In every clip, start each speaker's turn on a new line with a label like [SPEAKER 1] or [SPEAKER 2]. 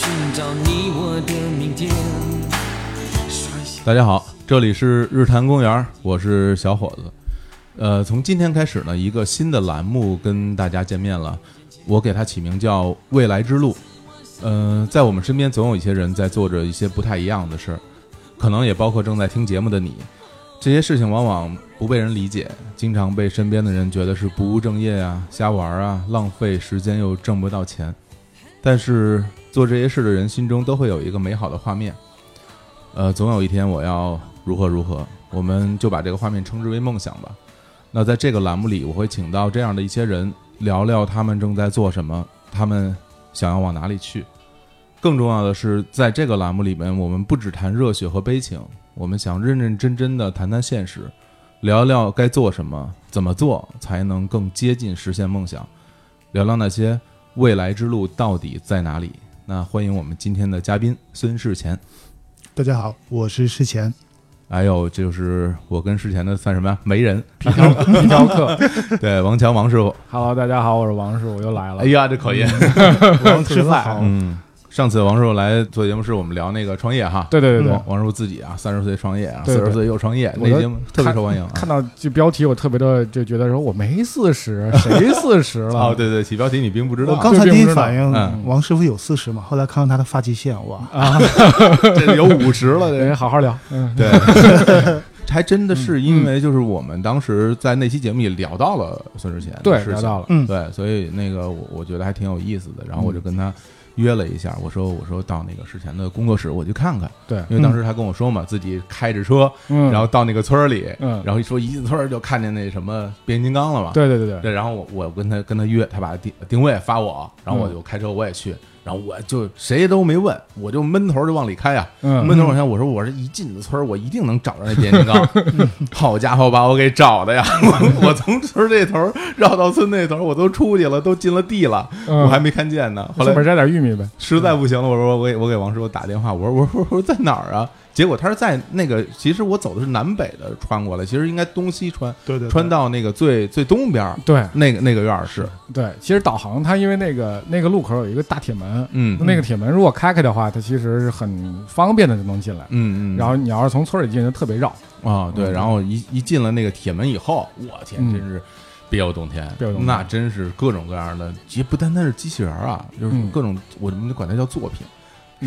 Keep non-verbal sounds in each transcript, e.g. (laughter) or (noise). [SPEAKER 1] 你我的明天。
[SPEAKER 2] 大家好，这里是日坛公园，我是小伙子。呃，从今天开始呢，一个新的栏目跟大家见面了，我给它起名叫“未来之路”。呃，在我们身边总有一些人在做着一些不太一样的事儿，可能也包括正在听节目的你。这些事情往往不被人理解，经常被身边的人觉得是不务正业啊、瞎玩啊、浪费时间又挣不到钱。但是做这些事的人心中都会有一个美好的画面，呃，总有一天我要如何如何，我们就把这个画面称之为梦想吧。那在这个栏目里，我会请到这样的一些人，聊聊他们正在做什么，他们想要往哪里去。更重要的是，在这个栏目里面，我们不只谈热血和悲情，我们想认认真真的谈谈现实，聊聊该做什么，怎么做才能更接近实现梦想，聊聊那些未来之路到底在哪里。那欢迎我们今天的嘉宾孙世前，
[SPEAKER 3] 大家好，我是世贤。
[SPEAKER 2] 还有就是我跟世前的算什么呀？媒
[SPEAKER 4] (laughs)
[SPEAKER 2] 人，
[SPEAKER 4] 皮条皮条客
[SPEAKER 2] (laughs) 对，王强王师傅。
[SPEAKER 4] ，Hello，大家好，我是王师傅，又来了。
[SPEAKER 2] 哎呀，这口音。
[SPEAKER 3] 王
[SPEAKER 4] 吃饭
[SPEAKER 2] 嗯，上次王师傅来做节目是我们聊那个创业哈，
[SPEAKER 4] 对对对对
[SPEAKER 2] 王，王师傅自己啊，三十岁创业啊，
[SPEAKER 4] 对
[SPEAKER 2] 四
[SPEAKER 4] 对
[SPEAKER 2] 十岁又创业，
[SPEAKER 4] 我
[SPEAKER 2] 那
[SPEAKER 4] 都
[SPEAKER 2] 节目特别受欢迎啊。
[SPEAKER 4] 看到这标题，我特别的就觉得说，我没四十，谁四十了？
[SPEAKER 2] 哦，，对对，起标题你并不知
[SPEAKER 3] 我
[SPEAKER 2] 道，
[SPEAKER 3] 刚才
[SPEAKER 4] 这
[SPEAKER 3] 第
[SPEAKER 4] 并
[SPEAKER 3] 一
[SPEAKER 4] 不知道
[SPEAKER 3] 反
[SPEAKER 2] 嗯啊
[SPEAKER 3] 应，王师傅有四十嘛，后来看看他的发际线，哇，
[SPEAKER 2] 这有五十了，这
[SPEAKER 4] 人好好聊。
[SPEAKER 2] (laughs)
[SPEAKER 4] 嗯，
[SPEAKER 2] 对，
[SPEAKER 4] (laughs)
[SPEAKER 2] 还真的是因为就是我们当时在那期节目里聊到了孙志贤
[SPEAKER 4] 对，
[SPEAKER 2] 是
[SPEAKER 4] 聊到了。
[SPEAKER 3] 嗯，
[SPEAKER 2] 对，所以那个我我觉得还挺有意思的，然后我
[SPEAKER 4] 嗯
[SPEAKER 2] 就跟他。约了一下，我说我说到那个史前的工作室，我去看看，
[SPEAKER 4] 对，
[SPEAKER 2] 因为当时他跟我说嘛，自己开着车，
[SPEAKER 4] 嗯，
[SPEAKER 2] 然后到那个村儿里，
[SPEAKER 4] 嗯
[SPEAKER 2] 然后一说一进村儿就看见那什么变形金刚了嘛，
[SPEAKER 4] 对对对对，
[SPEAKER 2] 对，然后我我跟他跟他约，他把定定位发我，然后我
[SPEAKER 4] 嗯
[SPEAKER 2] 就开车我也去，然后我就谁都没问，我就闷头就往里开啊，
[SPEAKER 4] 嗯，
[SPEAKER 2] 闷头往前，我说我是一进的村儿，我一定能找着那变形金
[SPEAKER 4] (laughs)
[SPEAKER 2] 刚，好家伙把我给找的呀，我我 (laughs) 从村儿这头儿绕到村那头儿，我都出去了，都进了地了，
[SPEAKER 4] 嗯
[SPEAKER 2] 我还没看见呢，后
[SPEAKER 4] 后
[SPEAKER 2] 来
[SPEAKER 4] 边摘点玉米呗。
[SPEAKER 2] 实在不行了，我说我给我给王师傅打电话，我说我说我说在哪儿啊？结果他是在那个，其实我走的是南北的穿过来，其实应该东西穿，
[SPEAKER 3] 对哦对，
[SPEAKER 2] 穿到那个最最东边儿
[SPEAKER 4] 对
[SPEAKER 2] 那个那个院儿是，
[SPEAKER 4] 对，其实导航它因为那个那个路口有一个大铁门，
[SPEAKER 2] 嗯
[SPEAKER 4] 那个铁门如果开开的话，它其实是很方便的就能进来。
[SPEAKER 2] 嗯嗯，
[SPEAKER 4] 然后你要是从村里进，就特别绕，
[SPEAKER 2] 后啊对，
[SPEAKER 4] 嗯
[SPEAKER 2] 然后一一进了那个铁门以后，我天，
[SPEAKER 4] 嗯
[SPEAKER 2] 真是别有洞天，
[SPEAKER 4] 别有洞天
[SPEAKER 2] 那真是各种各样的，也不单单是机器人儿啊，就是
[SPEAKER 4] 嗯
[SPEAKER 2] 各种，我们管它叫作品，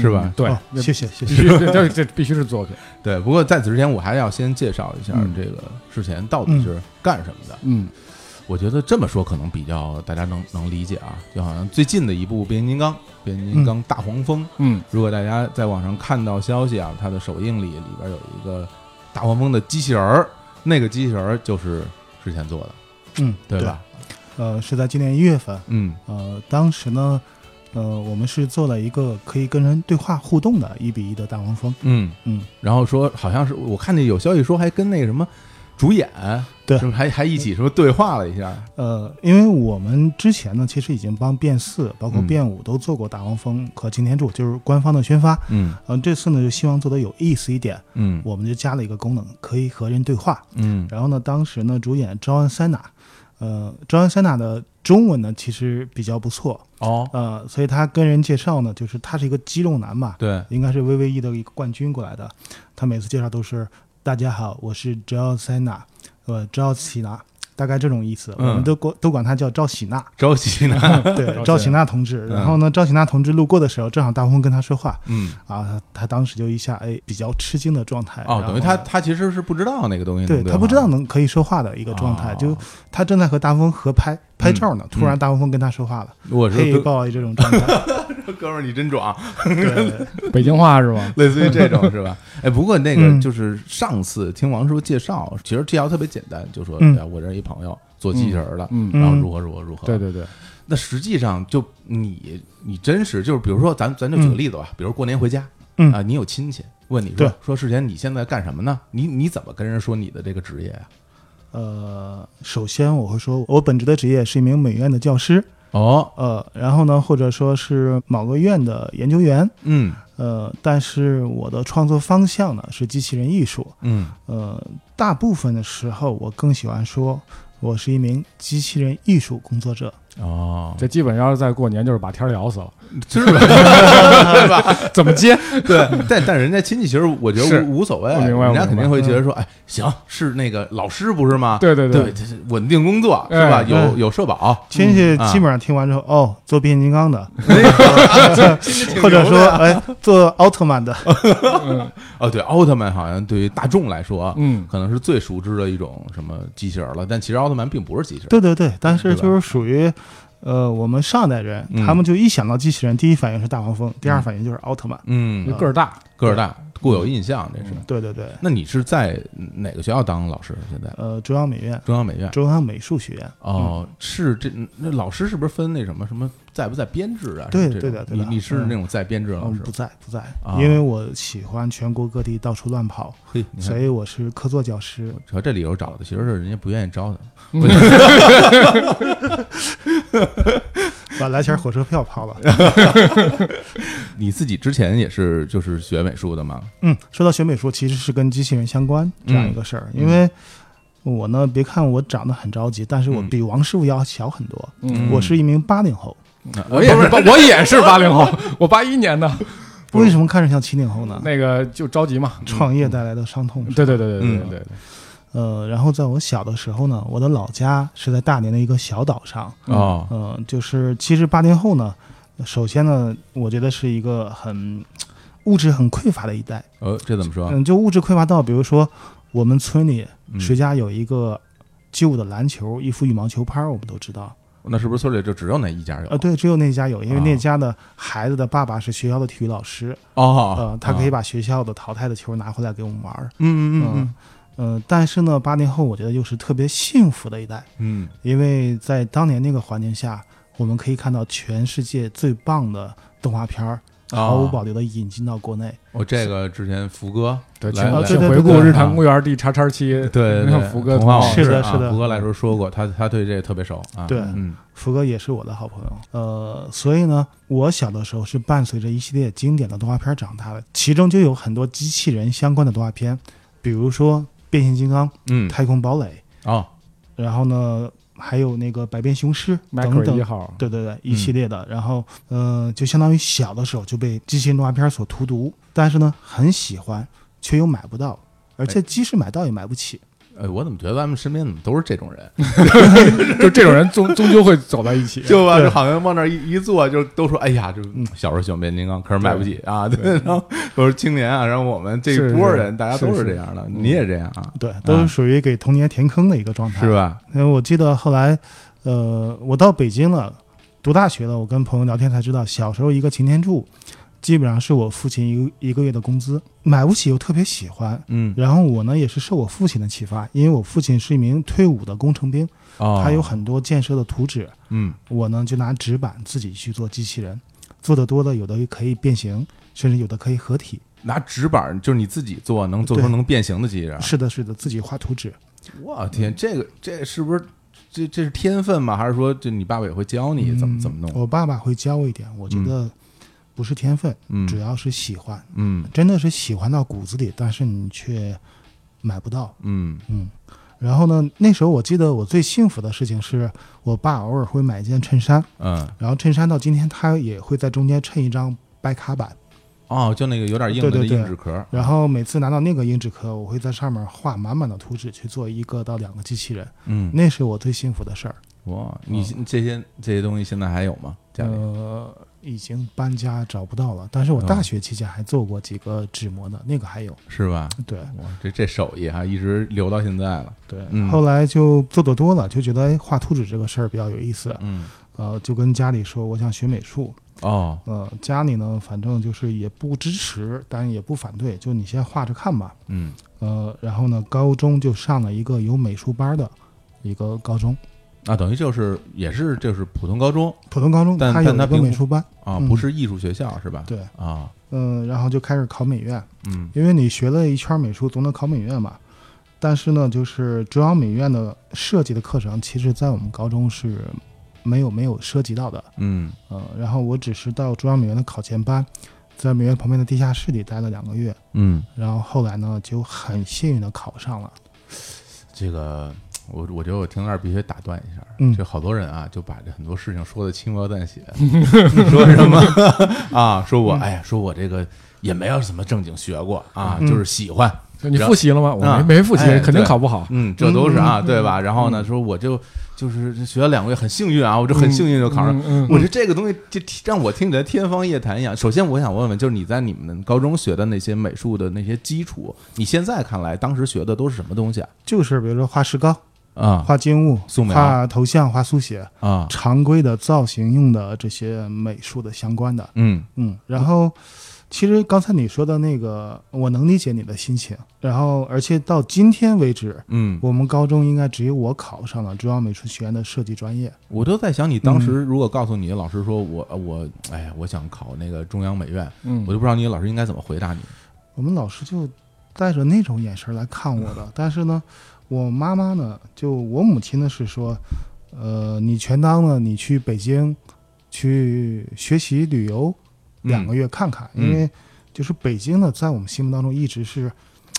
[SPEAKER 2] 是吧
[SPEAKER 4] 嗯？对
[SPEAKER 3] 哦，谢谢谢
[SPEAKER 4] 必
[SPEAKER 3] 谢。
[SPEAKER 4] 须 (laughs) 这这这必须是作品。
[SPEAKER 2] 对，不过在此之前，我还要先介绍一下
[SPEAKER 4] 嗯
[SPEAKER 2] 这个之前到底是干什么的。
[SPEAKER 4] 嗯，
[SPEAKER 2] 我觉得这么说可能比较大家能能理解啊，就好像最近的一部《变形金刚》，《变形金刚大黄蜂》
[SPEAKER 4] 嗯，
[SPEAKER 2] 如果大家在网上看到消息啊，它的首映里里边有一个大黄蜂的机器人儿，那个机器人儿就是之前做的，
[SPEAKER 3] 嗯，
[SPEAKER 2] 对吧？
[SPEAKER 3] 呃，是在今年一月份，
[SPEAKER 2] 嗯
[SPEAKER 3] 呃，当时呢，呃，我们是做了一个可以跟人对话互动的一比一的大黄蜂，
[SPEAKER 2] 嗯
[SPEAKER 3] 嗯，
[SPEAKER 2] 然后说好像是我看见有消息说还跟那个什么主演
[SPEAKER 3] 对
[SPEAKER 2] 是不是还还一起什么对话了一下？
[SPEAKER 3] 呃，因为我们之前呢，其实已经帮变四，包括
[SPEAKER 2] 嗯
[SPEAKER 3] 变五都做过大黄蜂和擎天柱，就是官方的宣发，
[SPEAKER 2] 嗯
[SPEAKER 3] 嗯、这次呢就希望做得有意思一点，
[SPEAKER 2] 嗯
[SPEAKER 3] 我们就加了一个功能，可以和人对话。
[SPEAKER 2] 嗯
[SPEAKER 3] 然后呢，当时呢，主演 John Cena，呃，John Cena 的中文呢其实比较不错，
[SPEAKER 2] 哦
[SPEAKER 3] 呃，所以他跟人介绍呢，就是他是一个肌肉男嘛，
[SPEAKER 2] 对
[SPEAKER 3] 应该是 VVE 的一个冠军过来的。他每次介绍都是“大家好，我是 John Cena，呃，John c e 大概这种意思，
[SPEAKER 2] 嗯
[SPEAKER 3] 我们都管都管他叫赵喜
[SPEAKER 2] (laughs)
[SPEAKER 3] 娜，
[SPEAKER 2] 周喜
[SPEAKER 3] (laughs)
[SPEAKER 2] 呢？
[SPEAKER 3] 对，赵喜娜同志。
[SPEAKER 2] 嗯
[SPEAKER 3] 然后呢，赵喜娜同志路过的时候，正好大红跟他说话，
[SPEAKER 2] 嗯
[SPEAKER 3] 啊，他他当时就一下哎比较吃惊的状态。
[SPEAKER 2] 哦，
[SPEAKER 3] 然
[SPEAKER 2] 等于
[SPEAKER 3] 后
[SPEAKER 2] 他他其实是不知道那个东西能
[SPEAKER 3] 对
[SPEAKER 2] 对
[SPEAKER 3] 他不知
[SPEAKER 2] 话
[SPEAKER 3] 道能可以说话的一个状态，
[SPEAKER 2] 哦嗯
[SPEAKER 3] 就他正在和大风合拍拍照呢，突然大风跟他说话了，
[SPEAKER 2] 我说
[SPEAKER 3] 黑
[SPEAKER 2] 哥
[SPEAKER 3] 豹这种状态，
[SPEAKER 2] (laughs) 哥们儿你真壮， (laughs)
[SPEAKER 3] 对，
[SPEAKER 4] 北京话是吧？
[SPEAKER 2] 类似于这
[SPEAKER 3] (laughs)
[SPEAKER 2] 种是吧？哎，不过那个
[SPEAKER 3] 嗯
[SPEAKER 2] 就是上次听王师傅介绍，其实这条特别简单，就说
[SPEAKER 3] 嗯
[SPEAKER 2] 哎我这一朋友做机器人儿的，
[SPEAKER 4] 嗯
[SPEAKER 2] 然后如何如何如何。
[SPEAKER 4] 对。对对，
[SPEAKER 2] 那实际上就你你真是就是比如说咱咱就
[SPEAKER 4] 嗯
[SPEAKER 2] 举个例子吧，比如过年回家，
[SPEAKER 3] 嗯
[SPEAKER 2] 啊，你有亲戚问你说
[SPEAKER 3] 对
[SPEAKER 2] 说世贤你现在干什么呢？你你怎么跟人说你的这个职业啊呀？
[SPEAKER 3] 呃，首先我会说，我本职的职业是一名美院的教师，
[SPEAKER 2] 哦，
[SPEAKER 3] 呃，然后呢，或者说是某个院的研究员，
[SPEAKER 2] 嗯
[SPEAKER 3] 呃，但是我的创作方向呢是机器人艺术，
[SPEAKER 2] 嗯
[SPEAKER 3] 呃，大部分的时候我更喜欢说我是一名机器人艺术工作者，
[SPEAKER 2] 哦，
[SPEAKER 4] 这基本要是在过年就是把天儿聊死了，
[SPEAKER 2] 是吧？ (laughs) 对吧？
[SPEAKER 4] 怎么接？
[SPEAKER 2] 对，但但人家亲戚其实我觉
[SPEAKER 4] 是
[SPEAKER 2] 得无无所谓，啊
[SPEAKER 4] 我明白
[SPEAKER 2] 人
[SPEAKER 4] 我
[SPEAKER 2] 家
[SPEAKER 4] 明
[SPEAKER 2] 肯
[SPEAKER 4] 白嗯
[SPEAKER 2] 定会觉得说，哎，行，是那个老师不是吗？
[SPEAKER 4] 啊对对
[SPEAKER 2] 对，这是稳定工作是
[SPEAKER 4] 哎
[SPEAKER 2] 吧？
[SPEAKER 4] 哎
[SPEAKER 2] 有有社保，
[SPEAKER 3] 亲戚
[SPEAKER 2] 嗯啊
[SPEAKER 3] 基本上听完之后，哦，做变形金刚的，
[SPEAKER 2] 挺
[SPEAKER 3] 或者
[SPEAKER 2] 牛
[SPEAKER 3] 说
[SPEAKER 2] 的
[SPEAKER 3] 哎，做奥特曼的，
[SPEAKER 2] 哦，对，奥特曼好像对于大众来说，
[SPEAKER 4] 嗯，
[SPEAKER 2] 可能是最熟知的一种什么机器人了，但其实奥特曼并不是机器人，
[SPEAKER 3] 对对对，但是
[SPEAKER 2] 吧
[SPEAKER 3] 就是属于。呃，我们上一代人，
[SPEAKER 2] 嗯
[SPEAKER 3] 他们就一想到机器人，第一反应是大黄蜂，第二反应就是奥特曼。
[SPEAKER 2] 嗯，
[SPEAKER 4] 个儿大，
[SPEAKER 2] 个儿大，固有印象这是。
[SPEAKER 3] 对对对，
[SPEAKER 2] 那你是在哪个学校当老师？现在
[SPEAKER 3] 呃，中央美院、
[SPEAKER 2] 中央美院。
[SPEAKER 3] 中嗯央美术学院，
[SPEAKER 2] 哦，是这那老师是不是分那什么什么在不在编制啊？
[SPEAKER 3] 对
[SPEAKER 2] 什么这种
[SPEAKER 3] 对的对的
[SPEAKER 2] 你你是
[SPEAKER 3] 嗯
[SPEAKER 2] 那种在编制的老
[SPEAKER 3] 嗯，
[SPEAKER 2] 师
[SPEAKER 3] 不
[SPEAKER 2] 吗？
[SPEAKER 3] 在不在
[SPEAKER 2] 啊，
[SPEAKER 3] 因为我喜欢全国各地到处乱跑，
[SPEAKER 2] 嘿，你
[SPEAKER 3] 所
[SPEAKER 2] 看
[SPEAKER 3] 以我是客座教师。
[SPEAKER 2] 瞧这理由找的，其实是人家不愿意招他。
[SPEAKER 3] 把来钱火车票抛了。
[SPEAKER 2] 你自己之前也是就是学美术的吗？
[SPEAKER 3] 嗯，说到学美术，其实是跟机器人相关这样一个事儿，
[SPEAKER 2] 嗯
[SPEAKER 3] 因为我呢，别看我长得很着急，但是我
[SPEAKER 2] 嗯
[SPEAKER 3] 比王师傅要小很多。
[SPEAKER 4] 嗯
[SPEAKER 3] 我是一名八零后，
[SPEAKER 2] 嗯
[SPEAKER 4] 我也是八，我也是八零后，我八一年的，不是
[SPEAKER 3] 为什么看着像七零后呢？
[SPEAKER 2] 嗯
[SPEAKER 4] 那个就着急嘛。
[SPEAKER 3] 创业带来的伤痛。
[SPEAKER 4] 对对对对对
[SPEAKER 2] 嗯
[SPEAKER 4] 对对，
[SPEAKER 3] 呃，然后在我小的时候呢，我的老家是在大连的一个小岛上。
[SPEAKER 2] 哦，
[SPEAKER 3] 呃，就是其实八零后呢，首先呢，我觉得是一个很嗯物质很匮乏的一代。
[SPEAKER 2] 呃，这怎么说？
[SPEAKER 3] 嗯，就物质匮乏到，比如说我们村里
[SPEAKER 2] 嗯
[SPEAKER 3] 谁家有一个旧的篮球、一副羽毛球拍儿，我们都知道。
[SPEAKER 2] 那是不是村里就只有那一家有
[SPEAKER 3] 呃，？对，只有那家有，因为
[SPEAKER 2] 啊
[SPEAKER 3] 那家的孩子的爸爸是学校的体育老师，
[SPEAKER 2] 哦，
[SPEAKER 3] 呃，他可以
[SPEAKER 2] 把
[SPEAKER 3] 把学校的淘汰的球拿回来给我们玩儿。
[SPEAKER 2] 嗯嗯嗯
[SPEAKER 3] 呃，但是呢，八零后我觉得又是特别幸福的一代，
[SPEAKER 2] 嗯
[SPEAKER 3] 因为在当年那个环境下，我们可以看到全世界最棒的动画片儿毫无
[SPEAKER 2] 哦
[SPEAKER 3] 保留的引进到国内。
[SPEAKER 2] 我哦这个之前福哥
[SPEAKER 4] 对，
[SPEAKER 2] 来
[SPEAKER 4] 请
[SPEAKER 2] 来
[SPEAKER 3] 对
[SPEAKER 4] 请
[SPEAKER 3] 哦对
[SPEAKER 4] 回
[SPEAKER 3] 对
[SPEAKER 4] 顾
[SPEAKER 3] 对
[SPEAKER 4] 日坛公园第叉叉期，
[SPEAKER 2] 对
[SPEAKER 4] 那
[SPEAKER 2] 对，
[SPEAKER 4] 福哥
[SPEAKER 2] 童话往事
[SPEAKER 4] 同事
[SPEAKER 3] 是的
[SPEAKER 2] 啊
[SPEAKER 3] 是的
[SPEAKER 2] 福哥来说说过，他他对这特别熟啊。
[SPEAKER 3] 对
[SPEAKER 2] 嗯，
[SPEAKER 3] 福哥也是我的好朋友，呃，所以呢，我小的时候是伴随着一系列经典的动画片长大的，其中就有很多机器人相关的动画片，比如说《变形金刚》
[SPEAKER 2] 嗯
[SPEAKER 3] 《太空堡垒
[SPEAKER 2] 哦，》，
[SPEAKER 3] 然后呢，还有那个《百变雄狮》
[SPEAKER 4] 迈克
[SPEAKER 3] 等
[SPEAKER 4] 尔一
[SPEAKER 3] 等，
[SPEAKER 4] 号，
[SPEAKER 3] 对对对，一系列的。然后，呃，就相当于小的时候就被机器人动画片所荼毒，但是呢，很喜欢，却又买不到，而且即使买到也买不起。
[SPEAKER 2] 哎，我怎么觉得咱们身边怎么都是这种人？
[SPEAKER 4] 就这种人终终究会走到一起。
[SPEAKER 2] (laughs) 就吧，
[SPEAKER 3] 对
[SPEAKER 2] 就好像往那儿一一坐，就都说，哎呀，就
[SPEAKER 3] 嗯
[SPEAKER 2] 小时候喜欢变形金刚，可是买不起啊。对，然后都是青年啊，然后我们这一波
[SPEAKER 4] 是是
[SPEAKER 2] 人，大家都
[SPEAKER 4] 是
[SPEAKER 2] 是
[SPEAKER 4] 是
[SPEAKER 2] 这样的，你也这样啊，
[SPEAKER 3] 对，都是属于给童年填坑的一个状态，
[SPEAKER 2] 是吧？
[SPEAKER 3] 因为我记得后来，呃，我到北京了，读大学了，我跟朋友聊天才知道，小时候一个擎天柱，基本上是我父亲一个一个月的工资，买不起又特别喜欢。
[SPEAKER 2] 嗯，
[SPEAKER 3] 然后我呢也是受我父亲的启发，因为我父亲是一名退伍的工程兵，
[SPEAKER 2] 哦，
[SPEAKER 3] 他有很多建设的图纸，
[SPEAKER 2] 嗯
[SPEAKER 3] 我呢就拿纸板自己去做机器人，做的多的有的可以变形，甚至有的可以合体。
[SPEAKER 2] 拿纸板，就是你自己做，能做出
[SPEAKER 3] 对
[SPEAKER 2] 能变形的机器人。
[SPEAKER 3] 是的，是的，自己画图纸。
[SPEAKER 2] 我天，这个这是不是这这是天分吗？还是说这你爸爸也会教你怎么
[SPEAKER 3] 嗯
[SPEAKER 2] 怎么弄？
[SPEAKER 3] 我爸爸会教我一点，我觉
[SPEAKER 2] 嗯
[SPEAKER 3] 得不是天分，
[SPEAKER 2] 嗯
[SPEAKER 3] 主要是喜欢。
[SPEAKER 2] 嗯
[SPEAKER 3] 真的是喜欢到骨子里，但是你却买不到。
[SPEAKER 2] 嗯
[SPEAKER 3] 然后呢，那时候我记得我最幸福的事情是我爸偶尔会买一件衬衫，
[SPEAKER 2] 嗯，
[SPEAKER 3] 然后衬衫到今天他也会在中间衬一张白卡板，
[SPEAKER 2] 哦，就那个有点硬的
[SPEAKER 3] 对
[SPEAKER 2] 那
[SPEAKER 3] 对对
[SPEAKER 2] 硬纸壳。
[SPEAKER 3] 然后每次拿到那个硬纸壳，我会在上面画满满的图纸去做一个到两个机器人，
[SPEAKER 2] 嗯，
[SPEAKER 3] 那是我最幸福的事儿。
[SPEAKER 2] 哇，你这些这些东西现在还有吗？家里？
[SPEAKER 3] 呃，已经搬家找不到了，但
[SPEAKER 2] 嗯
[SPEAKER 3] 是我大学期间还做过几个纸模的，那个还有。
[SPEAKER 2] 是吧？
[SPEAKER 3] 对
[SPEAKER 2] 哇，这这手艺哈、一直留到现在了。
[SPEAKER 3] 对，
[SPEAKER 2] 嗯
[SPEAKER 3] 后来就做的多了，就觉得哎画图纸这个事儿比较有意思。
[SPEAKER 2] 嗯，
[SPEAKER 3] 呃，就跟家里说我想学美术，
[SPEAKER 2] 哦，
[SPEAKER 3] 呃，家里呢反正就是也不支持，但也不反对，就你先画着看吧。
[SPEAKER 2] 嗯，
[SPEAKER 3] 呃，然后呢，高中就上了一个有美术班的一个高中，
[SPEAKER 2] 啊，等于就是也是就是普通高中
[SPEAKER 3] 普通高中，
[SPEAKER 2] 但
[SPEAKER 3] 它有
[SPEAKER 2] 但它
[SPEAKER 3] 一个
[SPEAKER 2] 并
[SPEAKER 3] 美
[SPEAKER 2] 不
[SPEAKER 3] 术班，
[SPEAKER 2] 啊，
[SPEAKER 3] 嗯
[SPEAKER 2] 不是艺术学校是吧？
[SPEAKER 3] 对，
[SPEAKER 2] 啊，
[SPEAKER 3] 嗯、然后就开始考美院，
[SPEAKER 2] 嗯
[SPEAKER 3] 因为你学了一圈美术，总得考美院嘛。但是呢，就是中央美院的设计的课程，其实在我们高中是没有没有涉及到的，
[SPEAKER 2] 嗯
[SPEAKER 3] 呃，然后我只是到中央美院的考前班，在美院旁边的地下室里待了两个月，
[SPEAKER 2] 嗯，
[SPEAKER 3] 然后后来呢就很幸运的考上了。
[SPEAKER 2] 这个我我觉得我听到这儿必须打断一下，
[SPEAKER 3] 嗯
[SPEAKER 2] 这好多人啊就把这很多事情说的轻描淡
[SPEAKER 3] (laughs)
[SPEAKER 2] 写，说什么 (laughs) 啊，说我哎呀，说我这个也没有什么正经学过啊，
[SPEAKER 3] 嗯
[SPEAKER 2] 就是喜欢，
[SPEAKER 4] 你复习了吗？我
[SPEAKER 2] 啊
[SPEAKER 4] 没没复习
[SPEAKER 2] 哎，
[SPEAKER 4] 肯定
[SPEAKER 2] 对
[SPEAKER 4] 考不好。
[SPEAKER 2] 嗯，这都是啊，对吧？然后呢，说我就就是学了两个月，很幸运啊，我就很幸运就考上
[SPEAKER 4] 嗯。嗯嗯
[SPEAKER 2] 我觉得这个东西就让我听起来天方夜谭一样。首先，我想问问，就是你在你们高中学的那些美术的那些基础，你现在看来当时学的都是什么东西啊？
[SPEAKER 3] 就是比如说画石膏、
[SPEAKER 2] 啊
[SPEAKER 3] 画金物、
[SPEAKER 2] 素描
[SPEAKER 3] 画头像、画速写，
[SPEAKER 2] 啊，
[SPEAKER 3] 常规的造型用的这些美术的相关的，
[SPEAKER 2] 嗯
[SPEAKER 3] 嗯，然后其实刚才你说的那个，我能理解你的心情。然后，而且到今天为止，
[SPEAKER 2] 嗯，
[SPEAKER 3] 我们高中应该只有我考上了中央美术学院的设计专业。
[SPEAKER 2] 我都在想，你当时如果告诉你老师说我我哎呀，我想考那个中央美院，
[SPEAKER 4] 嗯
[SPEAKER 2] 我就不知道你老师应该怎么回答你。
[SPEAKER 3] 我们老师就带着那种眼神来看
[SPEAKER 2] (laughs)
[SPEAKER 3] 我的，但是呢，我妈妈呢，就我母亲呢是说，呃，你全当呢，你去北京去学习旅游两个月看看，
[SPEAKER 2] 嗯
[SPEAKER 3] 因为就是北京呢，在我们心目当中一直是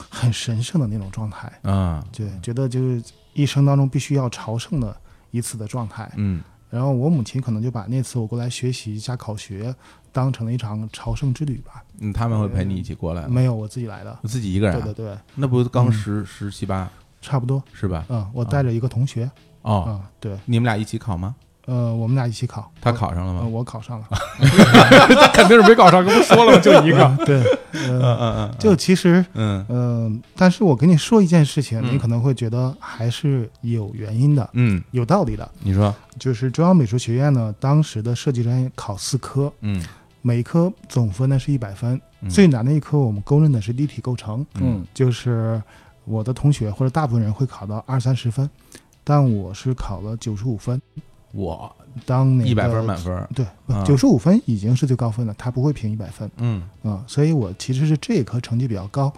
[SPEAKER 3] 很神圣的那种状态。
[SPEAKER 2] 啊，
[SPEAKER 3] 对，觉得就是一生当中必须要朝圣的一次的状态。
[SPEAKER 2] 嗯
[SPEAKER 3] 然后我母亲可能就把那次我过来学习加考学当成了一场朝圣之旅吧。
[SPEAKER 2] 嗯，他们会陪你一起过来吗，
[SPEAKER 3] 没有，我自己来的。
[SPEAKER 2] 我自己一个人
[SPEAKER 3] 嗯对
[SPEAKER 2] 嗯啊
[SPEAKER 3] 对，对，
[SPEAKER 2] 那不刚十十七八
[SPEAKER 3] 差不多。
[SPEAKER 2] 是吧？
[SPEAKER 3] 嗯，我带着一个同学。
[SPEAKER 2] 哦，
[SPEAKER 3] 嗯，对，
[SPEAKER 2] 你们俩一起考吗？
[SPEAKER 3] 呃，我们俩一起考。
[SPEAKER 2] 他考上了
[SPEAKER 3] 呃，
[SPEAKER 2] 吗？
[SPEAKER 3] 我考
[SPEAKER 2] (laughs)
[SPEAKER 3] 上了。
[SPEAKER 4] 他肯定是没考上，跟我说了吗就一个。
[SPEAKER 3] 对，
[SPEAKER 2] 嗯
[SPEAKER 3] 呃，
[SPEAKER 2] 嗯
[SPEAKER 3] 就其实。
[SPEAKER 2] 嗯
[SPEAKER 3] 嗯，但是我跟你说一件事情，
[SPEAKER 2] 嗯
[SPEAKER 3] 你可能会觉得还是有原因的，
[SPEAKER 2] 嗯，
[SPEAKER 3] 有道理的。
[SPEAKER 2] 你说，
[SPEAKER 3] 就是中央美术学院呢，当时的设计专业考四科，
[SPEAKER 2] 嗯
[SPEAKER 3] 每一科总分呢是一百分，
[SPEAKER 2] 嗯
[SPEAKER 3] 最难的一科我们公认的是立体构成，
[SPEAKER 2] 嗯
[SPEAKER 4] 嗯
[SPEAKER 3] 就是我的同学或者大部分人会考到二三十分，但我是考了九十五分，
[SPEAKER 2] 我
[SPEAKER 3] 当年
[SPEAKER 2] 一百分满分，
[SPEAKER 3] 对
[SPEAKER 2] 啊，
[SPEAKER 3] 九十五分已经是最高分了，他不会评一百分
[SPEAKER 2] 嗯，
[SPEAKER 3] 啊、所以我其实是这一科成绩比较高，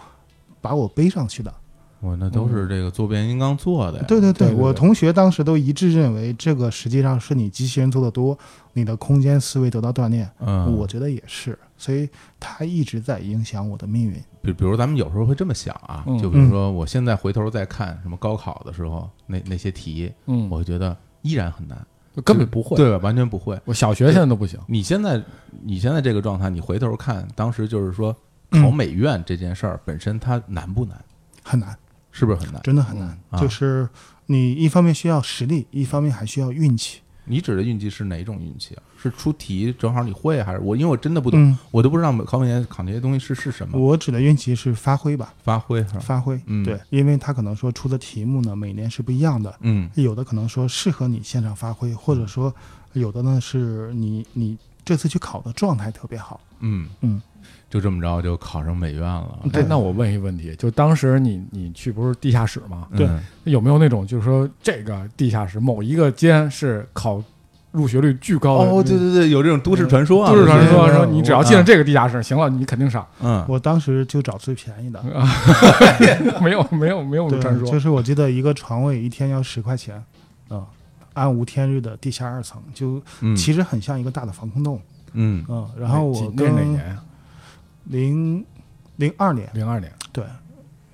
[SPEAKER 3] 把我背上去的。
[SPEAKER 2] 我那都是这个做变形金刚做的呀，
[SPEAKER 3] 对对对，
[SPEAKER 4] 对对对
[SPEAKER 3] 我同学当时都一致认为这个实际上是你机器人做的多，你的空间思维得到锻炼，
[SPEAKER 2] 嗯，
[SPEAKER 3] 我觉得也是，所以它一直在影响我的命运。
[SPEAKER 2] 比比如咱们有时候会这么想啊，
[SPEAKER 4] 嗯
[SPEAKER 2] 就比如说我现在回头再看什么高考的时候那那些题，
[SPEAKER 4] 嗯，
[SPEAKER 2] 我会觉得依然很难，
[SPEAKER 4] 我根本不会。
[SPEAKER 2] 对吧？完全不会。
[SPEAKER 4] 我小学现在都不行。
[SPEAKER 2] 你现在你现在这个状态，你回头看，当时就是说考美院这件事儿本身它难不难？
[SPEAKER 3] 嗯很难，
[SPEAKER 2] 是不是很难？
[SPEAKER 3] 真的很难。
[SPEAKER 2] 嗯啊
[SPEAKER 3] 就是你一方面需要实力，一方面还需要运气。
[SPEAKER 2] 你指的运气是哪种运气啊？是出题正好你会，还是我？因为我真的不懂，
[SPEAKER 3] 嗯，
[SPEAKER 2] 我都不知道考美院考那些东西是是什么
[SPEAKER 3] 我指的运气是发挥吧，
[SPEAKER 2] 发挥是吧？
[SPEAKER 3] 发挥。
[SPEAKER 2] 嗯
[SPEAKER 3] 对，因为他可能说出的题目呢，每年是不一样的，
[SPEAKER 2] 嗯
[SPEAKER 3] 有的可能说适合你现场发挥，或者说有的呢是你你这次去考的状态特别好。
[SPEAKER 2] 嗯
[SPEAKER 3] 嗯，
[SPEAKER 2] 就这么着就考上美院了。嗯
[SPEAKER 3] 对
[SPEAKER 4] 哎那我问一个问题，就当时你你去不是地下室吗？
[SPEAKER 2] 嗯
[SPEAKER 3] 对
[SPEAKER 4] 有没有那种就是说这个地下室某一个间是考入学率巨高的？
[SPEAKER 2] 哦，对对对，有这种都市传说啊，
[SPEAKER 4] 呃都
[SPEAKER 2] 有
[SPEAKER 4] 是传
[SPEAKER 2] 些
[SPEAKER 4] 说
[SPEAKER 3] 对对
[SPEAKER 4] 说
[SPEAKER 3] 对
[SPEAKER 4] 你
[SPEAKER 3] 我
[SPEAKER 4] 只要进了这个地下室，行了，你肯定上。
[SPEAKER 2] 嗯，
[SPEAKER 3] 我当时就找最便宜的，
[SPEAKER 4] 没有没有没有
[SPEAKER 3] 对
[SPEAKER 4] 传，
[SPEAKER 3] 就
[SPEAKER 4] 说，
[SPEAKER 3] 是我记得一个床位一天要十块钱，嗯，按无天日的地下二层，就
[SPEAKER 2] 嗯
[SPEAKER 3] 其实很像一个大的防空洞，
[SPEAKER 2] 嗯
[SPEAKER 3] 嗯，然后
[SPEAKER 4] 几
[SPEAKER 3] 我
[SPEAKER 4] 那是哪
[SPEAKER 3] 跟
[SPEAKER 4] 年啊？
[SPEAKER 3] 零零二年，
[SPEAKER 4] 零二年。啊
[SPEAKER 3] 对。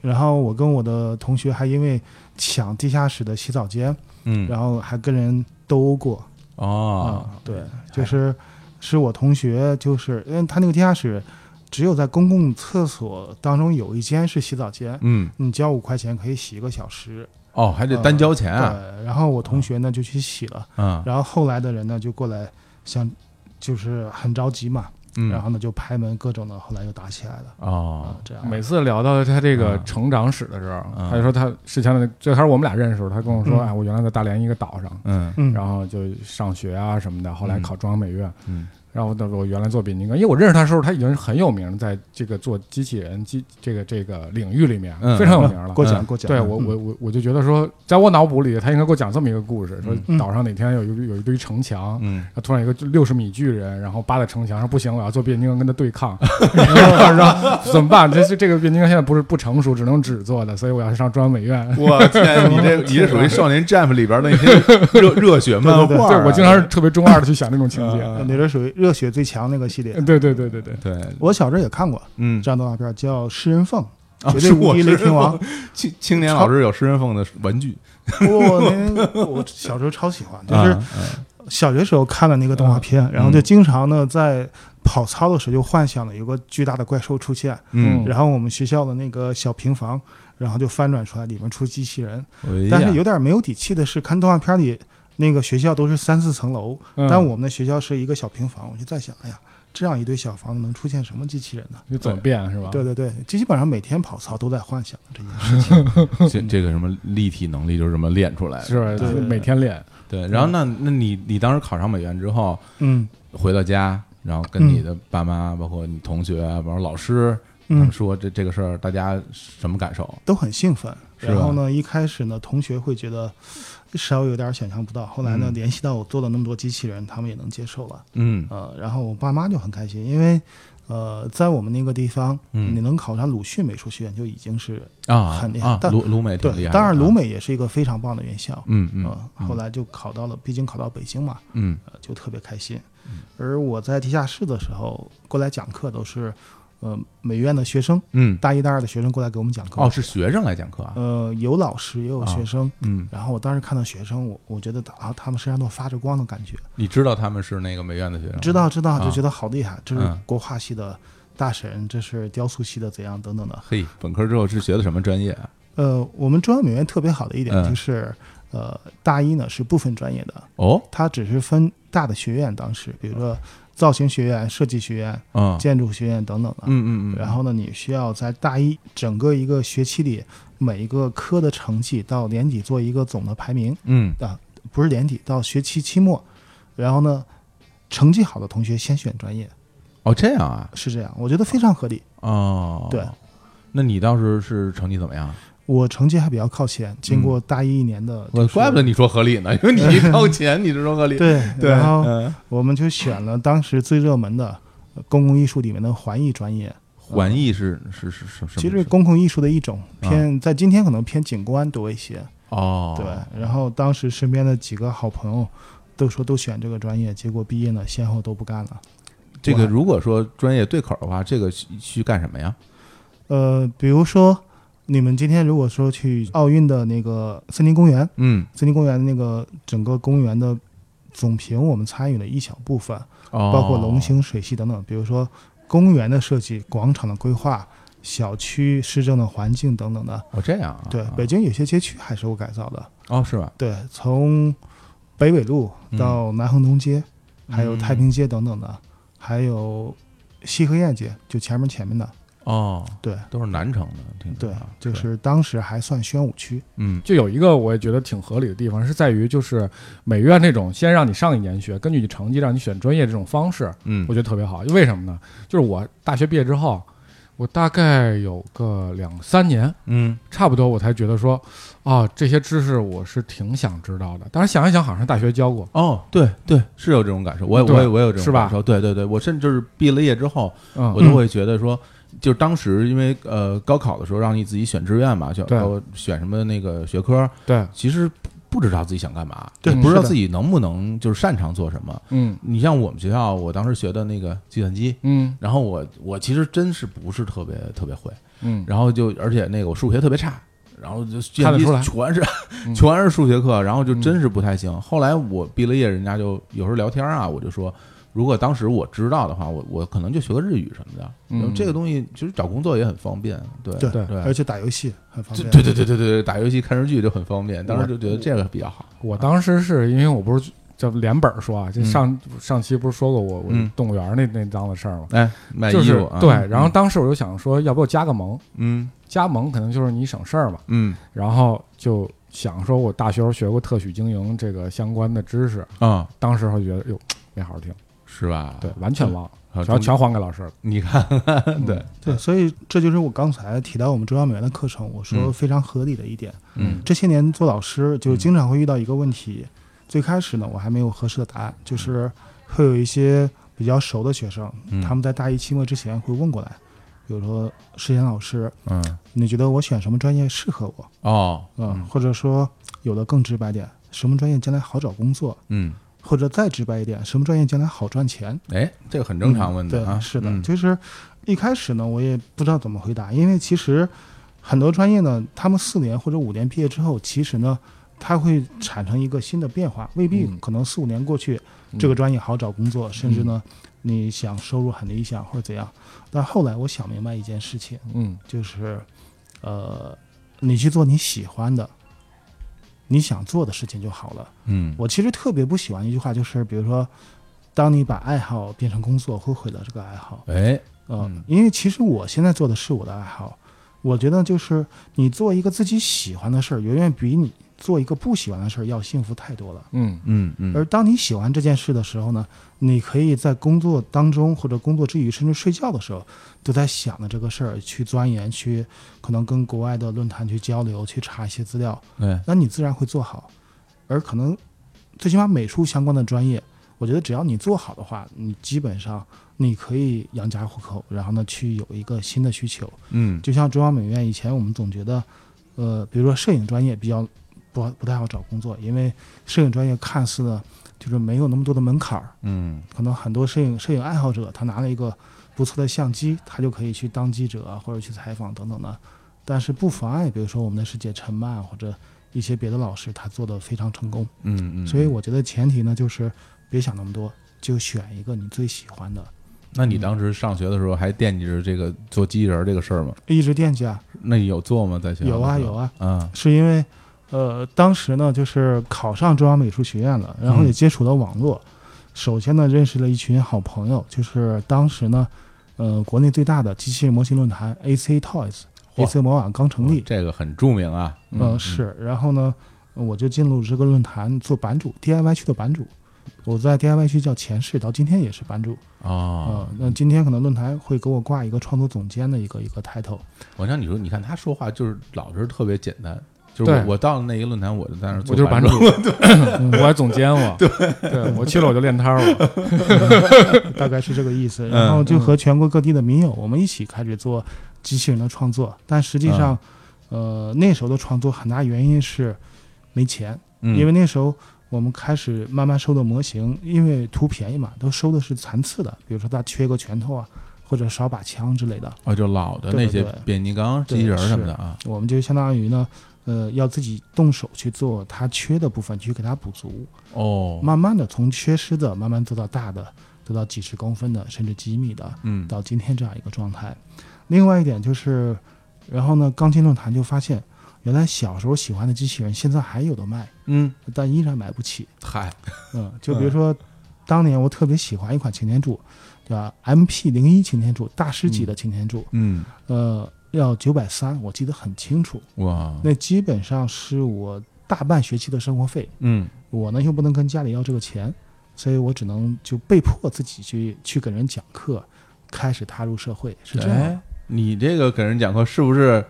[SPEAKER 3] 然后我跟我的同学还因为抢地下室的洗澡间，
[SPEAKER 2] 嗯
[SPEAKER 3] 然后还跟人斗殴过
[SPEAKER 2] 哦，
[SPEAKER 3] 嗯对，就是是我同学，就是因为他那个地下室只有在公共厕所当中有一间是洗澡间，
[SPEAKER 2] 嗯
[SPEAKER 3] 你交五块钱可以洗一个小时。
[SPEAKER 2] 哦，还得单交钱啊，
[SPEAKER 3] 对，然后我同学呢就去洗了，
[SPEAKER 2] 嗯
[SPEAKER 3] 然后后来的人呢就过来想，就是很着急嘛，
[SPEAKER 2] 嗯，
[SPEAKER 3] 然后呢就拍门各种的，后来又打起来了。啊
[SPEAKER 2] 哦，，
[SPEAKER 3] 这样
[SPEAKER 4] 每次聊到他这个
[SPEAKER 2] 嗯
[SPEAKER 4] 成长史的时候，
[SPEAKER 2] 嗯
[SPEAKER 4] 他就说他之前的最开始我们俩认识的时候，他跟我说：“
[SPEAKER 3] 嗯
[SPEAKER 4] 哎，我原来在大连一个岛上，
[SPEAKER 2] 嗯
[SPEAKER 3] 嗯，
[SPEAKER 4] 然后就上学啊什么的，后来
[SPEAKER 2] 嗯
[SPEAKER 4] 考中央美院。
[SPEAKER 2] 嗯
[SPEAKER 4] 然后我原来做变形金刚，因为我认识他的时候，他已经是很有名，在这个做机器人机这个这个领域里面
[SPEAKER 2] 嗯
[SPEAKER 4] 非常有
[SPEAKER 3] 啊
[SPEAKER 4] 名了。
[SPEAKER 3] 过奖
[SPEAKER 2] 嗯
[SPEAKER 3] 过奖。
[SPEAKER 4] 对我
[SPEAKER 3] 嗯
[SPEAKER 4] 我我我就觉得说，在我脑补里，他应该给我讲这么一个故事：说
[SPEAKER 2] 嗯
[SPEAKER 4] 岛上哪天有一有一堆城墙，
[SPEAKER 2] 嗯，
[SPEAKER 4] 然后突然有一个六十米巨人，然后扒在城墙上，不行，我要做变形金刚跟他对
[SPEAKER 2] (laughs)
[SPEAKER 4] 抗，然后怎么办？这这这个变形金刚现在不是不成熟，只能纸做的，所以我要上中央美院。
[SPEAKER 2] 我天，你这你这属于少年 Jump 里边的那些热热血漫画啊，
[SPEAKER 4] 对我经常是特别中二的去想这种情节。
[SPEAKER 2] 嗯
[SPEAKER 3] 那是属于热血最强那个系列。
[SPEAKER 4] 对对对对对，
[SPEAKER 2] 对，
[SPEAKER 3] 我小时候也看过
[SPEAKER 2] 呃嗯
[SPEAKER 3] 这样动画片，叫《食人凤》，
[SPEAKER 2] 啊
[SPEAKER 3] 绝
[SPEAKER 2] 是
[SPEAKER 3] 对无
[SPEAKER 2] 我
[SPEAKER 3] 敌
[SPEAKER 2] 是
[SPEAKER 3] 雷霆王。 (laughs)
[SPEAKER 2] 青青年老师有食人凤的文具，
[SPEAKER 3] 我那 (laughs) 我小时候超喜欢，就是
[SPEAKER 2] 啊嗯
[SPEAKER 3] 小学时候看的那个动画片，然后就经常呢在跑操的时候就幻想了有个巨大的怪兽出现，
[SPEAKER 2] 嗯，
[SPEAKER 3] 然后我们学校的那个小平房，然后就翻转出来，里面出机器人。
[SPEAKER 2] 哎呀
[SPEAKER 3] 但是有点没有底气的是，看动画片里那个学校都是三四层楼，
[SPEAKER 4] 嗯
[SPEAKER 3] 但我们的学校是一个小平房，我就在想，哎呀，这样一堆小房子能出现什么机器人呢？
[SPEAKER 4] 就怎么变
[SPEAKER 2] 啊
[SPEAKER 4] 是吧？
[SPEAKER 3] 对对对，基本上每天跑操都在幻想这件事。
[SPEAKER 2] 这这个什么立体能力就是这么练出来的。
[SPEAKER 4] 是吧？
[SPEAKER 3] 对
[SPEAKER 4] 就每天练，
[SPEAKER 2] 对，然后那那你你当时考上美院之后
[SPEAKER 3] 嗯
[SPEAKER 2] 回到家，然后跟你的爸妈，包括你同学，包括老师，他
[SPEAKER 3] 嗯
[SPEAKER 2] 们，说这这个事儿，大家什么感受？
[SPEAKER 3] 都很兴奋。
[SPEAKER 2] 是吧
[SPEAKER 3] 然后呢，一开始呢，同学会觉得稍微有点想象不到，后来呢，
[SPEAKER 2] 嗯
[SPEAKER 3] 联系到我做了那么多机器人，他们也能接受了。
[SPEAKER 2] 嗯
[SPEAKER 3] 呃，然后我爸妈就很开心，因为呃，在我们那个地方，
[SPEAKER 2] 嗯
[SPEAKER 3] 你能考上鲁迅美术学院就已经是
[SPEAKER 2] 啊
[SPEAKER 3] 很厉害
[SPEAKER 2] 啊，
[SPEAKER 3] 但
[SPEAKER 2] 鲁鲁美挺厉
[SPEAKER 3] 对，
[SPEAKER 2] 害的啊，
[SPEAKER 3] 当然鲁美也是一个非常棒的院校。
[SPEAKER 2] 嗯，嗯
[SPEAKER 3] 呃
[SPEAKER 2] 嗯，
[SPEAKER 3] 后来就考到了，毕竟考到北京嘛，
[SPEAKER 2] 嗯
[SPEAKER 3] 呃，就特别开心。而我在地下室的时候，过来讲课都是，呃，美院的学生，
[SPEAKER 2] 嗯，
[SPEAKER 3] 大一、大二的学生过来给我们讲课。
[SPEAKER 2] 哦，是学生来讲课啊，
[SPEAKER 3] 呃，有老师也有学生，
[SPEAKER 2] 嗯，
[SPEAKER 3] 然后我当时看到学生，我我觉得啊，他们身上都发着光的感觉，
[SPEAKER 2] 你知道他们是那个美院的学生吗，
[SPEAKER 3] 知道知道
[SPEAKER 2] 啊
[SPEAKER 3] 就觉得好厉害，这是
[SPEAKER 2] 嗯
[SPEAKER 3] 国画系的大神，这是雕塑系的怎样等等的。
[SPEAKER 2] 嘿，本科之后是学的什么专业啊？
[SPEAKER 3] 呃，我们中央美院特别好的一点
[SPEAKER 2] 嗯
[SPEAKER 3] 就是，呃，大一呢是不分专业的，
[SPEAKER 2] 哦，
[SPEAKER 3] 它只是分大的学院，当时比如说造型学院、设计学院、
[SPEAKER 2] 嗯
[SPEAKER 3] 建筑学院等等的。
[SPEAKER 2] 嗯嗯嗯，
[SPEAKER 3] 然后呢，你需要在大一整个一个学期里，每一个科的成绩到年底做一个总的排名，啊
[SPEAKER 2] 嗯
[SPEAKER 3] 不是年底，到学期期末，然后呢，成绩好的同学先选专业，
[SPEAKER 2] 哦这样啊
[SPEAKER 3] 是这样，我觉得非常合理。
[SPEAKER 2] 哦
[SPEAKER 3] 对，
[SPEAKER 2] 那你当时是成绩怎么样？
[SPEAKER 3] 我成绩还比较靠前，经过大一一年的、
[SPEAKER 2] 我
[SPEAKER 3] 就是
[SPEAKER 2] 怪不得你说合理呢，因为你一掏钱，你就说合理。
[SPEAKER 3] (laughs) 对，
[SPEAKER 2] 对，
[SPEAKER 3] 然后
[SPEAKER 2] 嗯
[SPEAKER 3] 我们就选了当时最热门的呃公共艺术里面的环艺专业，
[SPEAKER 2] 环艺是是是是什啊么？
[SPEAKER 3] 其实公共艺术的一种，偏、在今天可能偏景观多一些。
[SPEAKER 2] 哦，
[SPEAKER 3] 对，然后当时身边的几个好朋友都说都选这个专业，结果毕业呢先后都不干了。
[SPEAKER 2] 这个
[SPEAKER 3] 我还
[SPEAKER 2] 如果说专业对口的话，这个需需干什么呀？
[SPEAKER 3] 呃，比如说你们今天如果说去奥运的那个森林公园，
[SPEAKER 2] 嗯，
[SPEAKER 3] 森林公园的那个整个公园的总评，我们参与了一小部分，
[SPEAKER 2] 哦，
[SPEAKER 3] 包括龙形、水系等等，比如说公园的设计、广场的规划、小区市政的环境等等的。
[SPEAKER 2] 哦，这样啊，
[SPEAKER 3] 对
[SPEAKER 2] 啊，
[SPEAKER 3] 北京有些街区还是我改造的，
[SPEAKER 2] 哦是吧？
[SPEAKER 3] 对，从北纬路到南横东街，还有
[SPEAKER 2] 嗯
[SPEAKER 3] 太平街等等的，还有西河沿街，就前面前面的，
[SPEAKER 2] 哦，
[SPEAKER 3] 对
[SPEAKER 2] 都是南城的，听说
[SPEAKER 3] 对
[SPEAKER 2] 啊，
[SPEAKER 3] 就是当时还算宣武区，
[SPEAKER 2] 嗯
[SPEAKER 4] 就有一个我也觉得挺合理的地方，是在于就是美院这种先让你上一年学，根据你成绩让你选专业这种方式，
[SPEAKER 2] 嗯
[SPEAKER 4] 我觉得特别好。为什么呢？就是我大学毕业之后，我大概有个两三年，
[SPEAKER 2] 嗯
[SPEAKER 4] 差不多我才觉得说，啊，这些知识我是挺想知道的。当然想一想，好像是大学教过，
[SPEAKER 2] 哦，对对，是有这种感受，我也
[SPEAKER 4] 对
[SPEAKER 2] 我也我也有这种
[SPEAKER 4] 是吧
[SPEAKER 2] 感受，对对对，我甚至是毕了业之后，
[SPEAKER 4] 嗯，
[SPEAKER 2] 我都会觉得说，就当时因为呃高考的时候让你自己选志愿嘛，选
[SPEAKER 4] 对
[SPEAKER 2] 呃选什么那个学科，
[SPEAKER 4] 对，
[SPEAKER 2] 其实不不知道自己想干嘛，
[SPEAKER 4] 对
[SPEAKER 2] 也不知道
[SPEAKER 3] 是的
[SPEAKER 2] 自己能不能就是擅长做什么。
[SPEAKER 4] 嗯
[SPEAKER 2] 你像我们学校，我当时学的那个计算机，
[SPEAKER 4] 嗯
[SPEAKER 2] 然后我我其实真是不是特别特别会，
[SPEAKER 4] 嗯，
[SPEAKER 2] 然后就而且那个我数学特别差，然后就计算
[SPEAKER 4] 看得
[SPEAKER 2] 机
[SPEAKER 4] 出来
[SPEAKER 2] 全是、(laughs)
[SPEAKER 4] 嗯
[SPEAKER 2] 全是数学课，然后就真是不太行。后来我毕了业，人家就有时候聊天啊，我就说，如果当时我知道的话，我我可能就学个日语什么的。
[SPEAKER 4] 嗯
[SPEAKER 2] 然后这个东西其实找工作也很方便，对
[SPEAKER 3] 对
[SPEAKER 2] 对
[SPEAKER 3] 而且打游戏很方
[SPEAKER 2] 对
[SPEAKER 3] 便。
[SPEAKER 2] 对对对对对，打游戏看日剧就很方便，当时就觉得这个比较好。
[SPEAKER 4] 我当时是因为我不是叫连本儿说啊，这上、上期不是说过我我
[SPEAKER 2] 嗯
[SPEAKER 4] 动物园儿那那档子事儿吗？
[SPEAKER 2] 哎，卖
[SPEAKER 4] 就
[SPEAKER 2] 衣
[SPEAKER 4] 是
[SPEAKER 2] 服啊，
[SPEAKER 4] 对，然后当时我就想说，要不要加个盟？
[SPEAKER 2] 嗯
[SPEAKER 4] 加盟可能就是你省事儿嘛。
[SPEAKER 2] 嗯
[SPEAKER 4] 然后就想说，我大学时候学过特许经营这个相关的知识，
[SPEAKER 2] 啊，
[SPEAKER 4] 当时我就觉得哟没好好听，
[SPEAKER 2] 是吧？
[SPEAKER 4] 对，完全忘了，
[SPEAKER 2] 好，
[SPEAKER 4] 全
[SPEAKER 2] 中
[SPEAKER 4] 全还给老师了。
[SPEAKER 2] 你看看，对，
[SPEAKER 3] 对，所以这就是我刚才提到我们中央美院的课程，我说
[SPEAKER 2] 嗯
[SPEAKER 3] 非常合理的一点。
[SPEAKER 2] 嗯
[SPEAKER 3] 这些年做老师，就经常会遇到一个问题。最开始呢，我还没有合适的答案，就是会有一些比较熟的学生，
[SPEAKER 2] 嗯
[SPEAKER 3] 他们在大一期末之前会问过来，比如说石岩老师，
[SPEAKER 2] 嗯
[SPEAKER 3] 你觉得我选什么专业适合我？啊
[SPEAKER 2] 哦
[SPEAKER 3] 嗯，或者说有的更直白点，什么专业将来好找工作？
[SPEAKER 2] 嗯
[SPEAKER 3] 或者再直白一点，什么专业将来好赚钱？
[SPEAKER 2] 哎，这个很正常问的
[SPEAKER 3] 对，
[SPEAKER 2] 啊，
[SPEAKER 3] 是的，
[SPEAKER 2] 嗯
[SPEAKER 3] 就是一开始呢，我也不知道怎么回答，因为其实很多专业呢，他们四年或者五年毕业之后，其实呢，它会产生一个新的变化，未必
[SPEAKER 4] 嗯
[SPEAKER 3] 可能四五年过去，
[SPEAKER 4] 嗯
[SPEAKER 3] 这个专业好找工作，甚
[SPEAKER 2] 嗯
[SPEAKER 3] 至呢，你想收入很理想或者怎样。但后来我想明白一件事情，
[SPEAKER 4] 嗯
[SPEAKER 3] 就是，呃，你去做你喜欢的。你想做的事情就好了。
[SPEAKER 2] 嗯，
[SPEAKER 3] 我其实特别不喜欢一句话，就是比如说，当你把爱好变成工作，会毁了这个爱好。
[SPEAKER 2] 哎，
[SPEAKER 3] 嗯
[SPEAKER 2] 嗯，
[SPEAKER 3] 因为其实我现在做的是我的爱好，我觉得就是你做一个自己喜欢的事儿，远远比你做一个不喜欢的事儿要幸福太多了。
[SPEAKER 4] 嗯
[SPEAKER 2] 嗯
[SPEAKER 3] 而
[SPEAKER 2] 嗯，
[SPEAKER 3] 当你喜欢这件事的时候呢，你可以在工作当中或者工作之余，甚至睡觉的时候，都在想着这个事儿去钻研，去可能跟国外的论坛去交流，去查一些资料，
[SPEAKER 2] 哎，
[SPEAKER 3] 那你自然会做好。而可能最起码美术相关的专业，我觉得只要你做好的话，你基本上你可以养家糊口，然后呢去有一个新的需求。
[SPEAKER 2] 嗯，
[SPEAKER 3] 就像中央美院以前我们总觉得，呃，比如说摄影专业比较不不太好找工作，因为摄影专业看似呢就是没有那么多的门槛儿，
[SPEAKER 2] 嗯，
[SPEAKER 3] 可能很多摄影摄影爱好者他拿了一个不错的相机，他就可以去当记者啊或者去采访等等的，但是不妨碍，比如说我们的师姐陈曼或者一些别的老师，他做的非常成功。
[SPEAKER 2] 嗯嗯，
[SPEAKER 3] 所以我觉得前提呢就是别想那么多，就选一个你最喜欢的，
[SPEAKER 2] 那
[SPEAKER 3] 嗯
[SPEAKER 2] 你当时上学的时候还惦记着这个做机器人儿这个事儿吗？
[SPEAKER 3] 一直惦记啊，
[SPEAKER 2] 那你有做吗？在学校
[SPEAKER 3] 有啊
[SPEAKER 2] 的时候
[SPEAKER 3] 有啊，
[SPEAKER 2] 啊，
[SPEAKER 3] 是因为，呃，当时呢，就是考上中央美术学院了，然后也
[SPEAKER 2] 嗯
[SPEAKER 3] 接触了网络。首先呢，认识了一群好朋友，就是当时呢，呃，国内最大的机器人模型论坛 AC Toys，AC
[SPEAKER 2] 嚯
[SPEAKER 3] 魔网刚成立，
[SPEAKER 2] 哦这个很著名啊，
[SPEAKER 3] 嗯、是。然后呢，呃我就进入这个论坛做版主，DIY 区的版主。我在 DIY 区叫前世，到今天也是版主。
[SPEAKER 2] 哦
[SPEAKER 3] 呃，，那今天可能论坛会给我挂一个创作总监的一个一个 title。
[SPEAKER 2] 我像你说，你看他说话就是老是特别简单，就是
[SPEAKER 4] 对
[SPEAKER 2] 我我到了那一个论坛，我就在那儿做
[SPEAKER 4] 我就是
[SPEAKER 2] 版
[SPEAKER 4] 版
[SPEAKER 3] (laughs)
[SPEAKER 4] 主，，我还总监我，对对，我去了我就练摊儿我，
[SPEAKER 3] 大概是这个
[SPEAKER 2] (laughs)
[SPEAKER 3] 意思。
[SPEAKER 2] 嗯
[SPEAKER 3] 然后就和全国各地的民友，我们一起开始做机器人的创作。但实际
[SPEAKER 2] 嗯
[SPEAKER 3] 上，呃，那时候的创作很大原因是没钱，
[SPEAKER 2] 嗯
[SPEAKER 3] 因为那时候我们开始慢慢收的模型，因为图便宜嘛，都收的是残次的，比如说它缺个拳头啊，或者少把枪之类的。
[SPEAKER 2] 哦，就老的
[SPEAKER 3] 对
[SPEAKER 2] 那些
[SPEAKER 3] 对对
[SPEAKER 2] 变形金刚、机器人儿什么的啊，
[SPEAKER 3] 我们就相当于呢，呃，要自己动手去做它缺的部分，去给它补足。
[SPEAKER 2] 哦，
[SPEAKER 3] 慢慢的从缺失的慢慢做到大的，做到几十公分的，甚至几米的。
[SPEAKER 2] 嗯
[SPEAKER 3] 到今天这样一个状态。另外一点就是，然后呢，钢琴论坛就发现，原来小时候喜欢的机器人现在还有的卖，
[SPEAKER 2] 嗯，
[SPEAKER 3] 但依然买不起。
[SPEAKER 2] 嗨，
[SPEAKER 3] 嗯，就比如说，当年我特别喜欢一款擎天柱，叫 MP 零一擎天柱，大师级的擎天柱，
[SPEAKER 2] 嗯，
[SPEAKER 3] 呃，要九百三，我记得很清楚。
[SPEAKER 2] 哇，
[SPEAKER 3] 那基本上是我大半学期的生活费，
[SPEAKER 2] 嗯
[SPEAKER 3] 我呢又不能跟家里要这个钱，所以我只能就被迫自己去去给人讲课，开始踏入社会，是这样的。
[SPEAKER 2] 哎，你这个给人讲课是不是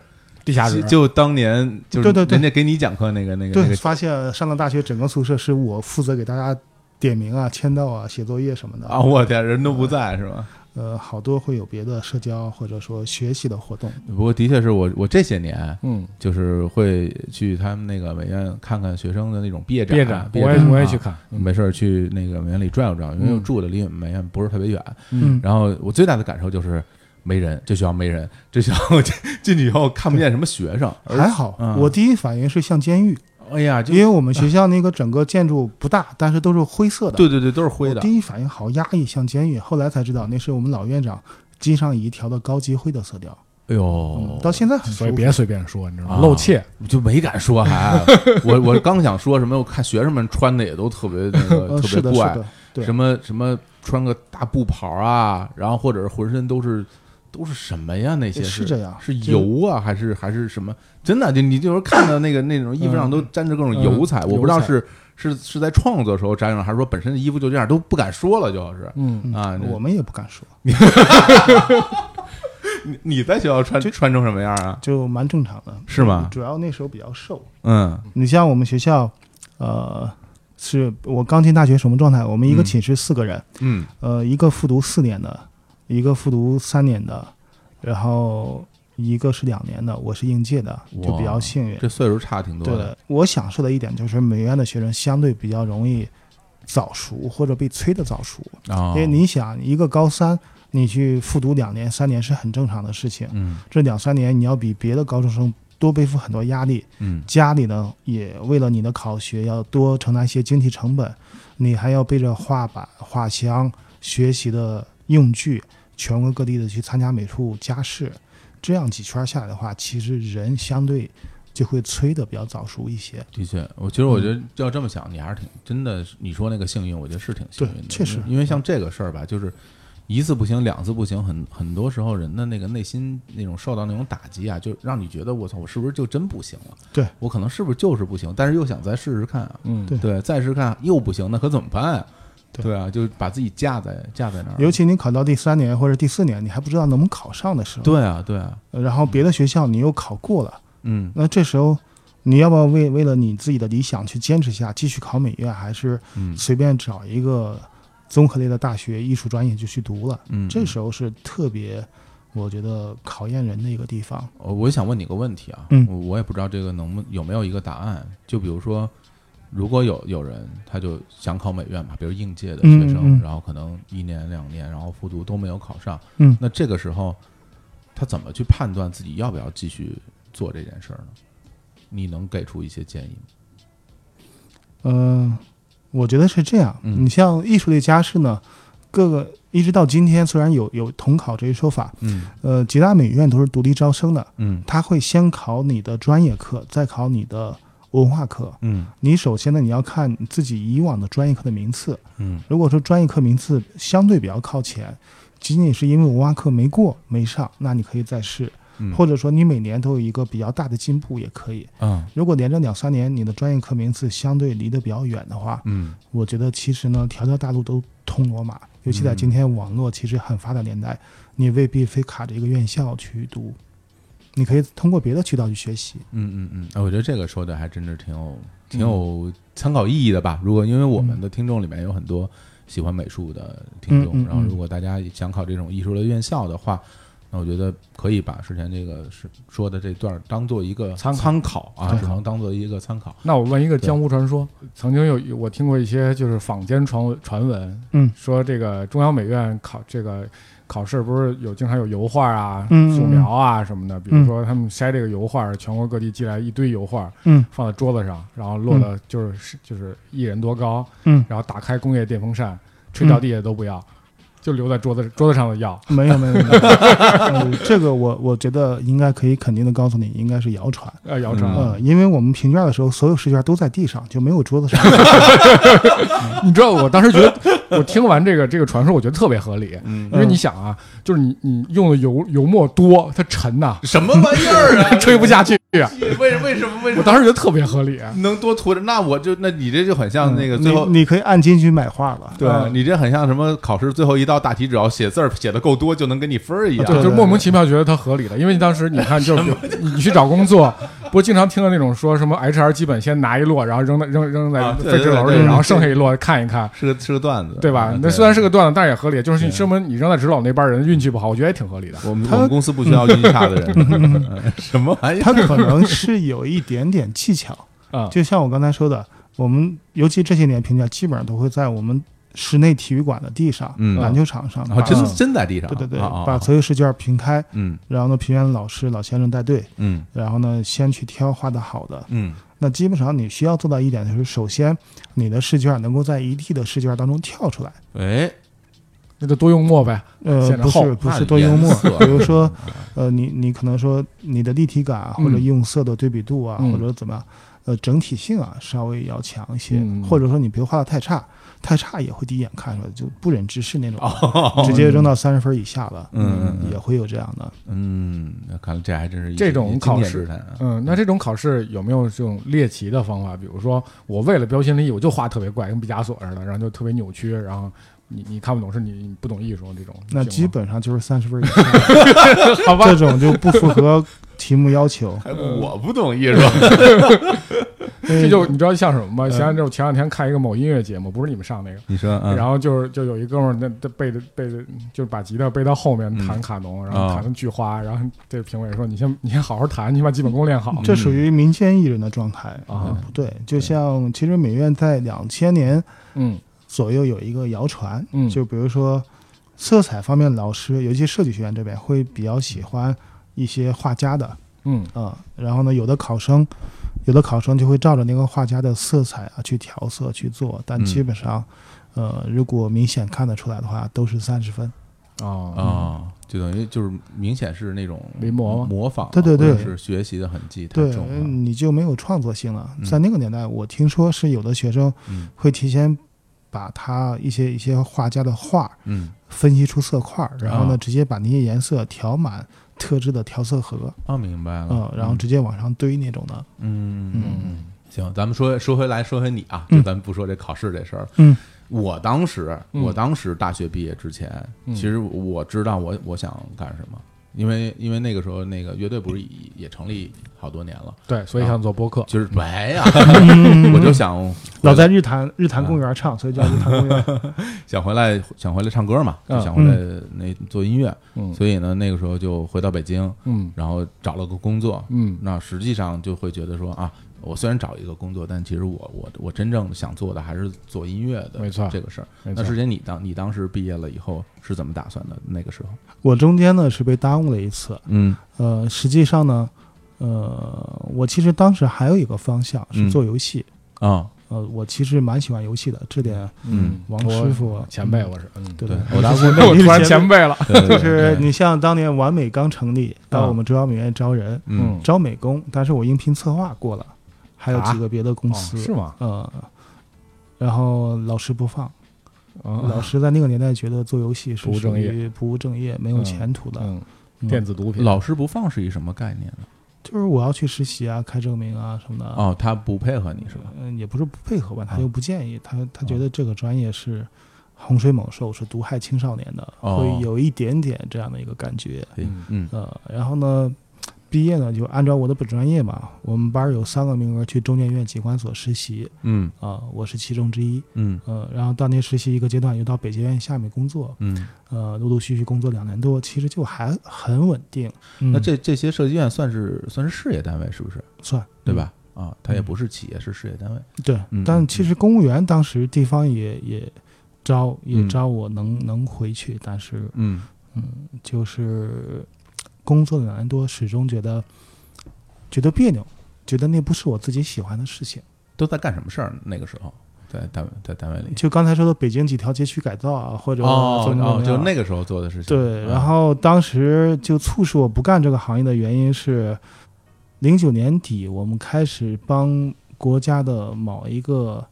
[SPEAKER 4] 地下人
[SPEAKER 2] 就就当年就是
[SPEAKER 3] 对对对
[SPEAKER 2] 人家给你讲课那个那个那
[SPEAKER 3] 对，
[SPEAKER 2] 个
[SPEAKER 3] 发现上了大学，整个宿舍是我负责给大家点名啊、签到啊、写作业什么的
[SPEAKER 2] 啊，。我天，人都不在是吧？
[SPEAKER 3] 呃，好多会有别的社交或者说学习的活动。
[SPEAKER 2] 不过的确是我我这些年。
[SPEAKER 4] 嗯，
[SPEAKER 2] 就是会去他们那个美院看看学生的那种毕业展，
[SPEAKER 4] 别着，
[SPEAKER 2] 展，啊
[SPEAKER 4] 我也我也去看，嗯
[SPEAKER 2] 没事儿去那个美院里转悠转悠，因为我
[SPEAKER 4] 嗯
[SPEAKER 2] 住的离美院不是特别远。
[SPEAKER 3] 嗯，
[SPEAKER 2] 然后我最大的感受就是没人，这学校没人，这学校进进去以后看不见什么学生。
[SPEAKER 3] 还好，
[SPEAKER 2] 嗯
[SPEAKER 3] 我第一反应是像监狱，
[SPEAKER 2] 哎呀，就
[SPEAKER 3] 因为我们学校那个整个建筑不大，但是都是灰色的。
[SPEAKER 2] 对对对，都是灰
[SPEAKER 3] 我
[SPEAKER 2] 的。
[SPEAKER 3] 第一反应好压抑，像监狱。后来才知道那是我们老院长金尚仪调的高级灰的色调，
[SPEAKER 2] 哎
[SPEAKER 3] 嗯
[SPEAKER 2] 呦，
[SPEAKER 3] 到现在很舒
[SPEAKER 4] 所以
[SPEAKER 3] 服。
[SPEAKER 4] 别随便说，你知道
[SPEAKER 2] 啊
[SPEAKER 4] 吗？露怯，
[SPEAKER 2] 就没敢说还。我 (laughs) 我刚想说什么，我看学生们穿的也都特别那个特
[SPEAKER 3] 呃，是
[SPEAKER 2] 别
[SPEAKER 3] 的，是
[SPEAKER 2] 怪，
[SPEAKER 3] 的，对
[SPEAKER 2] 什么什么穿个大布袍啊，然后或者是浑身都是都是什么呀？那些
[SPEAKER 3] 哎是这样
[SPEAKER 2] 是
[SPEAKER 3] 就是
[SPEAKER 2] 油啊，还是还是什么？真的，就你就是看到那个那种衣服上都沾着各种油彩，
[SPEAKER 4] 嗯
[SPEAKER 2] 我不知道
[SPEAKER 4] 油彩
[SPEAKER 2] 是是是在创作的时候沾上，还是说本身的衣服就这样，都不敢说了，就是。
[SPEAKER 4] 嗯，
[SPEAKER 3] 嗯
[SPEAKER 2] 啊
[SPEAKER 3] 我们也不敢说，
[SPEAKER 2] 你你在学校穿穿成什么样啊？
[SPEAKER 3] 就蛮正常的。
[SPEAKER 2] 是吗？
[SPEAKER 3] 主要那时候比较瘦，
[SPEAKER 2] 嗯
[SPEAKER 3] 你像我们学校，呃，是我刚进大学什么状态？我们一个
[SPEAKER 2] 嗯
[SPEAKER 3] 寝室四个人，
[SPEAKER 2] 嗯
[SPEAKER 3] 呃，一个复读四年的，一个复读三年的，然后一个是两年的，我是应届的，就比较
[SPEAKER 2] 哇
[SPEAKER 3] 幸运。
[SPEAKER 2] 这岁数差挺多
[SPEAKER 3] 对
[SPEAKER 2] 的。，
[SPEAKER 3] 我享受的一点就是美院的学生相对比较容易早熟或者被催的早熟，
[SPEAKER 2] 啊，
[SPEAKER 3] 因为你想一个高三你去复读两年三年是很正常的事情，
[SPEAKER 2] 嗯
[SPEAKER 3] 这两三年你要比别的高中生多背负很多压力，
[SPEAKER 2] 嗯
[SPEAKER 3] 家里呢也为了你的考学要多承担一些经济成本，你还要背着画板、画箱、学习的用具，全国各地的去参加美术加试，这样几圈下来的话，其实人相对就会催的比较早熟一些。
[SPEAKER 2] 的确，我其实我觉
[SPEAKER 3] 嗯
[SPEAKER 2] 得要这么想，你还是挺真的是。你说那个幸运，我觉得是挺幸运的，
[SPEAKER 3] 对确实嗯
[SPEAKER 2] 因为像这个事儿吧，就是一次不行，两次不行，很很多时候人的那个内心那种受到那种打击啊，就让你觉得我操，我是不是就真不行了？
[SPEAKER 3] 对
[SPEAKER 2] 我可能是不是就是不行，但是又想再试试看啊，
[SPEAKER 4] 嗯，
[SPEAKER 3] 对
[SPEAKER 2] 对，再试试看又不行，那可怎么办啊？
[SPEAKER 3] 对
[SPEAKER 2] 对啊，就把自己架在架在那儿。
[SPEAKER 3] 尤其你考到第三年或者第四年，你还不知道能不能考上的时候，
[SPEAKER 2] 对啊，对啊，
[SPEAKER 3] 然后别的学校你又考过了，
[SPEAKER 2] 嗯
[SPEAKER 3] 那这时候你要不要为为了你自己的理想去坚持下，继续考美院，还是
[SPEAKER 2] 嗯
[SPEAKER 3] 随便找一个综合类的大学艺术专业就去读了？
[SPEAKER 2] 嗯，
[SPEAKER 3] 这时候是特别，我觉得考验人的一个地方。
[SPEAKER 2] 呃我我想问你个问题啊，
[SPEAKER 3] 嗯
[SPEAKER 2] 我我也不知道这个能不有没有一个答案。就比如说，如果有有人他就想考美院嘛，比如应届的学生，
[SPEAKER 3] 嗯嗯嗯
[SPEAKER 2] 然后可能一年两年，然后复读都没有考上，
[SPEAKER 3] 嗯
[SPEAKER 2] 那这个时候他怎么去判断自己要不要继续做这件事儿呢？你能给出一些建议吗？
[SPEAKER 3] 嗯、我觉得是这样。
[SPEAKER 2] 嗯
[SPEAKER 3] 你像艺术类加试呢，各个一直到今天，虽然有有统考这一说法，
[SPEAKER 2] 嗯
[SPEAKER 3] 呃，几大美院都是独立招生的，
[SPEAKER 2] 嗯
[SPEAKER 3] 它会先考你的专业课，再考你的文化课。
[SPEAKER 2] 嗯
[SPEAKER 3] 你首先呢，你要看你自己以往的专业课的名次。
[SPEAKER 2] 嗯
[SPEAKER 3] 如果说专业课名次相对比较靠前，仅仅是因为文化课没过没上，那你可以再试，
[SPEAKER 2] 嗯，
[SPEAKER 3] 或者说你每年都有一个比较大的进步也可以。
[SPEAKER 2] 嗯
[SPEAKER 3] 如果连着两三年你的专业课名次相对离得比较远的话，
[SPEAKER 2] 嗯
[SPEAKER 3] 我觉得其实呢，条条大路都通罗马，尤其在
[SPEAKER 2] 嗯
[SPEAKER 3] 今天网络其实很发达年代，你未必非卡着一个院校去读，你可以通过别的渠道去学习。
[SPEAKER 2] 嗯嗯嗯，哎我觉得这个说的还真是挺有挺有参考意义的吧。如果因为我们的听众里面有很多喜欢美术的听众，
[SPEAKER 3] 嗯嗯嗯
[SPEAKER 2] 然后如果大家想考这种艺术类院校的话，那我觉得可以把之前这个是说的这段当做一个
[SPEAKER 4] 参考
[SPEAKER 2] 参考啊，
[SPEAKER 3] 对
[SPEAKER 2] 只能当做一个参考。
[SPEAKER 4] 那我问一个
[SPEAKER 2] 对
[SPEAKER 4] 江湖传说，曾经有我听过一些就是坊间传闻传闻，
[SPEAKER 3] 嗯
[SPEAKER 4] 说这个中央美院考这个考试不是有经常有油画啊、
[SPEAKER 3] 嗯嗯
[SPEAKER 4] 素描啊什么的，比如
[SPEAKER 3] 嗯
[SPEAKER 4] 说他们筛这个油画，全国各地寄来一堆油画
[SPEAKER 3] 嗯
[SPEAKER 4] 放在桌子上，然后落到就是、是就是一人多高，
[SPEAKER 3] 嗯，
[SPEAKER 4] 然后打开工业电风扇吹到地下都不要，就留在桌子桌子上的要。
[SPEAKER 3] 没有没有没
[SPEAKER 2] (laughs)
[SPEAKER 3] 有，呃这个我我觉得应该可以肯定的告诉你，应该是谣传。
[SPEAKER 4] 呃，姚成，
[SPEAKER 2] 嗯
[SPEAKER 3] 呃，因为我们评卷的时候，所有试卷都在地上，就没有桌子上。
[SPEAKER 4] 你知道我当时觉得， (laughs) 我听完这个这个传说，我觉得特别合理，
[SPEAKER 2] 嗯
[SPEAKER 4] 因为你想啊，就是你你用的油油墨多，它
[SPEAKER 2] (laughs)
[SPEAKER 4] 沉呐、
[SPEAKER 2] 什么玩意儿 (laughs) 啊
[SPEAKER 4] 吹不下去。
[SPEAKER 2] 为为什么为
[SPEAKER 4] 我当时觉得特别合理。
[SPEAKER 2] 能多涂点？那我就那你这就很 (laughs) 像那个最后
[SPEAKER 3] 嗯你你可以按斤去买画了。
[SPEAKER 2] 对啊
[SPEAKER 4] 嗯
[SPEAKER 2] 你这很像什么考试最后一道大题，只要写字儿写的够多，就能给你分儿一样。
[SPEAKER 4] 啊对，就莫名其妙觉得它合理的，因为你当时你看，就是你你去找工作，不是经常听到那种说什么哎 HR 基本先拿一摞，然后扔在扔扔在
[SPEAKER 2] 啊对
[SPEAKER 4] 废纸篓
[SPEAKER 2] 对
[SPEAKER 4] 里，
[SPEAKER 2] 对
[SPEAKER 4] 然后
[SPEAKER 2] 对
[SPEAKER 4] 剩下一摞看一看，
[SPEAKER 2] 是个是个段子，
[SPEAKER 4] 对吧
[SPEAKER 2] 啊？
[SPEAKER 4] 那虽然是个段子，但是也合理，就是
[SPEAKER 2] 对嗯
[SPEAKER 4] 你说明你扔在纸篓那边人运气不好，我觉得也挺合理的。
[SPEAKER 2] 我们
[SPEAKER 3] 他
[SPEAKER 2] 我们公司不需要运气差的人，哎什么 (laughs) 玩意儿？
[SPEAKER 3] 它可能是有一点点技巧，
[SPEAKER 4] 啊，
[SPEAKER 3] 就像我刚才说的，我们尤其这些年评价基本上都会在我们室内体育馆的地上、
[SPEAKER 2] 嗯
[SPEAKER 3] 篮球场上，
[SPEAKER 2] 啊，
[SPEAKER 3] 把
[SPEAKER 2] 真真在地上，
[SPEAKER 3] 对对对，
[SPEAKER 2] 啊啊啊
[SPEAKER 3] 把所有试卷平开，
[SPEAKER 2] 嗯
[SPEAKER 3] 然后呢，评选老师老先生带队，
[SPEAKER 2] 嗯
[SPEAKER 3] 然后呢，先去挑画的好的。
[SPEAKER 2] 嗯
[SPEAKER 3] 那基本上你需要做到一点，就是首先你的试卷能够在一地的试卷当中跳出来。
[SPEAKER 2] 哎，
[SPEAKER 4] 那就多用墨呗。
[SPEAKER 3] 呃，
[SPEAKER 4] 显得
[SPEAKER 3] 不
[SPEAKER 4] 厚
[SPEAKER 3] 是不是多幽默
[SPEAKER 2] 那颜色，
[SPEAKER 3] 比
[SPEAKER 4] 嗯
[SPEAKER 3] 如说，呃，你你可能说你的立体感啊，或者用色的对比度啊，
[SPEAKER 4] 嗯
[SPEAKER 3] 或者怎么样，呃，整体性啊稍微要强一些，
[SPEAKER 4] 嗯
[SPEAKER 3] 或者说你别画的太差，太差也会第一眼看出来就不忍直视那种，
[SPEAKER 4] 哦
[SPEAKER 3] 直接
[SPEAKER 4] 嗯
[SPEAKER 3] 扔到三十分以下了，
[SPEAKER 2] 嗯嗯
[SPEAKER 3] 也会有这样的。
[SPEAKER 2] (laughs) 嗯，那看来这还真是一
[SPEAKER 4] 这种
[SPEAKER 2] 经
[SPEAKER 4] 考
[SPEAKER 2] 验
[SPEAKER 4] 试
[SPEAKER 2] 之谈啊
[SPEAKER 4] 嗯，那这种考试有没有这种猎奇的方法？比如说，我为了标新立异，我就画特别怪，跟毕加索似的，然后就特别扭曲，然后你你看不懂是你你不懂艺术这种。
[SPEAKER 3] 那
[SPEAKER 4] 行
[SPEAKER 3] 基
[SPEAKER 4] 吗
[SPEAKER 3] 本上就是三十分以下，
[SPEAKER 4] (laughs) 好吧
[SPEAKER 3] 这，
[SPEAKER 4] 嗯
[SPEAKER 3] 种就不符合题目要
[SPEAKER 4] (laughs)
[SPEAKER 3] 求。
[SPEAKER 2] 哎我不懂艺术，
[SPEAKER 3] 这
[SPEAKER 4] 这就你知道像什么吗？想想就前两天看一个某音乐节目，不是你们上那个，
[SPEAKER 2] (laughs) 你说啊
[SPEAKER 4] 然后就是就有一哥们儿那那背着背着就是把吉他背到后面弹卡农，然后弹的菊花，然后这评委说你先你先好好弹，你把基本功练好。
[SPEAKER 3] 这属于民间艺人的状态
[SPEAKER 4] 啊
[SPEAKER 3] 呃不对。就像其实美院在两千年
[SPEAKER 4] 嗯
[SPEAKER 3] 左右有一个谣传，
[SPEAKER 4] 嗯
[SPEAKER 3] 就比如说色彩方面，老师尤其设计学院这边会比较喜欢一些画家的，
[SPEAKER 4] 嗯
[SPEAKER 3] 啊，然后呢，有的考生，有的考生就会照着那个画家的色彩啊去调色去做，但
[SPEAKER 2] 嗯
[SPEAKER 3] 基本上，呃，如果明显看得出来的话，都是三十分。
[SPEAKER 4] 哦
[SPEAKER 2] 啊，就等于就是明显是那种
[SPEAKER 4] 临摹吗
[SPEAKER 2] 模仿啊，
[SPEAKER 3] 对对对
[SPEAKER 2] 或者是学习的痕迹太
[SPEAKER 3] 对嗯
[SPEAKER 2] 重，了。
[SPEAKER 3] 你就没有创作性了。
[SPEAKER 2] 嗯
[SPEAKER 3] 在那个年代，我听说是有的学生
[SPEAKER 2] 嗯
[SPEAKER 3] 会提前把他一些一些画家的画
[SPEAKER 2] 嗯
[SPEAKER 3] 分析出色块儿，然后
[SPEAKER 2] 啊
[SPEAKER 3] 呢，直接把那些颜色调满特制的调色盒，
[SPEAKER 2] 啊，明白了。
[SPEAKER 3] 嗯，然后直接往上堆那种的。
[SPEAKER 2] 嗯嗯
[SPEAKER 3] 嗯
[SPEAKER 2] 嗯，行，咱们说说回来，说回你啊，
[SPEAKER 3] 嗯
[SPEAKER 2] 就咱们不说这考试这事儿了。
[SPEAKER 3] 嗯，
[SPEAKER 2] 我当时，
[SPEAKER 4] 嗯
[SPEAKER 2] 我当时大学毕业之前，
[SPEAKER 4] 嗯
[SPEAKER 2] 其实我知道我我想干什么，因为因为那个时候那个乐队不是也也成立好多年了，
[SPEAKER 4] 对，所以想做播客，
[SPEAKER 2] 就是没呀，
[SPEAKER 4] 嗯
[SPEAKER 2] (laughs) 我就想
[SPEAKER 3] 老在日坛日坛公园唱，所以叫日坛公园。
[SPEAKER 2] 想回来想回来唱歌嘛，
[SPEAKER 4] 嗯
[SPEAKER 2] 就想回来那做音乐，
[SPEAKER 4] 嗯
[SPEAKER 2] 所以呢那个时候就回到北京，
[SPEAKER 4] 嗯
[SPEAKER 2] 然后找了个工作，
[SPEAKER 4] 嗯
[SPEAKER 2] 那实际上就会觉得说啊，我虽然找一个工作，但其实我我我真正想做的还是做音乐的，
[SPEAKER 4] 没错
[SPEAKER 2] 这个事儿。
[SPEAKER 4] 没
[SPEAKER 2] 那师
[SPEAKER 4] 错
[SPEAKER 2] 姐，你当你当时毕业了以后是怎么打算的？那个时候，
[SPEAKER 3] 我中间呢是被耽误了一次，
[SPEAKER 2] 嗯
[SPEAKER 3] 呃，实际上呢，呃，我其实当时还有一个方向
[SPEAKER 2] 嗯
[SPEAKER 3] 是做游戏，
[SPEAKER 2] 啊，
[SPEAKER 3] 呃，我其实蛮喜欢游戏的，这点
[SPEAKER 2] 嗯
[SPEAKER 3] 王师傅
[SPEAKER 4] 我前辈，我是嗯，
[SPEAKER 3] 对
[SPEAKER 2] 对
[SPEAKER 3] 对，
[SPEAKER 2] 我
[SPEAKER 3] (laughs)
[SPEAKER 2] 当时
[SPEAKER 4] 那我突然
[SPEAKER 3] 你是
[SPEAKER 4] 前辈了，
[SPEAKER 2] 对对
[SPEAKER 3] 就
[SPEAKER 2] 对
[SPEAKER 3] 是你像当年完美刚成立，到我们中央美院招人，
[SPEAKER 2] 嗯
[SPEAKER 3] 招美工，但是我应聘策划过了，还有
[SPEAKER 4] 啊
[SPEAKER 3] 几个别的公
[SPEAKER 4] 哦
[SPEAKER 3] 司，
[SPEAKER 4] 是吗？
[SPEAKER 3] 呃，然后老师不放，嗯老
[SPEAKER 4] 啊
[SPEAKER 3] 师在那个年代觉得做游戏
[SPEAKER 4] 不
[SPEAKER 3] 是
[SPEAKER 4] 务
[SPEAKER 3] 属
[SPEAKER 4] 正业
[SPEAKER 3] 于不务正业，没有
[SPEAKER 4] 嗯
[SPEAKER 3] 前途的，
[SPEAKER 4] 嗯，
[SPEAKER 3] 嗯
[SPEAKER 4] 电子毒品
[SPEAKER 2] 老师不放是一什么概念呢？
[SPEAKER 3] 就是我要去实习啊，开证明啊什么的，
[SPEAKER 2] 哦，他不配合你是吧？
[SPEAKER 3] 嗯，也不是不配
[SPEAKER 4] 哦
[SPEAKER 3] 合吧，他
[SPEAKER 2] 啊
[SPEAKER 3] 又不建议，他他
[SPEAKER 2] 啊
[SPEAKER 3] 觉得这个专业是洪水猛兽，是毒害青少年的，
[SPEAKER 2] 哦
[SPEAKER 3] 会有一点点这样的一个感觉。
[SPEAKER 2] 对
[SPEAKER 4] 嗯
[SPEAKER 2] 嗯
[SPEAKER 3] 呃，然后呢，毕业呢就按照我的本专业嘛，我们班儿有三个名额去中研院警官所实习
[SPEAKER 2] 嗯
[SPEAKER 3] 啊、我是其中之一。
[SPEAKER 2] 嗯
[SPEAKER 3] 呃，然后当年实习一个阶段，又到北捷院下面工作，
[SPEAKER 2] 嗯，
[SPEAKER 3] 呃，陆陆续续工作两年多，其实就还很稳定。
[SPEAKER 2] 那
[SPEAKER 3] 嗯
[SPEAKER 2] 这这些设计院算是算是事业单位是不是？
[SPEAKER 3] 算
[SPEAKER 2] 对吧？啊，它也不是企业，是事业单位。
[SPEAKER 3] 对
[SPEAKER 2] 嗯，
[SPEAKER 3] 但其实公务员当时地方也也招也
[SPEAKER 2] 嗯
[SPEAKER 3] 招我能能回去，但是
[SPEAKER 2] 嗯
[SPEAKER 3] 就是工作了两年多，始终觉得觉得别扭，觉得那不是我自己喜欢的事情。
[SPEAKER 2] 都在干什么事儿呢？那个时候在单位在单位里。
[SPEAKER 3] 就刚才说的北京几条街区改造啊，或者
[SPEAKER 2] 哎哦
[SPEAKER 3] 怎么怎
[SPEAKER 2] 哦
[SPEAKER 3] 么，样
[SPEAKER 2] 就那个时候做的事情。
[SPEAKER 3] 啊对，然
[SPEAKER 2] 啊
[SPEAKER 3] 后当时就促使我不干这个行业的原因是，零九年底我们开始帮国家的某一个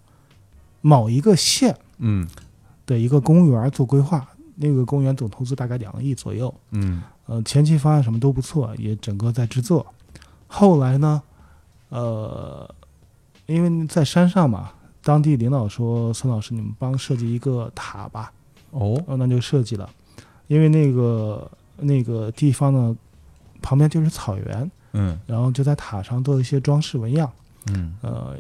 [SPEAKER 3] 某一个县。
[SPEAKER 2] 嗯
[SPEAKER 3] 的一个公园做规划，那个公园总投资大概两个亿左右。
[SPEAKER 2] 嗯
[SPEAKER 3] 呃，前期方案什么都不错，也整个在制作。后来呢，呃，因为在山上嘛，当地领导说：“孙老师，你们帮设计一个塔吧。
[SPEAKER 2] 哦”
[SPEAKER 3] 哦，那就设计了。因为那个那个地方呢，旁边就是草原，
[SPEAKER 2] 嗯
[SPEAKER 3] 然后就在塔上做一些装饰纹样，
[SPEAKER 2] 嗯
[SPEAKER 3] 呃，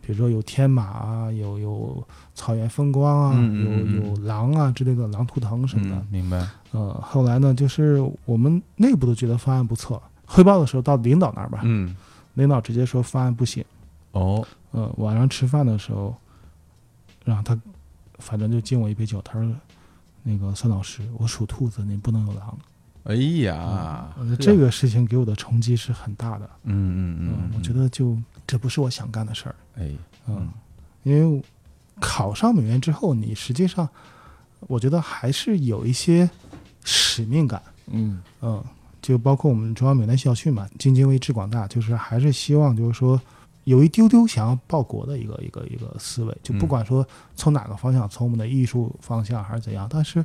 [SPEAKER 3] 比如说有天马啊，有有草原风光啊，
[SPEAKER 2] 嗯嗯嗯
[SPEAKER 3] 有有狼啊之类的狼图腾什么的
[SPEAKER 2] 嗯。，明白。
[SPEAKER 3] 呃，后来呢，就是我们内部都觉得方案不错，汇报的时候到领导那儿吧，
[SPEAKER 2] 嗯
[SPEAKER 3] 领导直接说方案不行。
[SPEAKER 2] 哦
[SPEAKER 3] 呃，晚上吃饭的时候，然后他反正就敬我一杯酒，他说。那个孙老师，我属兔子，你不能有狼。
[SPEAKER 2] 哎呀
[SPEAKER 3] 呃，这个事情给我的冲击是很大的。
[SPEAKER 2] 嗯啊嗯
[SPEAKER 3] 嗯
[SPEAKER 2] 嗯，，
[SPEAKER 3] 我觉得就这不是我想干的事儿。
[SPEAKER 2] 哎
[SPEAKER 3] 嗯，因为考上美院之后，你实际上我觉得还是有一些使命感。
[SPEAKER 4] 嗯
[SPEAKER 3] 嗯，就包括我们中央美院校区嘛，京津卫视广大，就是还是希望就是说有一丢丢想要报国的一个一个一个思维，就不
[SPEAKER 2] 嗯
[SPEAKER 3] 管说从哪个方向，从我们的艺术方向还是怎样，但是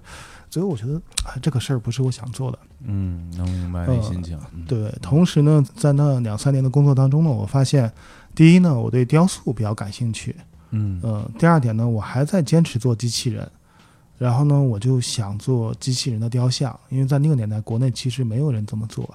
[SPEAKER 3] 最后我觉得啊，这个事儿不是我想做的。
[SPEAKER 2] 嗯，能明白你心情。嗯，
[SPEAKER 3] 呃对，同时呢，在那两三年的工作当中呢，我发现，第一呢，我对雕塑比较感兴趣，
[SPEAKER 2] 嗯
[SPEAKER 3] 呃，第二点呢，我还在坚持做机器人，然后呢，我就想做机器人的雕像，因为在那个年代，国内其实没有人这么做。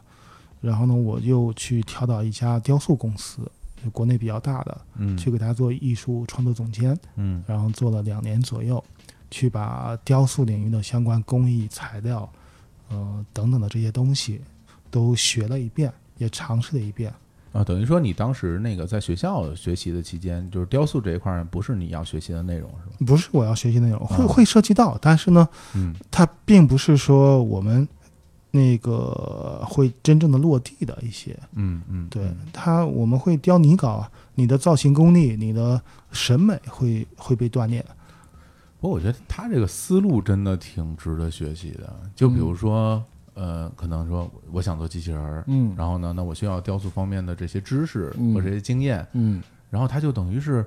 [SPEAKER 3] 然后呢，我又去跳到一家雕塑公司，就国内比较大的，
[SPEAKER 2] 嗯，
[SPEAKER 3] 去给他做艺术创作总监，
[SPEAKER 2] 嗯
[SPEAKER 3] 然后做了两年左右，去把雕塑领域的相关工艺、材料，呃等等的这些东西都学了一遍，也尝试了一遍。
[SPEAKER 2] 啊，等于说你当时那个在学校学习的期间，就是雕塑这一块儿不是你要学习的内容，是吧？
[SPEAKER 3] 不是我要学习内容，会
[SPEAKER 2] 啊
[SPEAKER 3] 会涉及到，但是呢，
[SPEAKER 2] 嗯
[SPEAKER 3] 它并不是说我们那个会真正的落地的一些。
[SPEAKER 2] 嗯嗯，
[SPEAKER 3] 对它，我们会雕泥稿，你的造型功力、你的审美会会被锻炼。
[SPEAKER 2] 不过我觉得他这个思路真的挺值得学习的。就比
[SPEAKER 3] 嗯
[SPEAKER 2] 如说，呃，可能说我想做机器人儿，
[SPEAKER 4] 嗯
[SPEAKER 2] 然后呢，那我需要雕塑方面的这些知识
[SPEAKER 4] 嗯
[SPEAKER 2] 和这些经验，
[SPEAKER 4] 嗯，
[SPEAKER 2] 然后他就等于是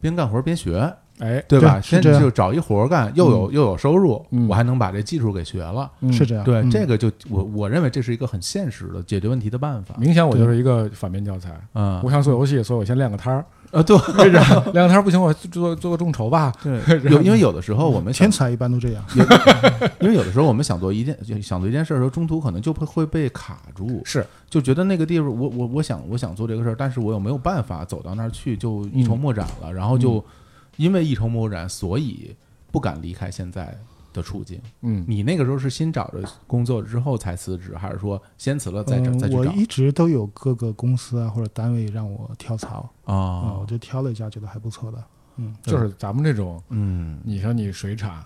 [SPEAKER 2] 边干活儿边学，
[SPEAKER 4] 哎，
[SPEAKER 2] 对吧？
[SPEAKER 3] 对是
[SPEAKER 2] 先
[SPEAKER 3] 这样
[SPEAKER 2] 就找一活儿干，又有又有收入，
[SPEAKER 4] 嗯
[SPEAKER 2] 我还能把这技术给学了。
[SPEAKER 4] 嗯
[SPEAKER 3] 是这样，
[SPEAKER 2] 对，
[SPEAKER 3] 嗯
[SPEAKER 2] 这个就我我认为这是一个很现实的解决问题的办法。
[SPEAKER 4] 明显我就是一个反面教材。
[SPEAKER 2] 嗯
[SPEAKER 4] 我想做游戏，所以我先练个摊儿，
[SPEAKER 2] 啊，对，
[SPEAKER 4] 练个摊儿不行，我做做个众筹吧。
[SPEAKER 2] (laughs) 对，有因为有的时候我们想
[SPEAKER 3] 天才一般都这样。
[SPEAKER 2] 有，因为有的时候我们想做一件就想做一件事儿的时候，中途可能就会会被卡住，
[SPEAKER 4] 是，
[SPEAKER 2] 就觉得那个地方，我我我想我想做这个事儿，但是我又没有办法走到那儿去，就一
[SPEAKER 4] 嗯
[SPEAKER 2] 筹莫展了，然后就因为一筹莫展，所以不敢离开现在的处境。
[SPEAKER 4] 嗯
[SPEAKER 2] 你那个时候是新找着工作之后才辞职，还是说先辞了再找
[SPEAKER 3] 嗯
[SPEAKER 2] 再去
[SPEAKER 3] 我
[SPEAKER 2] 找
[SPEAKER 3] 一直都有各个公司啊或者单位让我跳槽啊，
[SPEAKER 2] 啊
[SPEAKER 4] 哦
[SPEAKER 3] 我？就挑了一家，觉得还不错的。嗯，
[SPEAKER 4] 就是咱们这种，
[SPEAKER 2] 嗯
[SPEAKER 4] 你像你水产，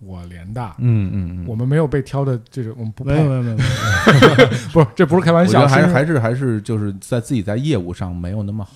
[SPEAKER 4] 我联大，
[SPEAKER 2] 嗯嗯嗯，
[SPEAKER 4] 我们没有被挑的这种，我们不
[SPEAKER 3] 没有
[SPEAKER 4] 配
[SPEAKER 3] 没，有没有，没有
[SPEAKER 4] 不是，这不是开玩
[SPEAKER 2] 我觉
[SPEAKER 4] 笑，
[SPEAKER 2] 得还是
[SPEAKER 4] 是
[SPEAKER 2] 还是还是就是在自己在业务上没有那么好，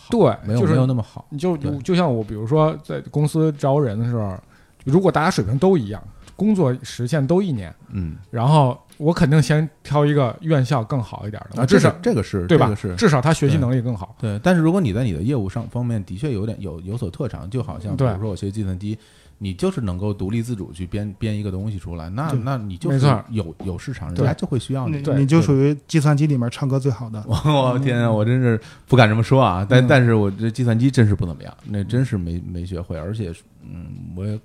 [SPEAKER 2] 没
[SPEAKER 4] 对，
[SPEAKER 2] 有
[SPEAKER 4] 就
[SPEAKER 2] 没
[SPEAKER 4] 是
[SPEAKER 2] 有那么好，
[SPEAKER 4] 你就
[SPEAKER 2] 对
[SPEAKER 4] 就像我，比如说在公司招人的时候，如果大家水平都一样，工作实现都一年，
[SPEAKER 2] 嗯
[SPEAKER 4] 然后我肯定先挑一个院校更好一点的，
[SPEAKER 2] 啊，
[SPEAKER 4] 至
[SPEAKER 2] 这
[SPEAKER 4] 少
[SPEAKER 2] 是这个是
[SPEAKER 4] 对
[SPEAKER 2] 这
[SPEAKER 4] 吧
[SPEAKER 2] 个？是
[SPEAKER 4] 至少他学习能力更好。
[SPEAKER 2] 对，但是如果你在你的业务上方面的确有点有有所特长，就好像比
[SPEAKER 4] 对
[SPEAKER 2] 如说我学计算机，你就是能够独立自主去编编一个东西出来，那
[SPEAKER 3] 对
[SPEAKER 2] 那你就
[SPEAKER 4] 没
[SPEAKER 2] 是
[SPEAKER 4] 错儿
[SPEAKER 2] 有有市场，人
[SPEAKER 4] (laughs) 对
[SPEAKER 2] 家就会需要你。
[SPEAKER 3] 你你
[SPEAKER 2] 对
[SPEAKER 3] 就属于计算机里面唱歌最好的。
[SPEAKER 2] 我 (laughs) 我天啊，我真是不敢这么说啊，但
[SPEAKER 4] 嗯
[SPEAKER 2] 但是我这计算机真是不怎么样，
[SPEAKER 3] 嗯
[SPEAKER 2] 那真是没没学会，而且嗯，我也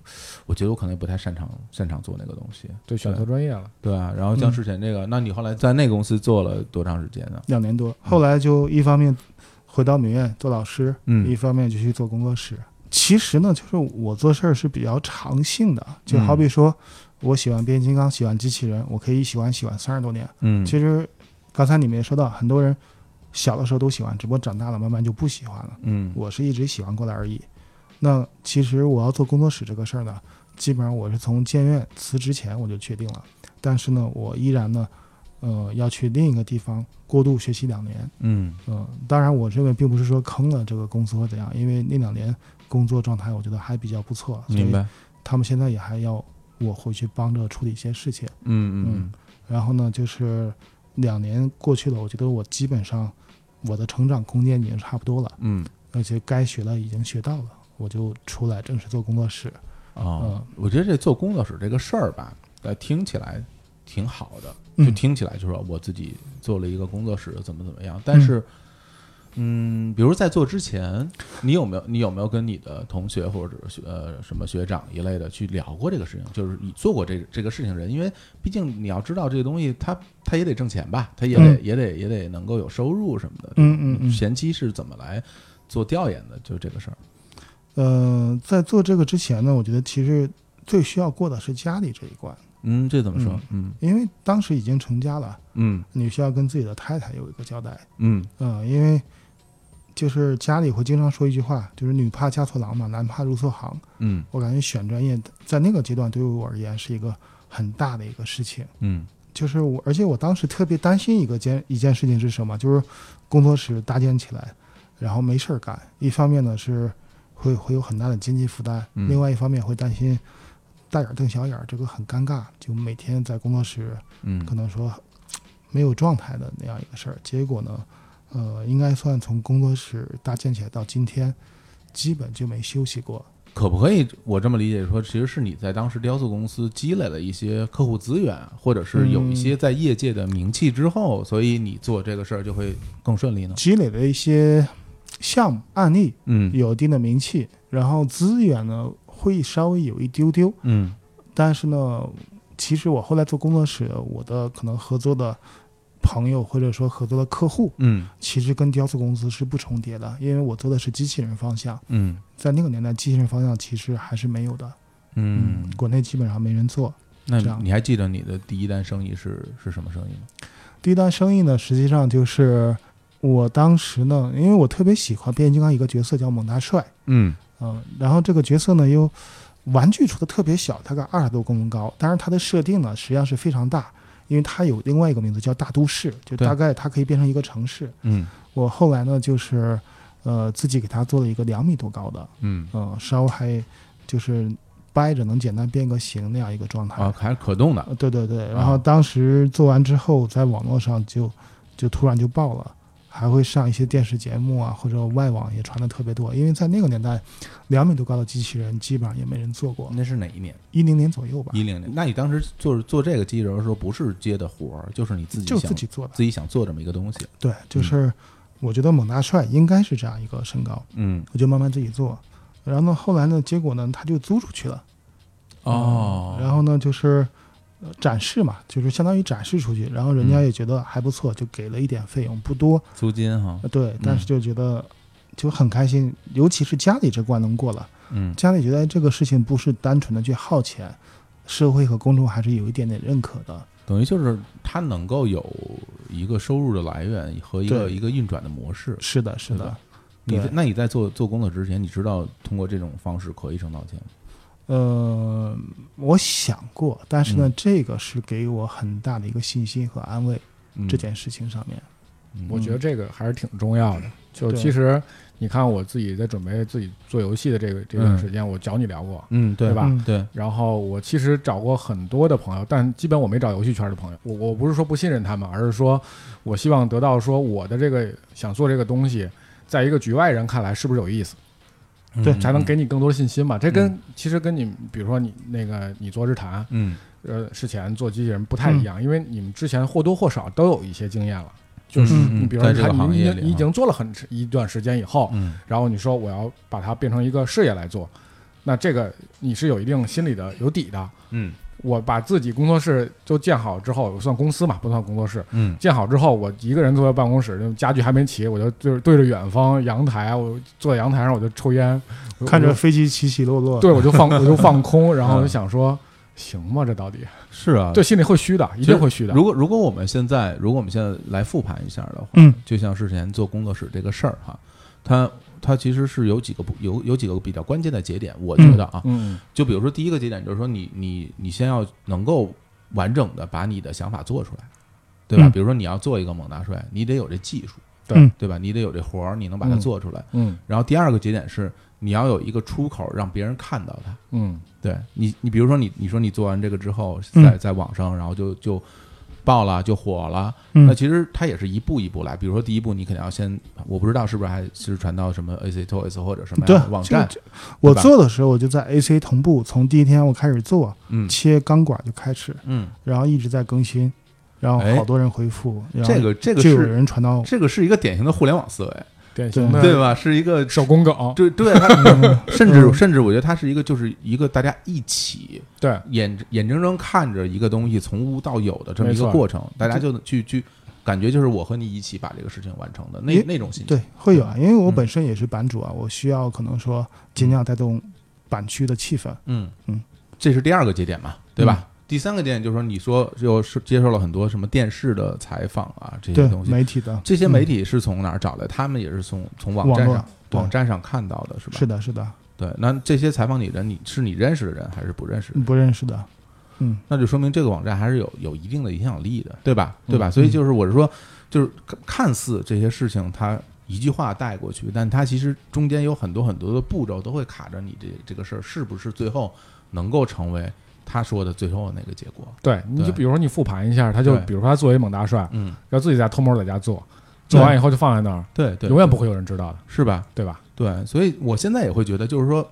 [SPEAKER 2] 我觉得我可能也不太擅长擅长做那个东西，
[SPEAKER 4] 对，选错专业了。
[SPEAKER 2] 对啊。然后
[SPEAKER 3] 嗯
[SPEAKER 2] 像之前这个，那你后来在那个公司做了多长时间啊呢？
[SPEAKER 3] 两年多，后来就一方面回到美院做老师，
[SPEAKER 2] 嗯
[SPEAKER 3] 一方面就去做工作室。其实呢，就是我做事儿是比较长性的，就
[SPEAKER 2] 嗯
[SPEAKER 3] 好比说，我喜欢变形金刚，喜欢机器人，我可以喜欢喜欢三十多年。
[SPEAKER 2] 嗯
[SPEAKER 3] 其实刚才你们也说到，很多人小的时候都喜欢，只不过长大了慢慢就不喜欢了。
[SPEAKER 2] 嗯
[SPEAKER 3] 我是一直喜欢过来而已。那其实我要做工作室这个事儿呢，基本上我是从建院辞职前我就确定了，但是呢，我依然呢，呃，要去另一个地方过渡学习两年。
[SPEAKER 2] 嗯
[SPEAKER 3] 嗯、当然，我认为并不是说坑了这个公司或怎样，因为那两年工作状态我觉得还比较不错，所
[SPEAKER 2] 明
[SPEAKER 3] 以
[SPEAKER 2] 白，嗯
[SPEAKER 3] 他们现在也还要我回去帮着处理一些事情。
[SPEAKER 2] 嗯嗯
[SPEAKER 3] 嗯然后呢，就是两年过去了，我觉得我基本上我的成长空间已经差不多了。
[SPEAKER 2] 嗯。
[SPEAKER 3] 而且该学的已经学到了，我就出来正式做工作室。
[SPEAKER 2] 哦
[SPEAKER 3] 嗯，
[SPEAKER 2] 我觉得这做工作室这个事儿吧，呃，听起来挺好的，
[SPEAKER 3] 嗯
[SPEAKER 2] 就听起来就说我自己做了一个工作室，怎么怎么样。但是，嗯，比如在做之前，你有没有你有没有跟你的同学或者学呃什么学长一类的去聊过这个事情？就是你做过这个这个事情的人，因为毕竟你要知道这个东西，他他也得挣钱吧，他也得、
[SPEAKER 3] 嗯
[SPEAKER 2] 也得也得能够有收入什么的。
[SPEAKER 3] 嗯嗯嗯
[SPEAKER 2] 前期是怎么来做调研的？就这个事儿。
[SPEAKER 3] 呃，在做这个之前呢，我觉得其实最需要过的是家里这一关，
[SPEAKER 2] 嗯，这怎么说？嗯
[SPEAKER 3] 因为当时已经成家了，
[SPEAKER 2] 嗯
[SPEAKER 3] 你需要跟自己的太太有一个交代。
[SPEAKER 2] 嗯
[SPEAKER 3] 嗯、因为就是家里会经常说一句话，就是“女怕嫁错郎嘛，男怕入错行
[SPEAKER 2] 嗯”。
[SPEAKER 3] 我感觉选专业在那个阶段对于我而言是一个很大的一个事情。
[SPEAKER 2] 嗯
[SPEAKER 3] 就是我，而且我当时特别担心一个件一件事情是什么，就是工作室搭建起来，然后没事儿干。一方面呢是会会有很大的经济负担，
[SPEAKER 2] 嗯
[SPEAKER 3] 另外一方面会担心大眼瞪小眼儿，这个很尴尬。就每天在工作室
[SPEAKER 2] 嗯
[SPEAKER 3] 可能说没有状态的那样一个事儿。结果呢，呃，应该算从工作室搭建起来到今天，基本就没休息过。
[SPEAKER 2] 可不可以我这么理解说，其实是你在当时雕塑公司积累了一些客户资源，或者是有一些在业界的名气之后，所以你做这个事儿就会更顺利呢？
[SPEAKER 3] 积累的一些项目案例，
[SPEAKER 2] 嗯
[SPEAKER 3] 有一定的名气，然后资源呢会稍微有一丢丢，
[SPEAKER 2] 嗯
[SPEAKER 3] 但是呢，其实我后来做工作室，我的可能合作的朋友或者说合作的客户，
[SPEAKER 2] 嗯
[SPEAKER 3] 其实跟雕塑公司是不重叠的，因为我做的是机器人方向，
[SPEAKER 2] 嗯
[SPEAKER 3] 在那个年代，机器人方向其实还是没有的，
[SPEAKER 2] 嗯。
[SPEAKER 3] 国内基本上没人做。
[SPEAKER 2] 那
[SPEAKER 3] 这样
[SPEAKER 2] 你还记得你的第一单生意是是什么生意吗？
[SPEAKER 3] 第一单生意呢，实际上就是我当时呢，因为我特别喜欢变形金刚一个角色叫猛大帅，
[SPEAKER 2] 嗯
[SPEAKER 3] 嗯，然后这个角色呢又玩具出的特别小，大概二十多公分高，但是它的设定呢实际上是非常大，因为它有另外一个名字叫大都市，就
[SPEAKER 2] 对
[SPEAKER 3] 大概它可以变成一个城市。
[SPEAKER 2] 嗯
[SPEAKER 3] 我后来呢就是呃自己给它做了一个两米多高的，
[SPEAKER 2] 嗯，
[SPEAKER 3] 嗯，稍微还就是掰着能简单变个形那样一个状态。
[SPEAKER 2] 啊，还是可动的，
[SPEAKER 3] 呃对对对，
[SPEAKER 2] 啊
[SPEAKER 3] 然后当时做完之后，在网络上就就突然就爆了，还会上一些电视节目啊，或者外网也传的特别多。因为在那个年代，两米多高的机器人基本上也没人做过，
[SPEAKER 2] 那是哪一年？
[SPEAKER 3] 一零年左右吧，
[SPEAKER 2] 嗯一零年。那你当时就是做这个机器人的时候，不是接的活儿，就是你自己
[SPEAKER 3] 就
[SPEAKER 2] 想
[SPEAKER 3] 自己做的。
[SPEAKER 2] 自己嗯想做这么一个东西。
[SPEAKER 3] 对，就是我觉得猛大帅应该是这样一个身高，
[SPEAKER 2] 嗯
[SPEAKER 3] 我就慢慢自己做。然后呢，后来呢，结果呢，他就租出去了。
[SPEAKER 2] 哦，
[SPEAKER 3] 然后呢，就是、呃展示嘛，就是相当于展示出去，然后人
[SPEAKER 2] 嗯
[SPEAKER 3] 家也觉得还不错，就给了一点费用，不多，
[SPEAKER 2] 租金哈，
[SPEAKER 3] 呃对，但是就觉得就很开心，尤其是家里这关能过了，
[SPEAKER 2] 嗯
[SPEAKER 3] 家里觉得这个事情不是单纯的去耗钱，社会和公众还是有一点点认可的。
[SPEAKER 2] 等于就是它能够有一个收入的来源和一个
[SPEAKER 3] 对
[SPEAKER 2] 一个运转的模式。
[SPEAKER 3] 是的，是
[SPEAKER 2] 对
[SPEAKER 3] 的
[SPEAKER 2] 吧，你
[SPEAKER 3] 对
[SPEAKER 2] 那你在做做工作之前，你知道通过这种方式可以挣到钱吗？
[SPEAKER 3] 呃，我想过，但是呢，
[SPEAKER 2] 嗯
[SPEAKER 3] 这个是给我很大的一个信心和安慰，
[SPEAKER 2] 嗯
[SPEAKER 3] 这件事情上面，
[SPEAKER 2] 嗯
[SPEAKER 4] 我觉得这个还是挺重要的。就
[SPEAKER 3] 对
[SPEAKER 4] 其实你看我自己在准备自己做游戏的这个这段时间，我找你聊过，
[SPEAKER 2] 嗯对
[SPEAKER 4] 对吧？
[SPEAKER 3] 嗯，
[SPEAKER 2] 对，
[SPEAKER 4] 然后我其实找过很多的朋友，但基本我没找游戏圈的朋友。我我不是说不信任他们，而是说我希望得到说我的这个想做这个东西，在一个局外人看来是不是有意思，
[SPEAKER 3] 对
[SPEAKER 2] 嗯
[SPEAKER 4] 才能给你更多的信心嘛。这跟其实跟你比如说你那个你做日坛，
[SPEAKER 2] 嗯
[SPEAKER 4] 呃，之前做机器人不太一样，因为你们之前或多或少都有一些经验了。就是
[SPEAKER 2] 嗯嗯
[SPEAKER 4] 你比如说
[SPEAKER 2] 在这个
[SPEAKER 4] 日坛，
[SPEAKER 2] 行
[SPEAKER 4] 你已
[SPEAKER 2] 业
[SPEAKER 4] 经
[SPEAKER 2] 里
[SPEAKER 4] 你已
[SPEAKER 2] 哈
[SPEAKER 4] 经做了很一段时间以后，
[SPEAKER 2] 嗯
[SPEAKER 4] 然后你说我要把它变成一个事业来做，那这个你是有一定心理的有底的。
[SPEAKER 2] 嗯
[SPEAKER 4] 我把自己工作室就建好之后，算公司嘛，不算工作室。
[SPEAKER 2] 嗯
[SPEAKER 4] 建好之后，我一个人坐在办公室，就家具还没齐，我就就是对着远方阳台，我坐在阳台上我就抽烟，我
[SPEAKER 3] 看着
[SPEAKER 4] 我
[SPEAKER 3] 飞机起起落落，
[SPEAKER 4] 对我就放 (laughs) 我就放空，然后我就
[SPEAKER 2] 嗯
[SPEAKER 4] 想说，行吗？这到底
[SPEAKER 2] 是啊，
[SPEAKER 4] 对心里会虚的，一定会虚的。
[SPEAKER 2] 如果如果我们现在如果我们现在来复盘一下的话，
[SPEAKER 3] 嗯
[SPEAKER 2] 就像之前做工作室这个事儿哈，它它其实是有几个不有有几个比较关键的节点，我觉得啊，
[SPEAKER 4] 嗯
[SPEAKER 2] 就比如说第一个节点就是说你你你先要能够完整的把你的想法做出来，对吧？
[SPEAKER 3] 嗯
[SPEAKER 2] 比如说你要做一个猛大帅，你得有这技术，
[SPEAKER 4] 对
[SPEAKER 3] 嗯
[SPEAKER 2] 对吧？你得有这活儿，你能把它
[SPEAKER 4] 嗯
[SPEAKER 2] 做出来。
[SPEAKER 4] 嗯
[SPEAKER 2] 然后第二个节点是你要有一个出口让别人看到它，
[SPEAKER 4] 嗯
[SPEAKER 2] 对你，你比如说你，你说你做完这个之后，
[SPEAKER 3] 嗯
[SPEAKER 2] 在在网上，然后就就爆了，就火了。
[SPEAKER 3] 嗯
[SPEAKER 2] 那其实它也是一步一步来。比如说第一步，你肯定要先，我不知道是不是还是传到什么 AC Toys 或者什么
[SPEAKER 3] 对
[SPEAKER 2] 样的哎网
[SPEAKER 3] 这个
[SPEAKER 2] 站，
[SPEAKER 3] 这我
[SPEAKER 2] 吧
[SPEAKER 3] 做的时候，我就在 AC 同步，从第一天我开始做，
[SPEAKER 2] 嗯
[SPEAKER 3] 切钢管就开始，
[SPEAKER 2] 嗯，
[SPEAKER 3] 然后一直在更新，然后
[SPEAKER 2] 哎
[SPEAKER 3] 好多人回复，然后
[SPEAKER 2] 这个这个
[SPEAKER 3] 就有
[SPEAKER 2] 是
[SPEAKER 3] 人
[SPEAKER 2] (laughs)
[SPEAKER 3] 传到
[SPEAKER 2] 这个是一个典型的互联网思维，
[SPEAKER 4] 典型
[SPEAKER 3] 嗯
[SPEAKER 4] 的
[SPEAKER 2] 对吧？是一个
[SPEAKER 4] 手工梗，
[SPEAKER 2] 对对，
[SPEAKER 3] (laughs)
[SPEAKER 2] 它甚至
[SPEAKER 3] 嗯
[SPEAKER 2] 甚至我觉得它是一个就是一个大家一起
[SPEAKER 4] 对
[SPEAKER 2] 眼眼睁睁看着一个东西从无到有的这么一
[SPEAKER 4] 没
[SPEAKER 2] 个
[SPEAKER 4] 错
[SPEAKER 2] 过程，大家就能去去感觉就是我和你一起把这个事情完成的那
[SPEAKER 3] 也
[SPEAKER 2] 那种心情。 (laughs)
[SPEAKER 3] 对会有啊，因为我
[SPEAKER 2] 嗯
[SPEAKER 3] 本身也是版主啊，我需要可能说尽量带动版区的气氛，
[SPEAKER 2] 嗯
[SPEAKER 3] 嗯，
[SPEAKER 2] 这是第二个节点嘛，对吧？第三个节点就是说，你说就是接受了很多什么电视的采访啊，这些
[SPEAKER 3] 对
[SPEAKER 2] 东西。
[SPEAKER 3] 媒体的
[SPEAKER 2] 这些媒
[SPEAKER 3] 体、
[SPEAKER 2] 体是从哪儿找来？他们也是从从网
[SPEAKER 3] 网
[SPEAKER 2] 站
[SPEAKER 3] 络
[SPEAKER 2] 上
[SPEAKER 3] 对
[SPEAKER 2] 网站上看到的，是吧？
[SPEAKER 3] 是的，是的，
[SPEAKER 2] 对。那这些采访你的人，你是你认识的人还是不认识的人？
[SPEAKER 3] 不认识的，嗯，
[SPEAKER 2] 那就说明这个网站还是有有一定的影响力的，对吧？
[SPEAKER 4] 嗯
[SPEAKER 2] 对吧？所以就是我是说，就是看似这些事情它一句话带过去，但它其实中间有很多很多的步骤都会卡着你这这个事儿是不是最后能够成为他说的最后的那个结果？
[SPEAKER 4] 对，你就
[SPEAKER 2] 对
[SPEAKER 4] 比如说你复盘一下，他就
[SPEAKER 2] 对
[SPEAKER 4] 比如说他作为猛大帅，
[SPEAKER 2] 嗯，
[SPEAKER 4] 然后自己在偷摸在家做，做完以后就放在那儿，
[SPEAKER 2] 对对，
[SPEAKER 4] 永远不会有人知道的，
[SPEAKER 2] 是吧？
[SPEAKER 4] 对吧？
[SPEAKER 2] 对，所以我现在也会觉得，就是说，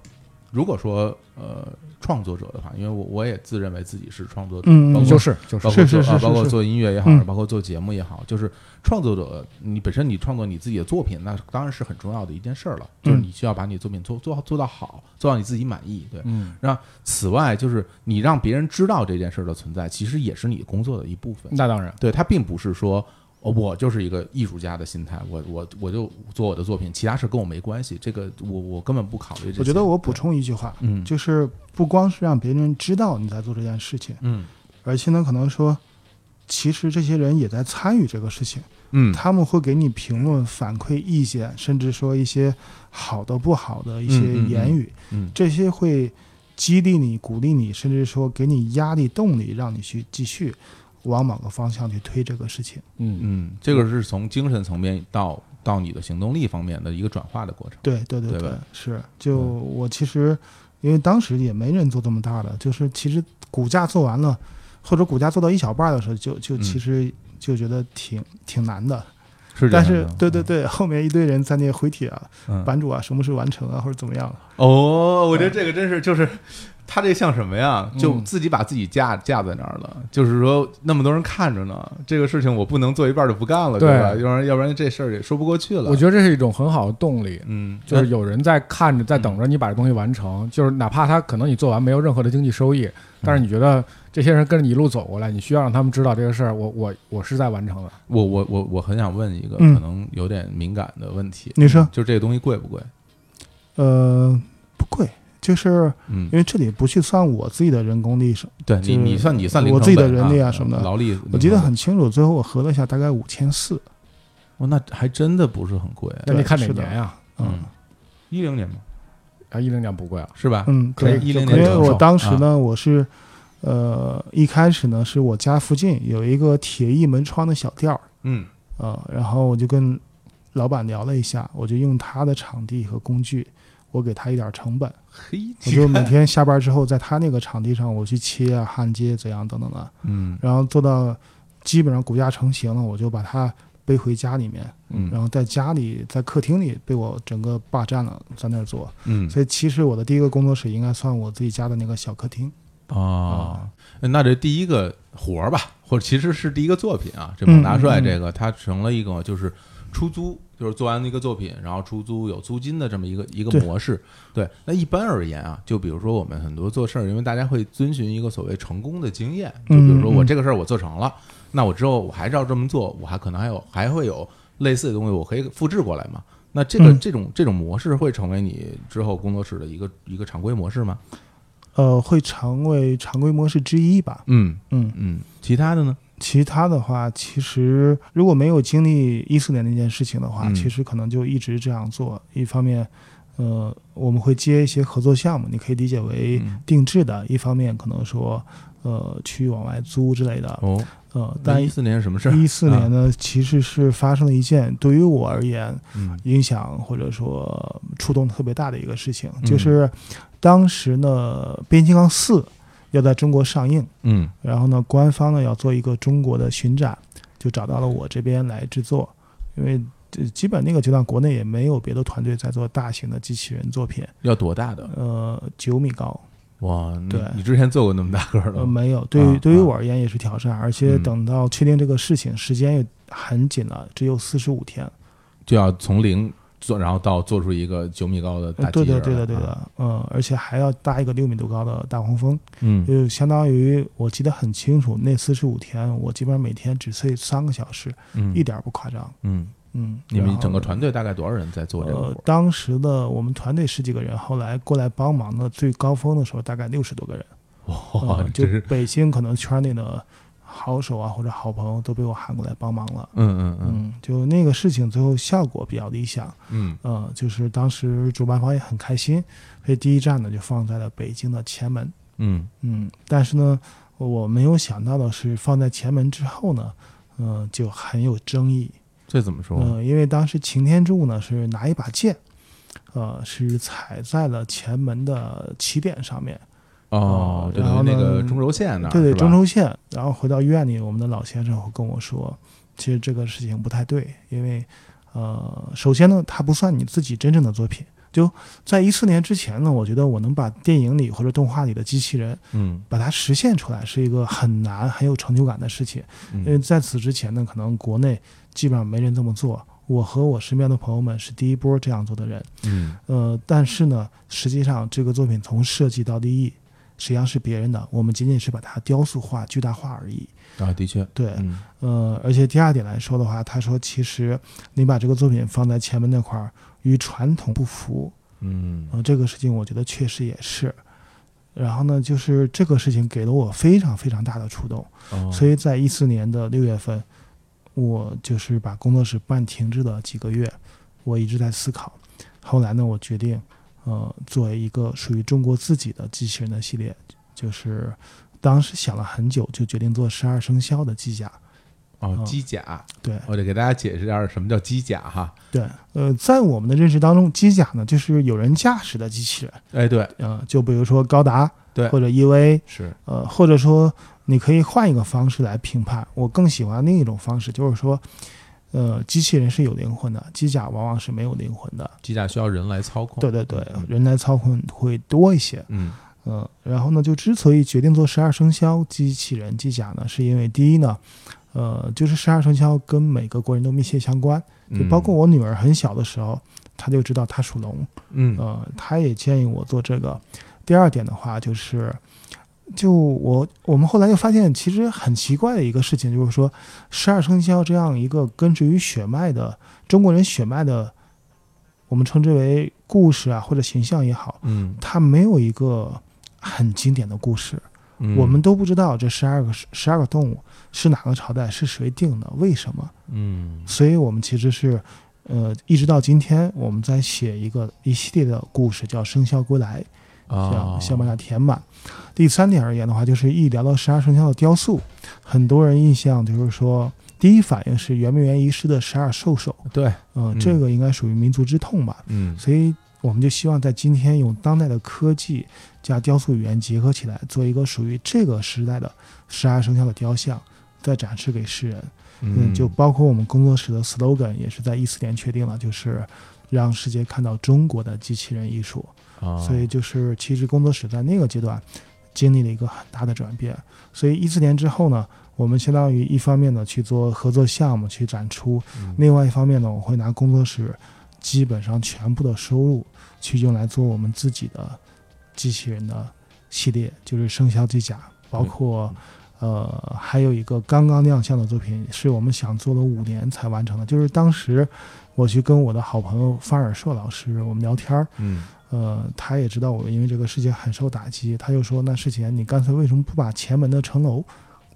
[SPEAKER 2] 如果说呃创作者的话，因为我我也自认为自己是创作者，
[SPEAKER 3] 嗯嗯
[SPEAKER 2] 包
[SPEAKER 4] 你
[SPEAKER 2] 括
[SPEAKER 4] 就是就
[SPEAKER 2] 包
[SPEAKER 4] 是
[SPEAKER 2] 括
[SPEAKER 3] 是
[SPEAKER 2] 做
[SPEAKER 3] 是
[SPEAKER 2] 啊
[SPEAKER 3] 是
[SPEAKER 2] 包括
[SPEAKER 3] 是
[SPEAKER 2] 做音乐也好，
[SPEAKER 3] 嗯
[SPEAKER 2] 包括做节目也好，就是创作者你本身你创作你自己的作品，那当然是很重要的一件事儿了，就是
[SPEAKER 3] 嗯
[SPEAKER 2] 你需要把你的作品做做做到好，做到你自己满意。对，
[SPEAKER 4] 嗯，
[SPEAKER 2] 那此外就是你让别人知道这件事儿的存在，其实也是你工作的一部分。
[SPEAKER 4] 那当然，
[SPEAKER 2] 对，它并不是说。哦我就是一个艺术家的心态，我我我就做我的作品，其他事跟我没关系。这个我我根本不考虑这些。
[SPEAKER 3] 我觉得我补充一句话，
[SPEAKER 2] 嗯
[SPEAKER 3] 就是不光是让别人知道你在做这件事情，
[SPEAKER 2] 嗯
[SPEAKER 3] 而且呢，可能说其实这些人也在参与这个事情，
[SPEAKER 2] 嗯
[SPEAKER 3] 他们会给你评论、反馈意见，甚至说一些好的、不好的一些
[SPEAKER 2] 嗯嗯嗯
[SPEAKER 3] 言语，
[SPEAKER 2] 嗯
[SPEAKER 3] 这些会激励你、鼓励你，甚至说给你压力、动力，让你去继续往某个方向去推这个事情。
[SPEAKER 4] 嗯
[SPEAKER 2] 嗯，这个是从精神层面到到你的行动力方面的一个转化的过程。
[SPEAKER 3] 对对对
[SPEAKER 2] 对
[SPEAKER 3] 对，
[SPEAKER 2] 吧
[SPEAKER 3] 是。就
[SPEAKER 2] 嗯
[SPEAKER 3] 我其实，因为当时也没人做这么大的，就是其实股价做完了，或者股价做到一小半儿的时候，就就
[SPEAKER 2] 嗯
[SPEAKER 3] 其实就觉得挺挺难的。
[SPEAKER 2] 是这
[SPEAKER 3] 但
[SPEAKER 2] 样的
[SPEAKER 3] 是
[SPEAKER 2] 吗，
[SPEAKER 3] 对对对，后面一堆人在那回帖啊、
[SPEAKER 2] 嗯，
[SPEAKER 3] 版主啊，什么时候完成啊，或者怎么样了。
[SPEAKER 2] 哦，我觉得这个真是就是。他这像什么呀？就
[SPEAKER 4] 嗯
[SPEAKER 2] 自己把自己架架在那儿了。就是说，那么多人看着呢，这个事情我不能做一半就不干了，
[SPEAKER 4] 对
[SPEAKER 2] 吧？要不然要不然这事儿也说不过去了。
[SPEAKER 4] 我觉得这是一种很好的动力，
[SPEAKER 2] 嗯，
[SPEAKER 4] 就是有人在看着，在等着你把这东西完成，就是哪怕他可能你做完没有任何的经济收益，但是你觉得这些人跟着你一路走过来，你需要让他们知道这个事儿，我我我是在完成的。
[SPEAKER 2] 我我我我很想问一个
[SPEAKER 3] 嗯
[SPEAKER 2] 可能有点敏感的问题，
[SPEAKER 3] 你说，
[SPEAKER 2] 就这个东西贵不贵？
[SPEAKER 3] 呃，不贵，就是
[SPEAKER 2] 嗯
[SPEAKER 3] 因，为这里不去算我自己的人工力是，
[SPEAKER 2] 对你
[SPEAKER 3] 就是
[SPEAKER 2] 你算你算零
[SPEAKER 3] 我
[SPEAKER 2] 成
[SPEAKER 3] 自己的
[SPEAKER 2] 本
[SPEAKER 3] 人力啊什么的
[SPEAKER 2] 劳力，
[SPEAKER 3] 我记得很清楚，最后我核了一下，大概五千四。
[SPEAKER 2] 哦，那还真的不是很贵。
[SPEAKER 4] 那你看哪
[SPEAKER 3] 是的
[SPEAKER 4] 年呀？
[SPEAKER 2] 嗯，一零年嘛，
[SPEAKER 4] 啊，一零年不贵啊，
[SPEAKER 2] 是吧？
[SPEAKER 3] 嗯，
[SPEAKER 2] 可
[SPEAKER 3] 对
[SPEAKER 2] 以，一零
[SPEAKER 3] 因
[SPEAKER 2] 年啊
[SPEAKER 3] 为
[SPEAKER 2] 承
[SPEAKER 3] 我
[SPEAKER 2] 受
[SPEAKER 3] 当时呢，我是，呃，一开始呢是我家附近有一个铁艺门窗的小店儿，
[SPEAKER 2] 嗯
[SPEAKER 3] 呃，然后我就跟老板聊了一下，我就用他的场地和工具，我给他一点儿成本，
[SPEAKER 2] 嘿，
[SPEAKER 3] 我就每天下班之后在他那个场地上我去切啊、焊接怎样等等的，
[SPEAKER 2] 嗯
[SPEAKER 3] 然后做到基本上骨架成型了，我就把它背回家里面，
[SPEAKER 2] 嗯
[SPEAKER 3] 然后在家里在客厅里被我整个霸占了，在那儿做。
[SPEAKER 2] 嗯
[SPEAKER 3] 所以其实我的第一个工作室应该算我自己家的那个小客厅。
[SPEAKER 2] 哦，那这第一个活儿吧，或者其实是第一个作品啊，
[SPEAKER 3] 嗯
[SPEAKER 2] 这蒙大帅这个他成了一个就是出租，就是做完一个作品，然后出租有租金的这么一个一个
[SPEAKER 3] 对
[SPEAKER 2] 模式。对，那一般而言啊，就比如说我们很多做事儿，因为大家会遵循一个所谓成功的经验，就比如说
[SPEAKER 3] 嗯嗯
[SPEAKER 2] 我这个事儿我做成了，那我之后我还是要这么做，我还可能还有还会有类似的东西，我可以复制过来嘛。那这个
[SPEAKER 3] 嗯
[SPEAKER 2] 这种这种模式会成为你之后工作室的一个一个常规模式吗？
[SPEAKER 3] 呃，会成为常规模式之一吧。
[SPEAKER 2] 嗯
[SPEAKER 3] 嗯，
[SPEAKER 2] 嗯，其他的呢？
[SPEAKER 3] 其他的话，其实如果没有经历一四年那件事情的话，
[SPEAKER 2] 嗯
[SPEAKER 3] 其实可能就一直这样做。一方面，呃，我们会接一些合作项目，你可以理解为
[SPEAKER 2] 嗯
[SPEAKER 3] 定制的；一方面，可能说，呃，去往外租之类的。
[SPEAKER 2] 哦，
[SPEAKER 3] 呃，但
[SPEAKER 2] 一四年是什么事儿？
[SPEAKER 3] 一四年呢，其实是发生了一件对于我而言
[SPEAKER 2] 嗯
[SPEAKER 3] 影响或者说触动特别大的一个事情，
[SPEAKER 2] 嗯
[SPEAKER 3] 就是当时呢，《变形金刚四》要在中国上映，
[SPEAKER 2] 嗯
[SPEAKER 3] 然后呢，官方呢要做一个中国的巡展，就找到了我这边来制作，因为呃基本那个阶段国内也没有别的团队在做大型的机器人作品，
[SPEAKER 2] 要多大的？
[SPEAKER 3] 呃，九米高，
[SPEAKER 2] 哇，你
[SPEAKER 3] 对
[SPEAKER 2] 你之前做过那么大个儿的
[SPEAKER 3] 呃，
[SPEAKER 2] 吗？
[SPEAKER 3] 没有，对于
[SPEAKER 2] 啊
[SPEAKER 3] 对于
[SPEAKER 2] 啊
[SPEAKER 3] 我而言也是挑战，而且
[SPEAKER 2] 嗯
[SPEAKER 3] 等到确定这个事情，时间也很紧了，只有四十五天。
[SPEAKER 2] 就要从零做，然后到做出一个九米高的
[SPEAKER 3] 呃
[SPEAKER 2] 大机
[SPEAKER 3] 对
[SPEAKER 2] 器人儿
[SPEAKER 3] 的，对的，
[SPEAKER 2] 来
[SPEAKER 3] 对
[SPEAKER 2] 啊
[SPEAKER 3] 的，嗯，而且还要搭一个六米多高的大黄蜂，
[SPEAKER 2] 嗯
[SPEAKER 3] 就相当于我记得很清楚，那四十五天我基本上每天只睡三个小时，
[SPEAKER 2] 嗯
[SPEAKER 3] 一点儿不夸张。
[SPEAKER 2] 嗯，
[SPEAKER 3] 嗯，
[SPEAKER 2] 你们
[SPEAKER 3] 然后
[SPEAKER 2] 整个团队大概多少人在做这个
[SPEAKER 3] 呃
[SPEAKER 2] 活儿？，
[SPEAKER 3] 当时的我们团队十几个人，后来过来帮忙的最高峰的时候大概六十多个人，
[SPEAKER 2] 哇
[SPEAKER 3] 呃，就
[SPEAKER 2] 这是
[SPEAKER 3] 北京可能圈内的好手啊或者好朋友都被我喊过来帮忙了。
[SPEAKER 2] 嗯嗯嗯
[SPEAKER 3] 嗯，就那个事情最后效果比较理想，
[SPEAKER 2] 嗯
[SPEAKER 3] 呃，就是当时主办方也很开心，所以第一站呢就放在了北京的前门。
[SPEAKER 2] 嗯
[SPEAKER 3] 嗯，但是呢，我没有想到的是，放在前门之后呢，嗯、就很有争议。
[SPEAKER 2] 这怎么说？
[SPEAKER 3] 嗯、因为当时擎天柱呢是拿一把剑，呃，是踩在了前门的起点上面，
[SPEAKER 2] 哦，就
[SPEAKER 3] 呃然
[SPEAKER 2] 等于那
[SPEAKER 3] 后
[SPEAKER 2] 个
[SPEAKER 3] 呢
[SPEAKER 2] 中轴线那儿
[SPEAKER 3] 对对，
[SPEAKER 2] 是吧
[SPEAKER 3] 中轴线。然后回到院里，我们的老先生会跟我说，其实这个事情不太对，因为，呃，首先呢，它不算你自己真正的作品。就在一四年之前呢，我觉得我能把电影里或者动画里的机器人
[SPEAKER 2] 嗯
[SPEAKER 3] 把它实现出来是一个很难、很有成就感的事情。因为
[SPEAKER 2] 嗯
[SPEAKER 3] 在此之前呢，可能国内基本上没人这么做。我和我身边的朋友们是第一波这样做的人。
[SPEAKER 2] 嗯
[SPEAKER 3] 呃，但是呢，实际上这个作品从设计到立意，实际上是别人的，我们仅仅是把它雕塑化、巨大化而已。
[SPEAKER 2] 啊，的确，
[SPEAKER 3] 对，
[SPEAKER 2] 嗯
[SPEAKER 3] 呃，而且第二点来说的话，他说其实你把这个作品放在前面那块儿，与传统不符。
[SPEAKER 2] 嗯
[SPEAKER 3] 呃，这个事情我觉得确实也是，然后呢，就是这个事情给了我非常非常大的触动，
[SPEAKER 2] 嗯哦
[SPEAKER 3] 所以在一四年的六月份，我就是把工作室办停滞了几个月，我一直在思考。后来呢，我决定，呃，作为一个属于中国自己的机器人的系列，就是当时想了很久，就决定做十二生肖的机甲。
[SPEAKER 2] 哦，
[SPEAKER 3] 嗯
[SPEAKER 2] 机甲，
[SPEAKER 3] 对
[SPEAKER 2] 我得给大家解释一下什么叫机甲哈。
[SPEAKER 3] 对，呃，在我们的认识当中，机甲呢就是有人驾驶的机器人，
[SPEAKER 2] 哎，对，
[SPEAKER 3] 呃，就比如说高达，
[SPEAKER 2] 对
[SPEAKER 3] 或者 E EVA，
[SPEAKER 2] 是，
[SPEAKER 3] 呃，或者说你可以换一个方式来评判。我更喜欢另一种方式，就是说，呃，机器人是有灵魂的，机甲往往是没有灵魂的。
[SPEAKER 2] 机甲需要人来操控。
[SPEAKER 3] 对，对对
[SPEAKER 2] 嗯，
[SPEAKER 3] 人来操控会多一些。
[SPEAKER 2] 嗯，
[SPEAKER 3] 呃，然后呢，就之所以决定做十二生肖机器人机甲呢，是因为第一呢，呃，就是十二生肖跟每个国人都密切相关，就包括
[SPEAKER 2] 我，
[SPEAKER 3] 我女儿很小的时候，她就知道她属龙，
[SPEAKER 2] 嗯，
[SPEAKER 3] 呃，他也建议我做这个。第二点的话就是，就我我们后来又发现，其实很奇怪的一个事情，就是说十二生肖这样一个根植于血脉的中国人血脉的，我们称之为故事啊或者形象也好，
[SPEAKER 2] 嗯，
[SPEAKER 3] 它没有一个很经典的故事，
[SPEAKER 2] 嗯
[SPEAKER 3] 我们，都不知道这十二个十二个动物是哪个朝代是谁定的，为什么？
[SPEAKER 2] 嗯，
[SPEAKER 3] 所以我们其实是，呃，一直到今天，我们在写一个一系列的故事，叫《生肖归来》，
[SPEAKER 2] 啊，
[SPEAKER 3] 想想把它填满。第三点而言的话，就是一聊到十二生肖的雕塑，很多人印象就是说，第一反应是圆明园遗失的十二兽首，
[SPEAKER 2] 对，
[SPEAKER 3] 呃
[SPEAKER 2] 嗯，
[SPEAKER 3] 这个应该属于民族之痛吧。
[SPEAKER 2] 嗯，
[SPEAKER 3] 所以我们就希望在今天用当代的科技加雕塑语言结合起来，做一个属于这个时代的十二生肖的雕像，再展示给世人。嗯，就包括我们工作室的 slogan 也是在一四年确定了，就是让世界看到中国的机器人艺术。
[SPEAKER 2] 啊，
[SPEAKER 3] 所以就是其实工作室在那个阶段经历了一个很大的转变。所以一四年之后呢，我们相当于一方面呢去做合作项目去展出，
[SPEAKER 2] 嗯
[SPEAKER 3] 另外一方面呢，我会拿工作室基本上全部的收入去用来做我们自己的机器人的系列，就是生肖机甲，包括呃还有一个刚刚亮相的作品，是我们想做了五年才完成的。就是当时我去跟我的好朋友范尔硕老师我们聊天儿，
[SPEAKER 2] 嗯，
[SPEAKER 3] 呃，他也知道我因为这个事情很受打击，他就说：“那世贤，你干脆为什么不把前门的城楼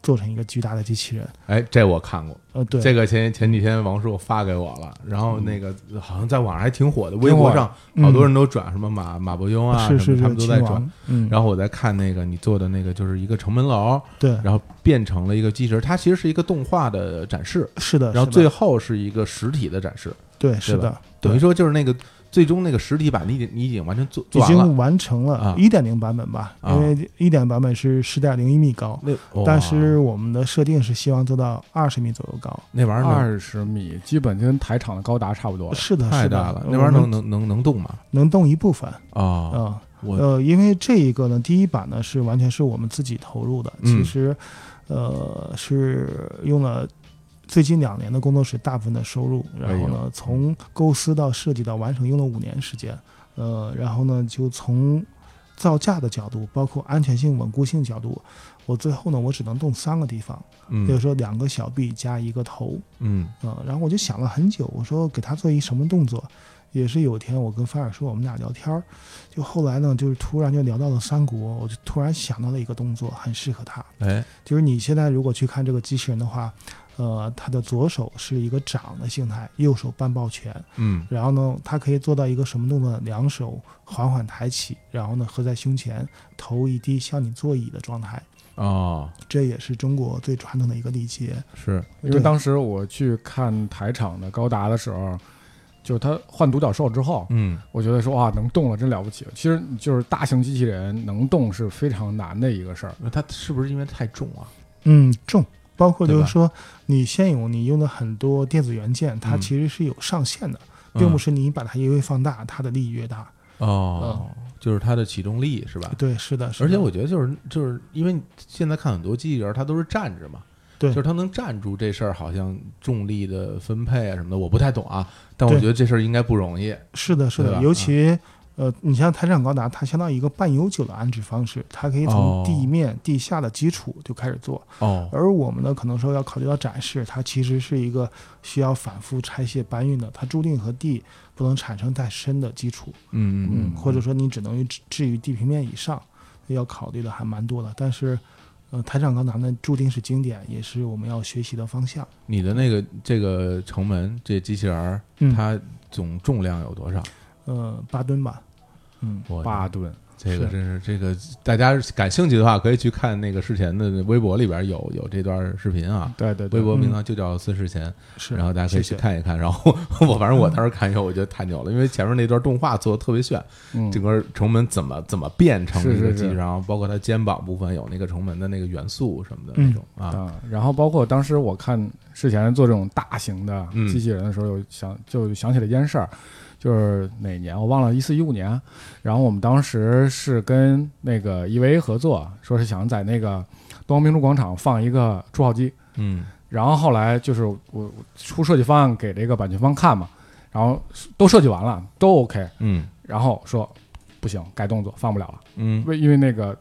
[SPEAKER 3] 做成一个巨大的机器人
[SPEAKER 2] 哎，这我看过，？”
[SPEAKER 3] 呃，对，嗯
[SPEAKER 2] 这
[SPEAKER 3] 个
[SPEAKER 2] 个前前几天王硕发给我了，然后那个好像在网上还挺火的，微
[SPEAKER 4] 挺火
[SPEAKER 2] 博
[SPEAKER 4] 的
[SPEAKER 2] 上好多人都转什么马马伯庸啊，
[SPEAKER 3] 嗯
[SPEAKER 2] 什
[SPEAKER 3] 是是
[SPEAKER 2] 么
[SPEAKER 3] 是
[SPEAKER 2] 他们都在
[SPEAKER 3] 亲
[SPEAKER 2] 转。
[SPEAKER 3] 王，嗯，
[SPEAKER 2] 然后我在看那个你做的那个，就是一个城门楼，
[SPEAKER 3] 对，
[SPEAKER 2] 然后变成了一个机器人，它其实是一个动画的展示，
[SPEAKER 3] 是的，
[SPEAKER 2] 然后
[SPEAKER 3] 呃是
[SPEAKER 2] 最
[SPEAKER 3] 的
[SPEAKER 2] 后是一个实体的展示，
[SPEAKER 3] 对是的，
[SPEAKER 2] 等于说就是那个最终那个实体版你已经你已经完全做
[SPEAKER 3] 已
[SPEAKER 2] 做完了
[SPEAKER 3] 经。完成
[SPEAKER 2] 啊
[SPEAKER 3] 了一点零版本吧，
[SPEAKER 2] 啊
[SPEAKER 3] 因为一点版本是十点零一米高，
[SPEAKER 2] 那哦
[SPEAKER 3] 但是我们的设定是希望做到二十米左右高。
[SPEAKER 2] 那玩意儿
[SPEAKER 4] 二十米，基本跟台场的高达差不多了。
[SPEAKER 3] 是的，
[SPEAKER 2] 能太
[SPEAKER 3] 是的
[SPEAKER 2] 大了，
[SPEAKER 3] 呃
[SPEAKER 2] 那玩意儿
[SPEAKER 3] 我
[SPEAKER 2] 能
[SPEAKER 3] 们
[SPEAKER 2] 能能能动吗？
[SPEAKER 3] 能动一部分啊。
[SPEAKER 2] 啊，我
[SPEAKER 3] 呃，因为这一个呢，第一版呢是完全是我们自己投入的，
[SPEAKER 2] 嗯
[SPEAKER 3] 其实，呃，是用了最近两年的工作室大部分的收入，然后
[SPEAKER 2] 哎
[SPEAKER 3] 呢，从构思到设计到完成用了五年时间，呃，然后呢，就从造价的角度，包括安全性、稳固性角度，我最后呢，我只能动三个地方，比如
[SPEAKER 2] 嗯
[SPEAKER 3] 说两个小臂加一个头，
[SPEAKER 2] 嗯
[SPEAKER 3] 啊、然后我就想了很久，我说给他做一什么动作，也是有一天我跟菲尔说，我们俩聊天儿，就后来呢，就是突然就聊到了三国，我就突然想到了一个动作，很适合他，
[SPEAKER 2] 哎
[SPEAKER 3] 就是你现在如果去看这个机器人的话，呃，他的左手是一个掌的形态，右手半抱拳，
[SPEAKER 2] 嗯
[SPEAKER 3] 然后呢，他可以做到一个什么动作呢？两手缓缓抬起，然后呢合在胸前，头一低向你座椅的状态，
[SPEAKER 2] 哦
[SPEAKER 3] 这也是中国最传统的一个礼节。
[SPEAKER 2] 是
[SPEAKER 4] 因为
[SPEAKER 3] 对
[SPEAKER 4] 当时我去看台场的高达的时候，就是他换独角兽之后，
[SPEAKER 2] 嗯
[SPEAKER 4] 我觉得说哇，能动了，真了不起。其实就是大型机器人能动是非常难的一个事儿。
[SPEAKER 2] 那它是不是因为太重啊？
[SPEAKER 3] 嗯，重，包括就
[SPEAKER 2] 对吧
[SPEAKER 3] 是说你现有你用的很多电子元件，它
[SPEAKER 2] 嗯
[SPEAKER 3] 其实是有上限的，并不
[SPEAKER 2] 嗯
[SPEAKER 3] 是你把它越位放大，它的力越大。
[SPEAKER 2] 哦，就是它的启动力是吧？
[SPEAKER 3] 对，是啊的，是的
[SPEAKER 2] 而且我觉得就是就是因为你现在看很多机器人，它都是站着嘛，
[SPEAKER 3] 对
[SPEAKER 2] 就是它能站住这事儿，好像重力的分配啊什么的，我不太懂啊，但我
[SPEAKER 3] 对
[SPEAKER 2] 觉得这事儿应该不容易。
[SPEAKER 3] 是的，是
[SPEAKER 2] 对吧
[SPEAKER 3] 的，尤其。呃，你像台场高达，它相当于一个半永久的安置方式，它可以从地面、地下的基础就开始做。
[SPEAKER 2] 哦，
[SPEAKER 3] 而我们呢，可能说要考虑到展示，它其实是一个需要反复拆卸搬运的，它注定和地不能产生太深的基础。
[SPEAKER 2] 嗯
[SPEAKER 3] 嗯，或者说你只能于置置于地平面以上。要考虑的还蛮多的。但是，呃，台长刚谈的注定是经典，也是我们要学习的方向。
[SPEAKER 2] 你的那个这个城门这机器人儿，
[SPEAKER 3] 嗯，
[SPEAKER 2] 它总重量有多少？
[SPEAKER 3] 呃八吨吧，嗯，
[SPEAKER 2] 我
[SPEAKER 4] 八吨，
[SPEAKER 2] 这个
[SPEAKER 3] 是
[SPEAKER 2] 真是这个，大家感兴趣的话，可以去看那个事前的微博里边有有这段视频啊。
[SPEAKER 4] 对对对嗯
[SPEAKER 2] 微，博
[SPEAKER 3] 嗯
[SPEAKER 2] 名呢就叫孙世贤，
[SPEAKER 3] 是。
[SPEAKER 2] 然后大家可以去
[SPEAKER 3] 谢谢
[SPEAKER 2] 看一看。然后 (laughs) 我反正我当时看以后，我觉得太牛了，因为前面那段动画做的特别炫，
[SPEAKER 4] 嗯
[SPEAKER 2] 整个城门怎么怎么变成一个
[SPEAKER 4] 是是
[SPEAKER 2] 机，
[SPEAKER 4] 是
[SPEAKER 2] 然后包括它肩膀部分有那个城门的那个元素什么的那种啊，
[SPEAKER 4] 啊，然后包括当时我看之前做这种大型的
[SPEAKER 2] 嗯
[SPEAKER 4] 机器人的时候，有想就想起了一件事儿，就是哪年我忘了，一四一五年。然后我们当时是跟那个 EVA 合作，说是想在那个东方明珠广场放一个初号机。
[SPEAKER 2] 嗯
[SPEAKER 4] 然后后来就是我我出设计方案给这个版权方看嘛，然后都设计完了，都 OK，
[SPEAKER 2] 嗯
[SPEAKER 4] 然后说不行，改动作放不了了。
[SPEAKER 2] 嗯
[SPEAKER 4] 为因为那个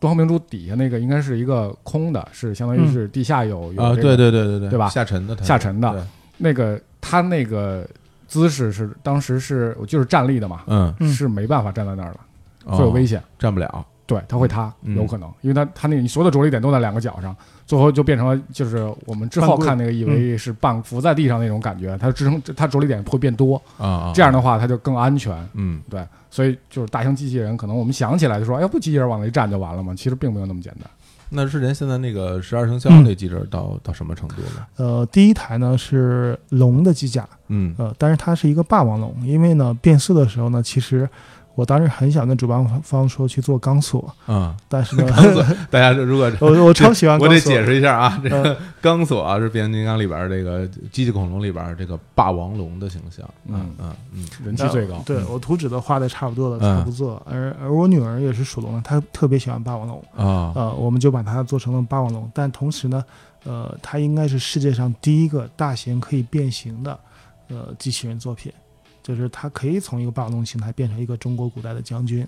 [SPEAKER 4] 东方明珠底下那个应该是一个空的，是相当于是地下有、有、
[SPEAKER 2] 啊，
[SPEAKER 4] 这
[SPEAKER 2] 对
[SPEAKER 4] 个
[SPEAKER 2] 对对对对
[SPEAKER 4] 对吧
[SPEAKER 2] 下沉的它是
[SPEAKER 4] 下沉的
[SPEAKER 2] 对
[SPEAKER 4] 那个他那个姿势是当时是我就是站立的嘛，
[SPEAKER 2] 嗯，
[SPEAKER 3] 嗯
[SPEAKER 4] 是没办法站在那儿了，
[SPEAKER 2] 哦
[SPEAKER 4] 会有危险。
[SPEAKER 2] 站不了，
[SPEAKER 4] 对，他会塌，
[SPEAKER 2] 嗯
[SPEAKER 4] 有可能，因为他他那个你所有的着力点都在两个脚上，最后就变成了就是我们之后
[SPEAKER 3] 半跪
[SPEAKER 4] 看那个 EVA 是半伏在地上那种感觉，它支撑它着力点会变多，
[SPEAKER 2] 啊啊，
[SPEAKER 4] 这样的话它就更安全。
[SPEAKER 2] 嗯
[SPEAKER 4] 对，所以就是大型机器人，可能我们想起来就说，哎，不机器人往那一站就完了吗？其实并没有那么简单。
[SPEAKER 2] 那之前现在那个十二生
[SPEAKER 3] 嗯
[SPEAKER 2] 肖那机制到、到什么程度了？
[SPEAKER 3] 呃，第一台呢是龙的机甲，
[SPEAKER 2] 嗯
[SPEAKER 3] 呃，但是它是一个霸王龙，因为呢变色的时候呢，其实我当时很想跟主办方说去做钢索，
[SPEAKER 2] 啊，
[SPEAKER 3] 但是呢，
[SPEAKER 2] 钢索，大家如果
[SPEAKER 3] 我我超喜
[SPEAKER 2] (laughs)
[SPEAKER 3] 欢
[SPEAKER 2] 我
[SPEAKER 3] 钢
[SPEAKER 2] 得
[SPEAKER 3] 索，
[SPEAKER 2] 解释一下啊，这
[SPEAKER 3] 呃
[SPEAKER 2] 个钢索啊是变形金刚里边这个机器恐龙里边这个霸王龙的形象，
[SPEAKER 4] 嗯
[SPEAKER 2] 嗯嗯
[SPEAKER 4] 人气最高。
[SPEAKER 3] 对
[SPEAKER 2] 嗯
[SPEAKER 3] 我图纸都画的差不多了，差不多。而而我女儿也是属龙的，她特别喜欢霸王龙，
[SPEAKER 2] 啊
[SPEAKER 3] 呃，我们就把它做成了霸王龙。但同时呢，呃，它应该是世界上第一个大型可以变形的呃机器人作品，就是它可以从一个霸王龙形态变成一个中国古代的将军。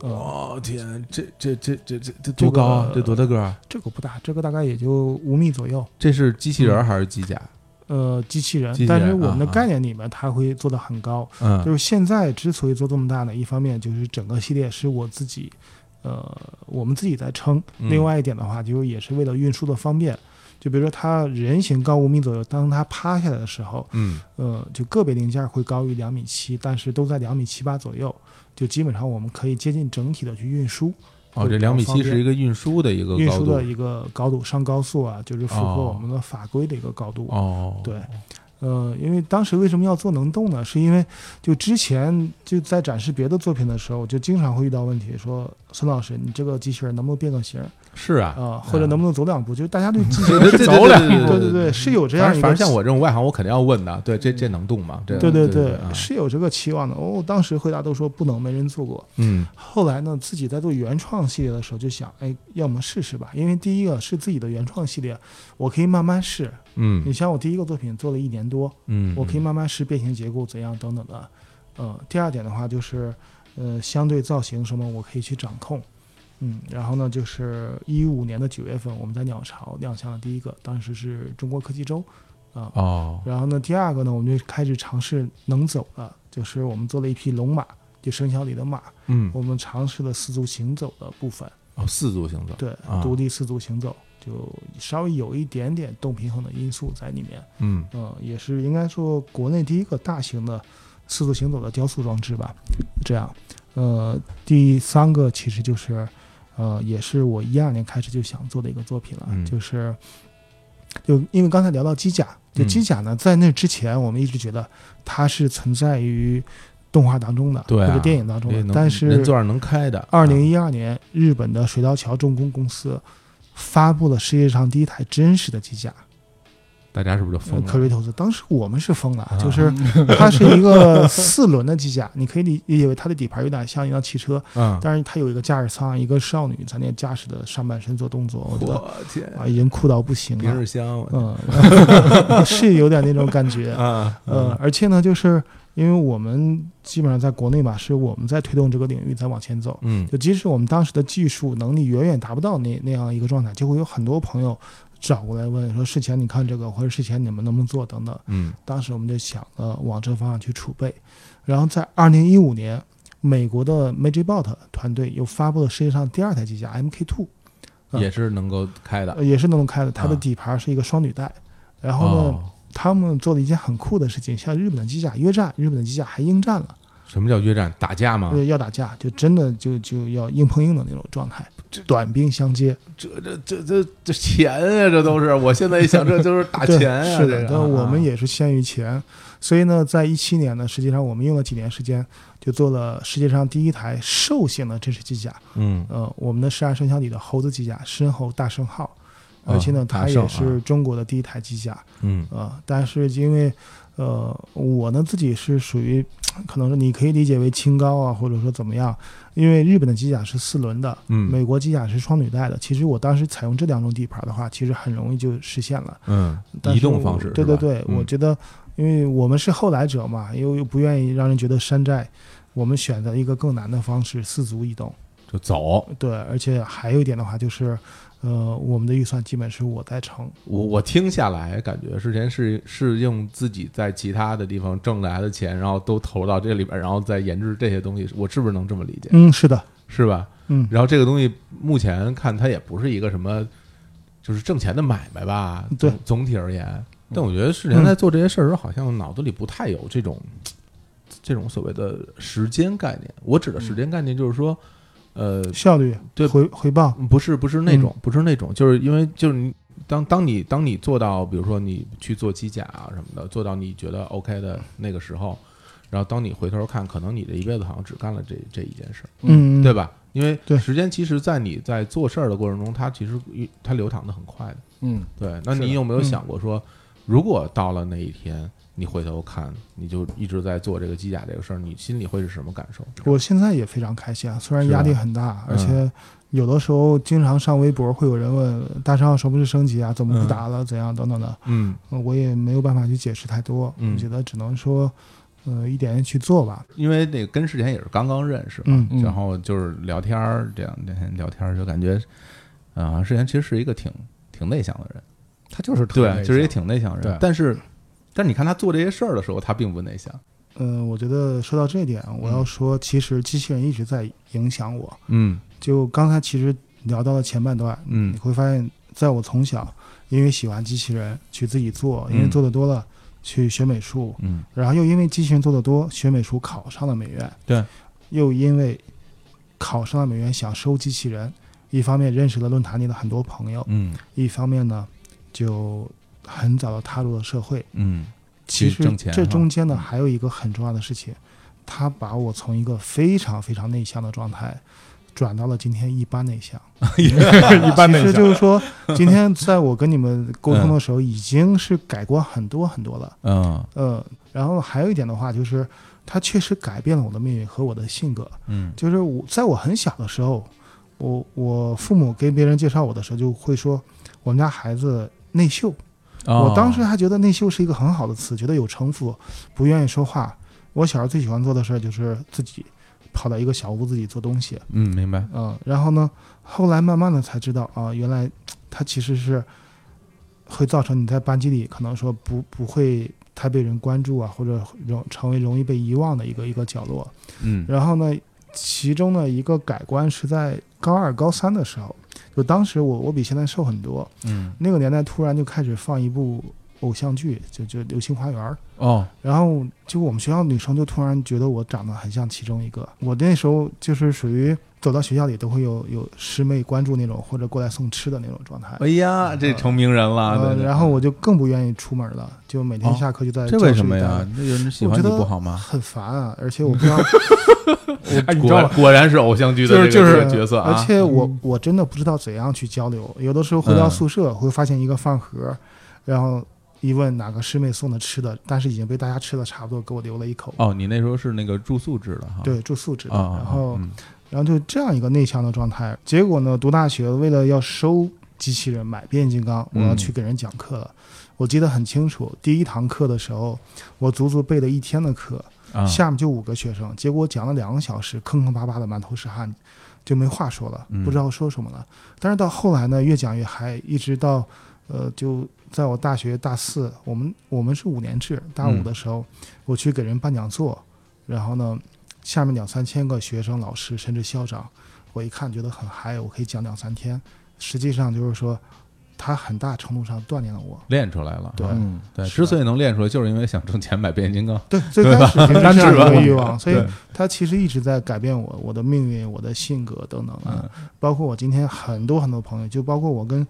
[SPEAKER 3] 呃，
[SPEAKER 2] 哦天，这这这这这这
[SPEAKER 3] 这
[SPEAKER 2] 多
[SPEAKER 3] 个
[SPEAKER 2] 高啊？这多大个儿啊？
[SPEAKER 3] 这个不大，这个大概也就五米左右。
[SPEAKER 2] 这是机器人儿还是机甲？
[SPEAKER 3] 呃，机器人
[SPEAKER 2] 机，器
[SPEAKER 3] 但是
[SPEAKER 2] 人
[SPEAKER 3] 我们的
[SPEAKER 2] 啊啊
[SPEAKER 3] 概念里面，它会做得很高。就
[SPEAKER 2] 嗯
[SPEAKER 3] 是现在之所以做这么大呢，一方面就是整个系列是我自己，呃，我们自己在撑；
[SPEAKER 2] 嗯
[SPEAKER 3] 另外一点的话，就是也是为了运输的方便。就比如说它人行高五米左右，当它趴下来的时候，
[SPEAKER 2] 嗯
[SPEAKER 3] 呃，就个别零件会高于两米七，但是都在两米七八左右，就基本上我们可以接近整体的去运输，
[SPEAKER 2] 哦，这两米七是一个运输的一个
[SPEAKER 3] 运
[SPEAKER 2] 高
[SPEAKER 3] 输
[SPEAKER 2] 度
[SPEAKER 3] 的一个高度上高速啊，就是符合我们的法规的一个高度。
[SPEAKER 2] 哦，
[SPEAKER 3] 对，呃，因为当时为什么要做能动呢？是因为就之前就在展示别的作品的时候，我就经常会遇到问题，说孙老师，你这个机器人能不能变个形儿
[SPEAKER 2] 是
[SPEAKER 3] 啊、
[SPEAKER 2] 啊，
[SPEAKER 3] 或者能不能走两步？就是大家对机器人
[SPEAKER 2] 对对
[SPEAKER 3] 是
[SPEAKER 2] 对
[SPEAKER 3] 走两
[SPEAKER 2] 对
[SPEAKER 3] 步，
[SPEAKER 2] 对
[SPEAKER 3] 对
[SPEAKER 2] 对对
[SPEAKER 3] 对，是有这
[SPEAKER 2] 反
[SPEAKER 3] 样
[SPEAKER 2] 正
[SPEAKER 3] 一
[SPEAKER 2] 反
[SPEAKER 3] 个嗯
[SPEAKER 2] 正像。我这种外行，我肯定要问的，对，这这能动吗？这
[SPEAKER 3] 对对
[SPEAKER 2] 对啊
[SPEAKER 3] 对，，是有这个期望的。哦，当时回答都说不能，没人做过。
[SPEAKER 2] 嗯
[SPEAKER 3] 后来呢，自己在做原创系列的时候，就想，哎，要么试试吧。因为第一个是自己的原创系列，我可以慢慢试。
[SPEAKER 2] 嗯
[SPEAKER 3] 你像我第一个作品做了一年多，
[SPEAKER 2] 嗯，
[SPEAKER 3] 我可以慢慢试变形结构怎样等等的。呃，第二点的话就是，呃，相对造型什么我可以去掌控。嗯，然后呢，就是一五年的九月份，我们在鸟巢亮相了第一个，当时是中国科技周啊、
[SPEAKER 2] 哦，
[SPEAKER 3] 然后呢，第二个呢，我们就开始尝试能走了，就是我们做了一匹龙马，就生肖里的马，
[SPEAKER 2] 嗯，
[SPEAKER 3] 我们尝试了四足行走的部分，
[SPEAKER 2] 哦，四足行走，
[SPEAKER 3] 对，
[SPEAKER 2] 啊
[SPEAKER 3] 独立四足行走，就稍微有一点点动平衡的因素在里面。
[SPEAKER 2] 嗯
[SPEAKER 3] 嗯，也是应该说国内第一个大型的四足行走的雕塑装置吧。这样，呃，第三个其实就是，呃，也是我一二年开始就想做的一个作品了，
[SPEAKER 2] 嗯
[SPEAKER 3] 就是，就因为刚才聊到机甲，就
[SPEAKER 2] 嗯
[SPEAKER 3] 机甲呢，在那之前我们一直觉得它是存在于动画当中的，
[SPEAKER 2] 对啊
[SPEAKER 3] 或者电影当中
[SPEAKER 2] 这
[SPEAKER 3] 的，
[SPEAKER 2] 能
[SPEAKER 3] 但
[SPEAKER 2] 人
[SPEAKER 3] 是
[SPEAKER 2] 坐。上能开的，啊
[SPEAKER 3] 二零一二年，日本的水道桥重工公司发布了世界上第一台真实的机甲，
[SPEAKER 2] 大家是不是就疯
[SPEAKER 3] 科
[SPEAKER 2] 了？
[SPEAKER 3] 瑞投资，当时我们是疯了，
[SPEAKER 2] 啊
[SPEAKER 3] 就是 (laughs) 它是一个四轮的机甲，你可以理理解为它的底盘有点像一辆汽车，
[SPEAKER 2] 嗯，
[SPEAKER 3] 但是它有一个驾驶舱，一个少女在那驾驶的上半身做动作，我觉得
[SPEAKER 2] 我天，
[SPEAKER 3] 啊，已经酷到不行
[SPEAKER 2] 明
[SPEAKER 3] 了
[SPEAKER 2] 日，香，我
[SPEAKER 3] 嗯，是有点那种
[SPEAKER 2] (laughs)
[SPEAKER 3] 感觉，
[SPEAKER 2] 啊，
[SPEAKER 3] 呃，而且呢，就是因为我们基本上在国内吧，是我们在推动这个领域在往前走，
[SPEAKER 2] 嗯
[SPEAKER 3] 就即使我们当时的技术能力远远达不到那那样一个状态，就会有很多朋友找过来问说：“事前你看这个，或者事前你们能不能做等等。
[SPEAKER 2] 嗯”
[SPEAKER 3] 当时我们就想呃往这方向去储备，然后在二零一五年，美国的 MagicBot 团队又发布了世界上第二台机甲 MK2，嗯
[SPEAKER 2] 也是能够开的。
[SPEAKER 3] 呃也是能够开的，它的
[SPEAKER 2] 啊
[SPEAKER 3] 底盘是一个双履带。然后呢，
[SPEAKER 2] 哦，
[SPEAKER 3] 他们做了一件很酷的事情，像日本的机甲约战，日本的机甲还应战了，
[SPEAKER 2] 什么叫约战？打架吗
[SPEAKER 3] 就？是要打架，就真的就就要硬碰硬的那种状态，短兵相接。
[SPEAKER 2] 这这这这这钱啊，这都是！我现在一想，这就是打
[SPEAKER 3] 对
[SPEAKER 2] 钱啊！这
[SPEAKER 3] 是的，
[SPEAKER 2] 个
[SPEAKER 3] 但我们
[SPEAKER 2] 啊
[SPEAKER 3] 也是限于钱，所以呢，在一七年呢，实际上我们用了几年时间，就做了世界上第一台兽性的真实机甲。
[SPEAKER 2] 嗯
[SPEAKER 3] 呃，我们的十二生肖里的猴子机甲深猴大圣号，
[SPEAKER 2] 啊
[SPEAKER 3] 而且呢，
[SPEAKER 2] 大
[SPEAKER 3] 它
[SPEAKER 2] 圣啊
[SPEAKER 3] 也是中国的第一台机甲。
[SPEAKER 2] 嗯
[SPEAKER 3] 呃，但是因为呃，我呢自己是属于，可能是你可以理解为清高啊，或者说怎么样，因为日本的机甲是四轮的，
[SPEAKER 2] 嗯
[SPEAKER 3] 美国机甲是双履带的。其实我当时采用这两种底盘的话，其实很容易就实现了。
[SPEAKER 2] 嗯，
[SPEAKER 3] 但
[SPEAKER 2] 移
[SPEAKER 3] 是
[SPEAKER 2] 动
[SPEAKER 3] 我
[SPEAKER 2] 方式是吧，
[SPEAKER 3] 对对对，我
[SPEAKER 2] 嗯
[SPEAKER 3] 觉得，因为我们是后来者嘛，又又不愿意让人觉得山寨，我们选择一个更难的方式，四足移动。
[SPEAKER 2] 就走。
[SPEAKER 3] 对，而且还有一点的话就是，呃，我们的预算基本是我在承，
[SPEAKER 2] 我我听下来，感觉之前是是用自己在其他的地方挣来的钱，然后都投到这里边，然后再研制这些东西，我是不是能这么理解？
[SPEAKER 3] 嗯，是的，
[SPEAKER 2] 是吧？
[SPEAKER 3] 嗯，
[SPEAKER 2] 然后这个东西目前看它也不是一个什么，就是挣钱的买卖吧。
[SPEAKER 3] 对嗯
[SPEAKER 2] 总，总体而言，但我觉得世年在做这些事儿的时候，好像脑子里不太有这种这种所谓的时间概念。我指的
[SPEAKER 3] 嗯
[SPEAKER 2] 时间概念就是说，呃，
[SPEAKER 3] 效率
[SPEAKER 2] 对
[SPEAKER 3] 回回报，
[SPEAKER 2] 不是不是那种，不是那种，就是因为就是你当当你当你做到，比如说你去做机甲啊什么的，做到你觉得 OK 的那个时候，然后当你回头看，可能你这一辈子好像只干了这这一件事儿，
[SPEAKER 3] 嗯，嗯
[SPEAKER 2] 对？吧？因为
[SPEAKER 3] 对
[SPEAKER 2] 时间其实，在你在做事儿的过程中，它其实它流淌的很快的。
[SPEAKER 4] 嗯，
[SPEAKER 2] 对，那
[SPEAKER 4] 是的
[SPEAKER 2] 你有没有
[SPEAKER 3] 嗯
[SPEAKER 2] 想过说，如果到了那一天，你回头看，你就一直在做这个机甲这个事儿，你心里会是什么感受？
[SPEAKER 3] 我现在也非常开心啊，虽然
[SPEAKER 2] 是吧
[SPEAKER 3] 压力很大，而
[SPEAKER 2] 嗯
[SPEAKER 3] 且有的时候经常上微博会有人问大商号什么是升级啊，怎么
[SPEAKER 2] 嗯
[SPEAKER 3] 不打了，怎样等等的，
[SPEAKER 2] 嗯，
[SPEAKER 3] 呃我也没有办法去解释太多，
[SPEAKER 2] 嗯
[SPEAKER 3] 我觉得只能说，呃，一点一点去做吧。
[SPEAKER 2] 因为那个跟世前也是刚刚认识嘛，
[SPEAKER 3] 嗯
[SPEAKER 4] 嗯
[SPEAKER 2] 然后就是聊天儿，这两天聊天儿就感觉，啊、世贤其实是一个挺挺内向的人，
[SPEAKER 4] 他就是特别
[SPEAKER 2] 对，就是也挺内向的人
[SPEAKER 4] 对，
[SPEAKER 2] 但是。但是你看他做这些事儿的时候，他并不内向。
[SPEAKER 3] 呃，我觉得说到这一点，啊我要说，其实机器人一直在影响我。
[SPEAKER 2] 嗯
[SPEAKER 3] 就刚才其实聊到了前半段，
[SPEAKER 2] 嗯
[SPEAKER 3] 你会发现，在我从小因为喜欢机器人，去自己做，因为
[SPEAKER 2] 嗯
[SPEAKER 3] 做的多了，去学美术，
[SPEAKER 2] 嗯
[SPEAKER 3] 然后又因为机器人做的多，学美术考上了美院，
[SPEAKER 2] 对，
[SPEAKER 3] 又因为考上了美院想收机器人，一方面认识了论坛里的很多朋友，
[SPEAKER 2] 嗯
[SPEAKER 3] 一方面呢就很早的踏入了社会。
[SPEAKER 2] 嗯
[SPEAKER 3] 其
[SPEAKER 2] 去
[SPEAKER 3] 实
[SPEAKER 2] 挣钱
[SPEAKER 3] 这
[SPEAKER 2] 哈
[SPEAKER 3] 中间呢
[SPEAKER 2] 嗯
[SPEAKER 3] 还有一个很重要的事情，他把我从一个非常非常内向的状态。转到了今天一般内向，
[SPEAKER 4] 一般
[SPEAKER 3] 其
[SPEAKER 4] 内
[SPEAKER 3] 实 (laughs)
[SPEAKER 4] 向。
[SPEAKER 3] 就是说，今天在我跟你们沟通的时候，已经是改过很多很多了。
[SPEAKER 2] 嗯
[SPEAKER 3] 呃，然后还有一点的话，就是它确实改变了我的命运和我的性格。
[SPEAKER 2] 嗯
[SPEAKER 3] 就是我在我很小的时候，我我父母给别人介绍我的时候，就会说我们家孩子内秀。
[SPEAKER 2] 哦
[SPEAKER 3] 我当时还觉得内秀是一个很好的词，觉得有城府，不愿意说话。我小时候最喜欢做的事儿就是自己跑到一个小屋子里做东西。
[SPEAKER 2] 嗯明白，
[SPEAKER 3] 嗯、然后呢，后来慢慢的才知道啊、原来它其实是会造成你在班级里可能说不不会太被人关注啊，或者容成为容易被遗忘的一个一个角落。
[SPEAKER 2] 嗯
[SPEAKER 3] 然后呢，其中的一个改观是在高二高三的时候，就当时我我比现在瘦很多，
[SPEAKER 2] 嗯
[SPEAKER 3] 那个年代突然就开始放一部偶像剧，就就《流星花园》。
[SPEAKER 2] 哦
[SPEAKER 3] 然后就我们学校女生就突然觉得我长得很像其中一个。我那时候就是属于走到学校里都会有有师妹关注那种，或者过来送吃的那种状态。
[SPEAKER 2] 哎呀，这成名人了。
[SPEAKER 3] 呃
[SPEAKER 2] 啊对对
[SPEAKER 3] 然后我就更不愿意出门了，就每天
[SPEAKER 2] 哦
[SPEAKER 3] 下课就在
[SPEAKER 2] 这
[SPEAKER 3] 教
[SPEAKER 2] 为
[SPEAKER 3] 室
[SPEAKER 2] 什
[SPEAKER 3] 里
[SPEAKER 2] 么
[SPEAKER 3] 待
[SPEAKER 2] 呀
[SPEAKER 3] 着？？
[SPEAKER 2] 那有人喜
[SPEAKER 3] 我
[SPEAKER 2] 欢
[SPEAKER 3] 觉
[SPEAKER 2] 你
[SPEAKER 3] 得
[SPEAKER 2] 不好吗？
[SPEAKER 3] 很烦啊，而且我不
[SPEAKER 2] (laughs)
[SPEAKER 3] 知道，
[SPEAKER 4] 哎，你知
[SPEAKER 2] 果
[SPEAKER 4] 道
[SPEAKER 2] 然
[SPEAKER 4] 吗？
[SPEAKER 2] 果然是偶像剧的
[SPEAKER 4] 就是
[SPEAKER 2] 这个
[SPEAKER 4] 就是
[SPEAKER 2] 这个角色啊，
[SPEAKER 3] 而且我我真的不知道怎样去交流。有的时候回到宿舍会发现一个饭盒，然后一问哪个师妹送的吃的，但是已经被大家吃的差不多，给我留了一口。
[SPEAKER 2] 哦，你那时候是那个住宿制的哈？
[SPEAKER 3] 对，住宿制的，
[SPEAKER 2] 啊，啊，
[SPEAKER 3] 然后
[SPEAKER 2] 嗯
[SPEAKER 3] 然后就这样一个内向的状态。结果呢，读大学为了要收机器人买变形金刚，我
[SPEAKER 2] 嗯
[SPEAKER 3] 要去给人讲课了。我记得很清楚，第一堂课的时候，我足足备了一天的课，
[SPEAKER 2] 啊
[SPEAKER 3] 下面就五个学生，结果讲了两个小时，坑坑巴巴的，满头是汗，就没话说了
[SPEAKER 2] 嗯，
[SPEAKER 3] 不知道说什么了。但是到后来呢，越讲越嗨，一直到呃，就在我大学大四，我们我们是五年制，大五的时候，我去给人办讲座，然后呢，下面两三千个学生、老师甚至校长，我一看觉得很嗨，我可以讲两三天。实际上就是说，它很大程度上锻炼了我。
[SPEAKER 2] 练出来了。
[SPEAKER 3] 对
[SPEAKER 2] 啊
[SPEAKER 4] 嗯，
[SPEAKER 2] 对，
[SPEAKER 3] 是
[SPEAKER 2] 之
[SPEAKER 3] 的
[SPEAKER 2] 所以能练出来，就是因为想挣钱买变形金刚。 (laughs)
[SPEAKER 3] 对，最开始就是这
[SPEAKER 4] 单
[SPEAKER 3] 样
[SPEAKER 4] 纯
[SPEAKER 3] 一个
[SPEAKER 4] 吧
[SPEAKER 3] 欲望，所以
[SPEAKER 2] 对
[SPEAKER 3] 它其实一直在改变我，我的命运、我的性格等等啊。
[SPEAKER 2] 嗯
[SPEAKER 3] 包括我今天很多很多朋友，就包括我跟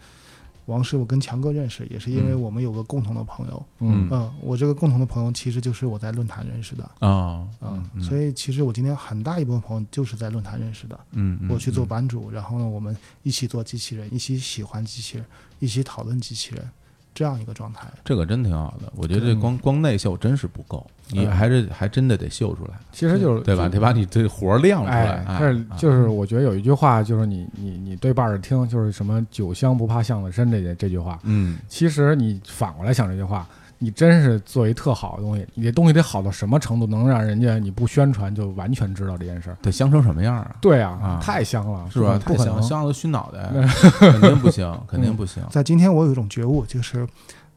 [SPEAKER 3] 王师傅跟强哥认识，也是因为
[SPEAKER 2] 嗯
[SPEAKER 3] 我们有个共同的朋友。
[SPEAKER 2] 嗯
[SPEAKER 3] 嗯、我这个共同的朋友其实就是我在论坛认识的。
[SPEAKER 2] 啊，
[SPEAKER 3] 嗯，
[SPEAKER 2] 嗯
[SPEAKER 3] 所以其实我今天很大一部分朋友就是在论坛认识的。
[SPEAKER 2] 嗯，嗯
[SPEAKER 3] 我去做版主，然后呢，我们一起做机器人，一起喜欢机器人，一起讨论机器人，这样一个状态。
[SPEAKER 2] 这个真挺好的，我觉得这
[SPEAKER 3] 嗯
[SPEAKER 2] 光光内秀真是不够，你还是还真的得秀出来，
[SPEAKER 4] 其实就是
[SPEAKER 2] 对吧？得把你这活儿亮出来
[SPEAKER 4] 哎，。
[SPEAKER 2] 哎
[SPEAKER 4] 但是
[SPEAKER 2] 啊
[SPEAKER 4] 就是我觉得有一句话，就是你你你对伴着听，就是什么“酒香不怕巷子深”这这句话。
[SPEAKER 2] 嗯，
[SPEAKER 4] 其实你反过来想这句话，你真是做一特好的东西，你这东西得好到什么程度，能让人家你不宣传就完全知道这件事儿？
[SPEAKER 2] 得香成什么样啊？
[SPEAKER 4] 对
[SPEAKER 2] 啊
[SPEAKER 4] 啊，太香了，
[SPEAKER 2] 是吧？
[SPEAKER 4] 不
[SPEAKER 2] 太
[SPEAKER 4] 可
[SPEAKER 2] 香
[SPEAKER 4] 能
[SPEAKER 2] 了，。香了熏脑
[SPEAKER 3] (laughs)
[SPEAKER 2] 袋，肯定不
[SPEAKER 3] 嗯
[SPEAKER 2] 行，肯定不行。
[SPEAKER 3] 在今天，我有一种觉悟，就是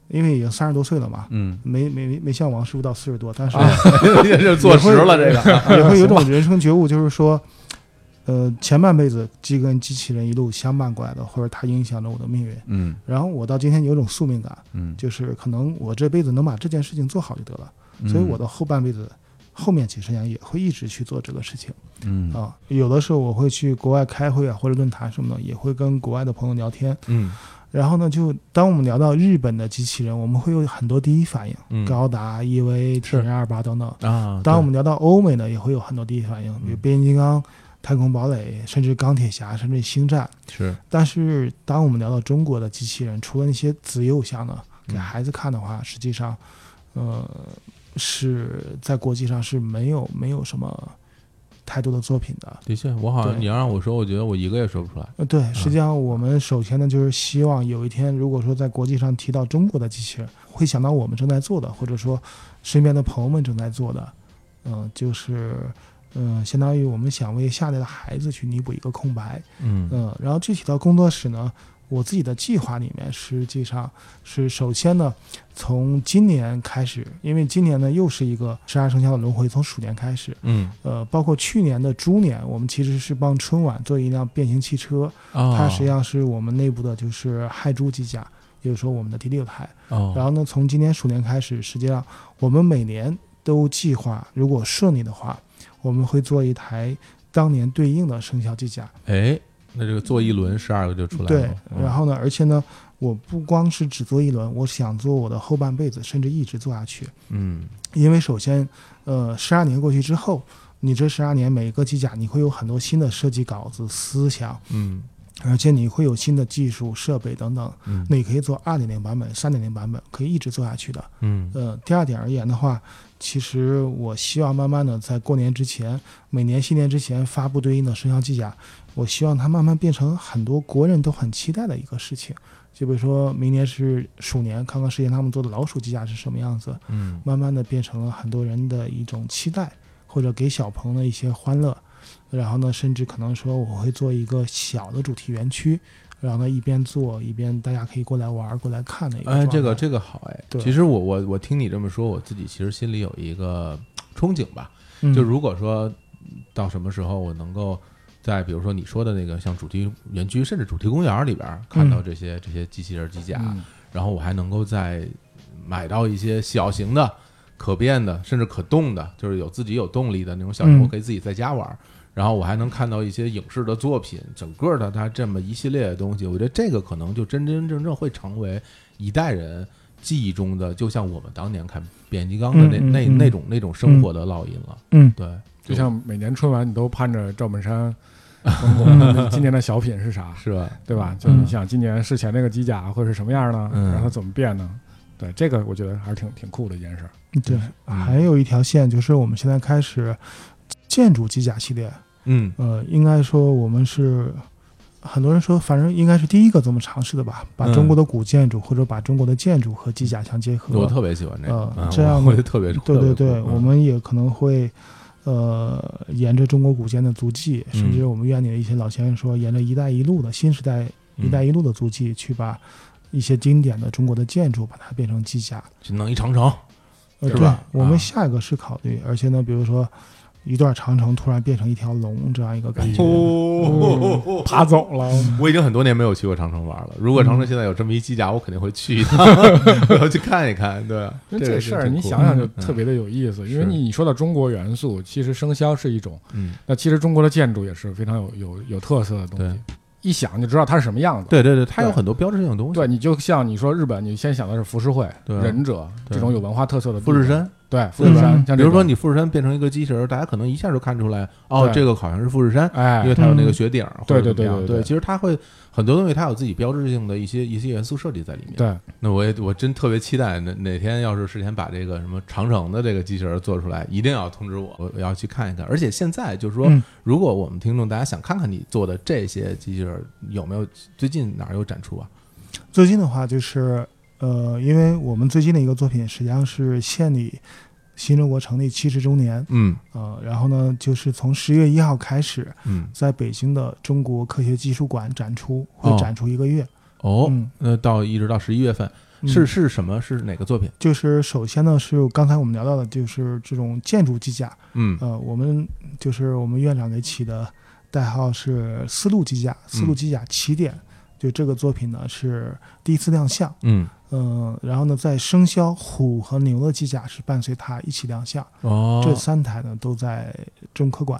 [SPEAKER 3] 因为已经三十多岁了嘛，
[SPEAKER 2] (laughs) 嗯，
[SPEAKER 3] 没没没像王师傅到四十多，但是
[SPEAKER 2] 啊这是坐实了这个。
[SPEAKER 3] (laughs) 也会有一种人生觉悟，就是说，呃，前半辈子既跟机器人一路相伴过来的，或者它影响着我的命运。
[SPEAKER 2] 嗯
[SPEAKER 3] 然后我到今天有一种宿命感，
[SPEAKER 2] 嗯，
[SPEAKER 3] 就是可能我这辈子能把这件事情做好就得了，
[SPEAKER 2] 嗯
[SPEAKER 3] 所以我的后半辈子。后面几十年也会一直去做这个事情
[SPEAKER 2] 嗯
[SPEAKER 3] 啊，有的时候我会去国外开会啊，或者论坛什么的，也会跟国外的朋友聊天。
[SPEAKER 2] 嗯
[SPEAKER 3] 然后呢，就当我们聊到日本的机器人，我们会有很多第一反应，
[SPEAKER 2] 嗯
[SPEAKER 3] 高达、EVA、T
[SPEAKER 4] 是
[SPEAKER 3] 二八等等。
[SPEAKER 2] 啊，
[SPEAKER 3] 当我们聊到欧美呢，也会有很多第一反应，比如
[SPEAKER 2] 嗯
[SPEAKER 3] 变形金刚、太空堡垒，甚至钢铁侠，甚至星战。
[SPEAKER 2] 对是
[SPEAKER 3] 但是，当我们聊到中国的机器人，除了那些子幼项呢，
[SPEAKER 2] 嗯
[SPEAKER 3] 给孩子看的话，实际上，呃，是在国际上是没有没有什么太多的作品的。
[SPEAKER 2] 的确，我好像
[SPEAKER 3] 对
[SPEAKER 2] 你要让我说，我觉得我一个也说不出来。
[SPEAKER 3] 呃，对，实际上我们首先呢，就是希望有一天，如果说在国际上提到中国的机器人，会想到我们正在做的，或者说身边的朋友们正在做的，嗯、就是，嗯、相当于我们想为下一代的孩子去弥补一个空白，
[SPEAKER 2] 嗯
[SPEAKER 3] 嗯、然后具体到工作室呢，我自己的计划里面，实际上是首先呢，从今年开始，因为今年呢又是一个十二生肖的轮回，从鼠年开始，
[SPEAKER 2] 嗯
[SPEAKER 3] 呃，包括去年的猪年，我们其实是帮春晚做一辆变形汽车。
[SPEAKER 2] 啊，
[SPEAKER 3] 它实际上是我们内部的就是亥猪机甲，也就是说我们的第六台。然
[SPEAKER 2] 哦，
[SPEAKER 3] 后呢，从今年鼠年开始，实际上我们每年都计划，如果顺利的话，我们会做一台当年对应的生肖机甲。
[SPEAKER 2] 哎，那这个做一轮十二个就出来
[SPEAKER 3] 对
[SPEAKER 2] 了。，嗯
[SPEAKER 3] 然后呢，而且呢，我不光是只做一轮，我想做我的后半辈子，甚至一直做下去。
[SPEAKER 2] 嗯
[SPEAKER 3] 因为首先，呃，十二年过去之后，你这十二年每一个机甲，你会有很多新的设计稿子、思想，
[SPEAKER 2] 嗯
[SPEAKER 3] 而且你会有新的技术、设备等等。
[SPEAKER 2] 嗯
[SPEAKER 3] 那你可以做二点零版本、三点零版本，可以一直做下去的。
[SPEAKER 2] 嗯
[SPEAKER 3] 呃，第二点而言的话，其实我希望慢慢的在过年之前，每年新年之前发布对应的生肖机甲，我希望它慢慢变成很多国人都很期待的一个事情。就比如说明年是鼠年，看看世界他们做的老鼠机甲是什么样子，
[SPEAKER 2] 嗯
[SPEAKER 3] 慢慢的变成了很多人的一种期待，或者给小朋友的一些欢乐。然后呢，甚至可能说我会做一个小的主题园区，然后呢一边做一边大家可以过来玩儿、过来看的一个状态。
[SPEAKER 2] 哎，这个这个好哎。
[SPEAKER 3] 对
[SPEAKER 2] 其实我我我听你这么说，我自己其实心里有一个憧憬吧。
[SPEAKER 3] 嗯
[SPEAKER 2] 就如果说到什么时候我能够在比如说你说的那个像主题园区，甚至主题公园里边儿看
[SPEAKER 3] 嗯
[SPEAKER 2] 到这些、这些机器人机甲，啊
[SPEAKER 4] 嗯
[SPEAKER 2] 然后我还能够再买到一些小型的、可变的，甚至可动的，就是有自己有动力的那种小型，
[SPEAKER 3] 嗯
[SPEAKER 2] 我可以自己在家玩儿。然后我还能看到一些影视的作品，整个的它这么一系列的东西，我觉得这个可能就真真正正会成为一代人记忆中的，就像我们当年看变形金刚的那、
[SPEAKER 3] 嗯嗯
[SPEAKER 2] 那
[SPEAKER 3] 嗯
[SPEAKER 2] 那种那种生活的烙印了。
[SPEAKER 3] 嗯，
[SPEAKER 2] 对，
[SPEAKER 4] 就像每年春晚你都盼着赵
[SPEAKER 2] (laughs)
[SPEAKER 4] 本山冯巩今年的小品是啥，
[SPEAKER 2] 是吧？
[SPEAKER 4] 对吧？就你想今年事前那个机甲会是什么样呢？
[SPEAKER 2] 嗯
[SPEAKER 4] 然后怎么变呢？对，这个我觉得还是挺挺酷的一件事儿。
[SPEAKER 3] 嗯对，
[SPEAKER 2] 嗯
[SPEAKER 3] 还有一条线就是我们现在开始建筑机甲系列，
[SPEAKER 2] 嗯
[SPEAKER 3] 呃，应该说我们是很多人说，反正应该是第一个这么尝试的吧，把
[SPEAKER 2] 嗯
[SPEAKER 3] 中国的古建筑或者把中国的建筑和机甲相结合。
[SPEAKER 2] 嗯我特别喜欢这个，
[SPEAKER 3] 呃
[SPEAKER 2] 嗯
[SPEAKER 3] 这样
[SPEAKER 2] 我我就特别
[SPEAKER 3] 对对
[SPEAKER 2] 特别
[SPEAKER 3] 对，
[SPEAKER 2] 酷嗯
[SPEAKER 3] 我们也可能会。呃，沿着中国古建的足迹，
[SPEAKER 2] 嗯
[SPEAKER 3] 甚至我们院里的一些老先生说，沿着“一带一路”的新时代“一带
[SPEAKER 2] 嗯
[SPEAKER 3] 一路”的足迹，去把一些经典的中国的建筑，把它变成机甲。
[SPEAKER 2] 去弄一长城，
[SPEAKER 3] 呃，
[SPEAKER 2] 是
[SPEAKER 3] 对
[SPEAKER 2] 吧，
[SPEAKER 3] 我
[SPEAKER 2] 啊
[SPEAKER 3] 们下一个是考虑，而且呢，比如说，一段长城突然变成一条龙这样一个感
[SPEAKER 2] 哎
[SPEAKER 3] 觉。嗯
[SPEAKER 2] 哦，
[SPEAKER 4] 爬走了。
[SPEAKER 2] (laughs) 我已经很多年没有去过长城玩了。如果长城现在有这么一机甲，我肯定会去一
[SPEAKER 4] (laughs)
[SPEAKER 2] 趟，我要去看一看。对，
[SPEAKER 4] 因为
[SPEAKER 2] 这
[SPEAKER 4] 这
[SPEAKER 2] 个
[SPEAKER 4] 事
[SPEAKER 2] 是
[SPEAKER 4] 儿
[SPEAKER 2] 挺
[SPEAKER 4] 你
[SPEAKER 2] 酷
[SPEAKER 4] 想想
[SPEAKER 2] 的
[SPEAKER 4] 就特别的有意思，因为
[SPEAKER 2] 是
[SPEAKER 4] 你你说到中国元素，其实生肖是一种，
[SPEAKER 2] 嗯，
[SPEAKER 4] 那其实中国的建筑也是非常有有有特色的东西，一想就知道它是什么样子。
[SPEAKER 2] 对对对，它有
[SPEAKER 4] 对
[SPEAKER 2] 很多标志性的东西，
[SPEAKER 4] 对，你就像你说日本，你先想的是浮世绘、
[SPEAKER 2] 对啊
[SPEAKER 4] 忍者
[SPEAKER 2] 对
[SPEAKER 4] 这种有文化特色的地
[SPEAKER 2] 富
[SPEAKER 4] 方
[SPEAKER 2] 士，山。
[SPEAKER 4] 对富士
[SPEAKER 3] 对吧
[SPEAKER 4] 山，像
[SPEAKER 2] 比
[SPEAKER 4] 这
[SPEAKER 2] 如说
[SPEAKER 4] 种
[SPEAKER 2] 你富士山变成一个机器人儿，大家可能一下就看出来，哦，
[SPEAKER 4] 对
[SPEAKER 2] 这个好像是富士山，因
[SPEAKER 4] 哎
[SPEAKER 2] 为，它有那个
[SPEAKER 3] 嗯
[SPEAKER 2] 雪顶儿，
[SPEAKER 4] 对
[SPEAKER 2] 或者
[SPEAKER 4] 对
[SPEAKER 2] 怎么
[SPEAKER 4] 对
[SPEAKER 2] 样
[SPEAKER 4] 对
[SPEAKER 2] 对
[SPEAKER 4] 对
[SPEAKER 2] 其实它会很多东西，它有自己标志性的一些一些元素设计在里面。
[SPEAKER 4] 嗯对，
[SPEAKER 2] 那我也我真特别期待哪哪天要是事先把这个什么长城的这个机器人做出来，一定要通知我，我要去看一看。而且现在就是说，
[SPEAKER 3] 嗯
[SPEAKER 2] 如果我们听众大家想看看你做的这些机器人有没有最近哪儿有展出啊？
[SPEAKER 3] 最近的话就是，呃，因为我们最近的一个作品实际上是献礼新中国成立七十周年，
[SPEAKER 2] 嗯
[SPEAKER 3] 呃，然后呢，就是从十月一号开始，
[SPEAKER 2] 嗯
[SPEAKER 3] 在北京的中国科学技术馆展出，会
[SPEAKER 2] 哦
[SPEAKER 3] 展出一个月。
[SPEAKER 2] 哦，
[SPEAKER 3] 嗯
[SPEAKER 2] 那到一直到十一月份、
[SPEAKER 3] 嗯
[SPEAKER 2] 是是什么？是哪个作品？
[SPEAKER 3] 就是首先呢，是刚才我们聊到的，就是这种建筑机甲，
[SPEAKER 2] 嗯
[SPEAKER 3] 呃，我们就是我们院长给起的代号是“丝路机
[SPEAKER 2] 嗯
[SPEAKER 3] 甲”，丝路机甲起点。就这个作品呢是第一次亮相，
[SPEAKER 2] 嗯
[SPEAKER 3] 嗯、然后呢，在生肖虎和牛的机甲是伴随它一起亮相，
[SPEAKER 2] 哦，
[SPEAKER 3] 这三台呢都在中科馆，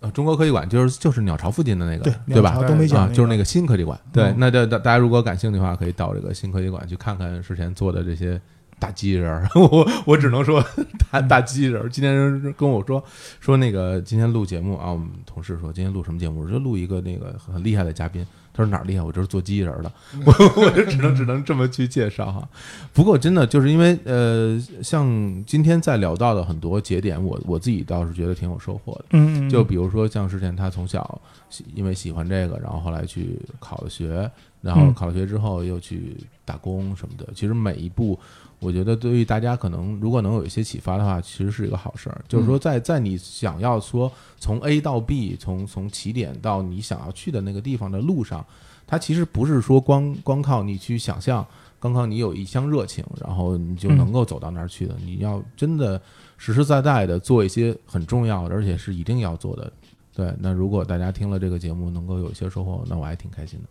[SPEAKER 2] 呃，中国科技馆就是就是鸟巢附近的那个，
[SPEAKER 3] 对
[SPEAKER 2] 对吧
[SPEAKER 3] 鸟巢？东北角
[SPEAKER 2] 啊，
[SPEAKER 3] 那
[SPEAKER 2] 就是那
[SPEAKER 3] 个
[SPEAKER 2] 个新科技馆。对
[SPEAKER 3] 嗯，
[SPEAKER 2] 那这大大家如果感兴趣的话，可以到这个新科技馆去看看之前做的这些大机器人儿。 (laughs) 我我只能说
[SPEAKER 3] 嗯
[SPEAKER 2] 大大机器人儿。今天跟我说说那个今天录节目啊，我们同事说今天录什么节目？我说录一个那个很厉害的嘉宾。他说哪儿厉害？我就是做机器人儿的，
[SPEAKER 3] 嗯
[SPEAKER 2] 我 (laughs) 我就只能只能这么去介绍哈。不过真的就是因为呃，像今天在聊到的很多节点，我我自己倒是觉得挺有收获的。
[SPEAKER 3] 嗯
[SPEAKER 2] 就比如说像之前他从小喜因为喜欢这个，然后后来去考了学，然后
[SPEAKER 3] 嗯
[SPEAKER 2] 考了学之后又去打工什么的。其实每一步，我觉得对于大家可能如果能有一些启发的话，其实是一个好事儿。就是说
[SPEAKER 3] 嗯
[SPEAKER 2] 在，在你想要说从 A 到 B，从从起点到你想要去的那个地方的路上，它其实不是说光光靠你去想象。光靠你有一腔热情，然后你就能够走到那儿去的。
[SPEAKER 3] 嗯
[SPEAKER 2] 你要真的实实在在的做一些很重要的，而且是一定要做的。对，那如果大家听了这个节目能够有一些收获，那我还挺开心的。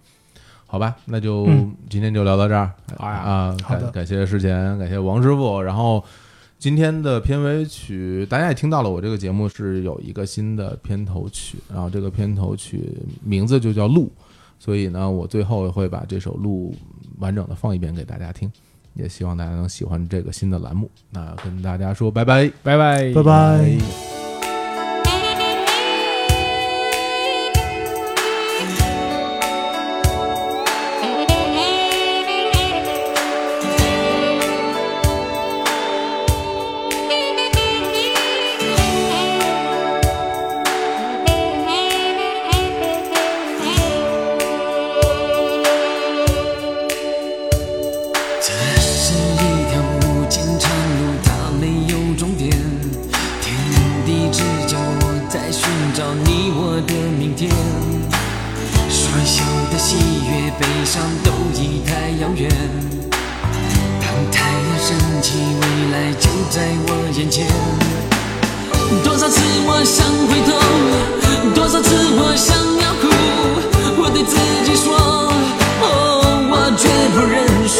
[SPEAKER 2] 好吧，那就
[SPEAKER 3] 嗯
[SPEAKER 2] 今天就聊到这儿。
[SPEAKER 4] 哎呀
[SPEAKER 2] 啊，
[SPEAKER 3] 好的
[SPEAKER 2] 感感谢世贤，感谢王师傅。然后今天的片尾曲，大家也听到了，我这个节目是有一个新的片头曲，然后这个片头曲名字就叫《路》，所以呢，我最后会把这首《路》完整的放一遍给大家听，也希望大家能喜欢这个新的栏目。那跟大家说拜拜。
[SPEAKER 4] 拜拜，
[SPEAKER 3] 拜拜。
[SPEAKER 1] 这是一条无尽长路，它没有终点。天地之角，我在寻找你我的明天。喧嚣的喜悦，悲伤都已太遥远。当太阳升起，未来就在我眼前。多少次我想回头，多少次我想要哭，我对自己说，哦，我绝不认输。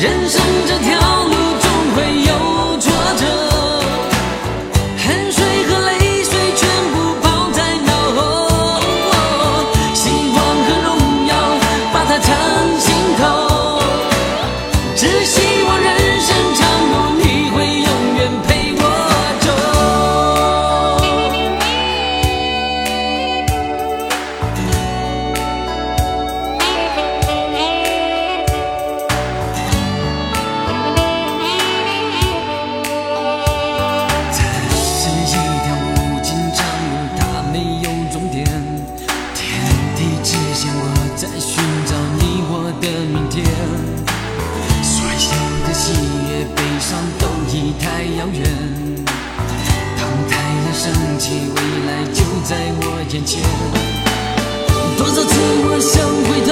[SPEAKER 1] 人生这条路总会有挫折，汗水和泪水全部抛在脑后，希望和荣耀把它藏心口。只希望人生长路，你会永远陪我走。这是一条无尽长路，它没有终点。天地之间，我在寻找你我的明天。所有的喜悦、悲伤都已太遥远。当太阳升起，未来就在我眼前。多少次我想回头，哦哦哦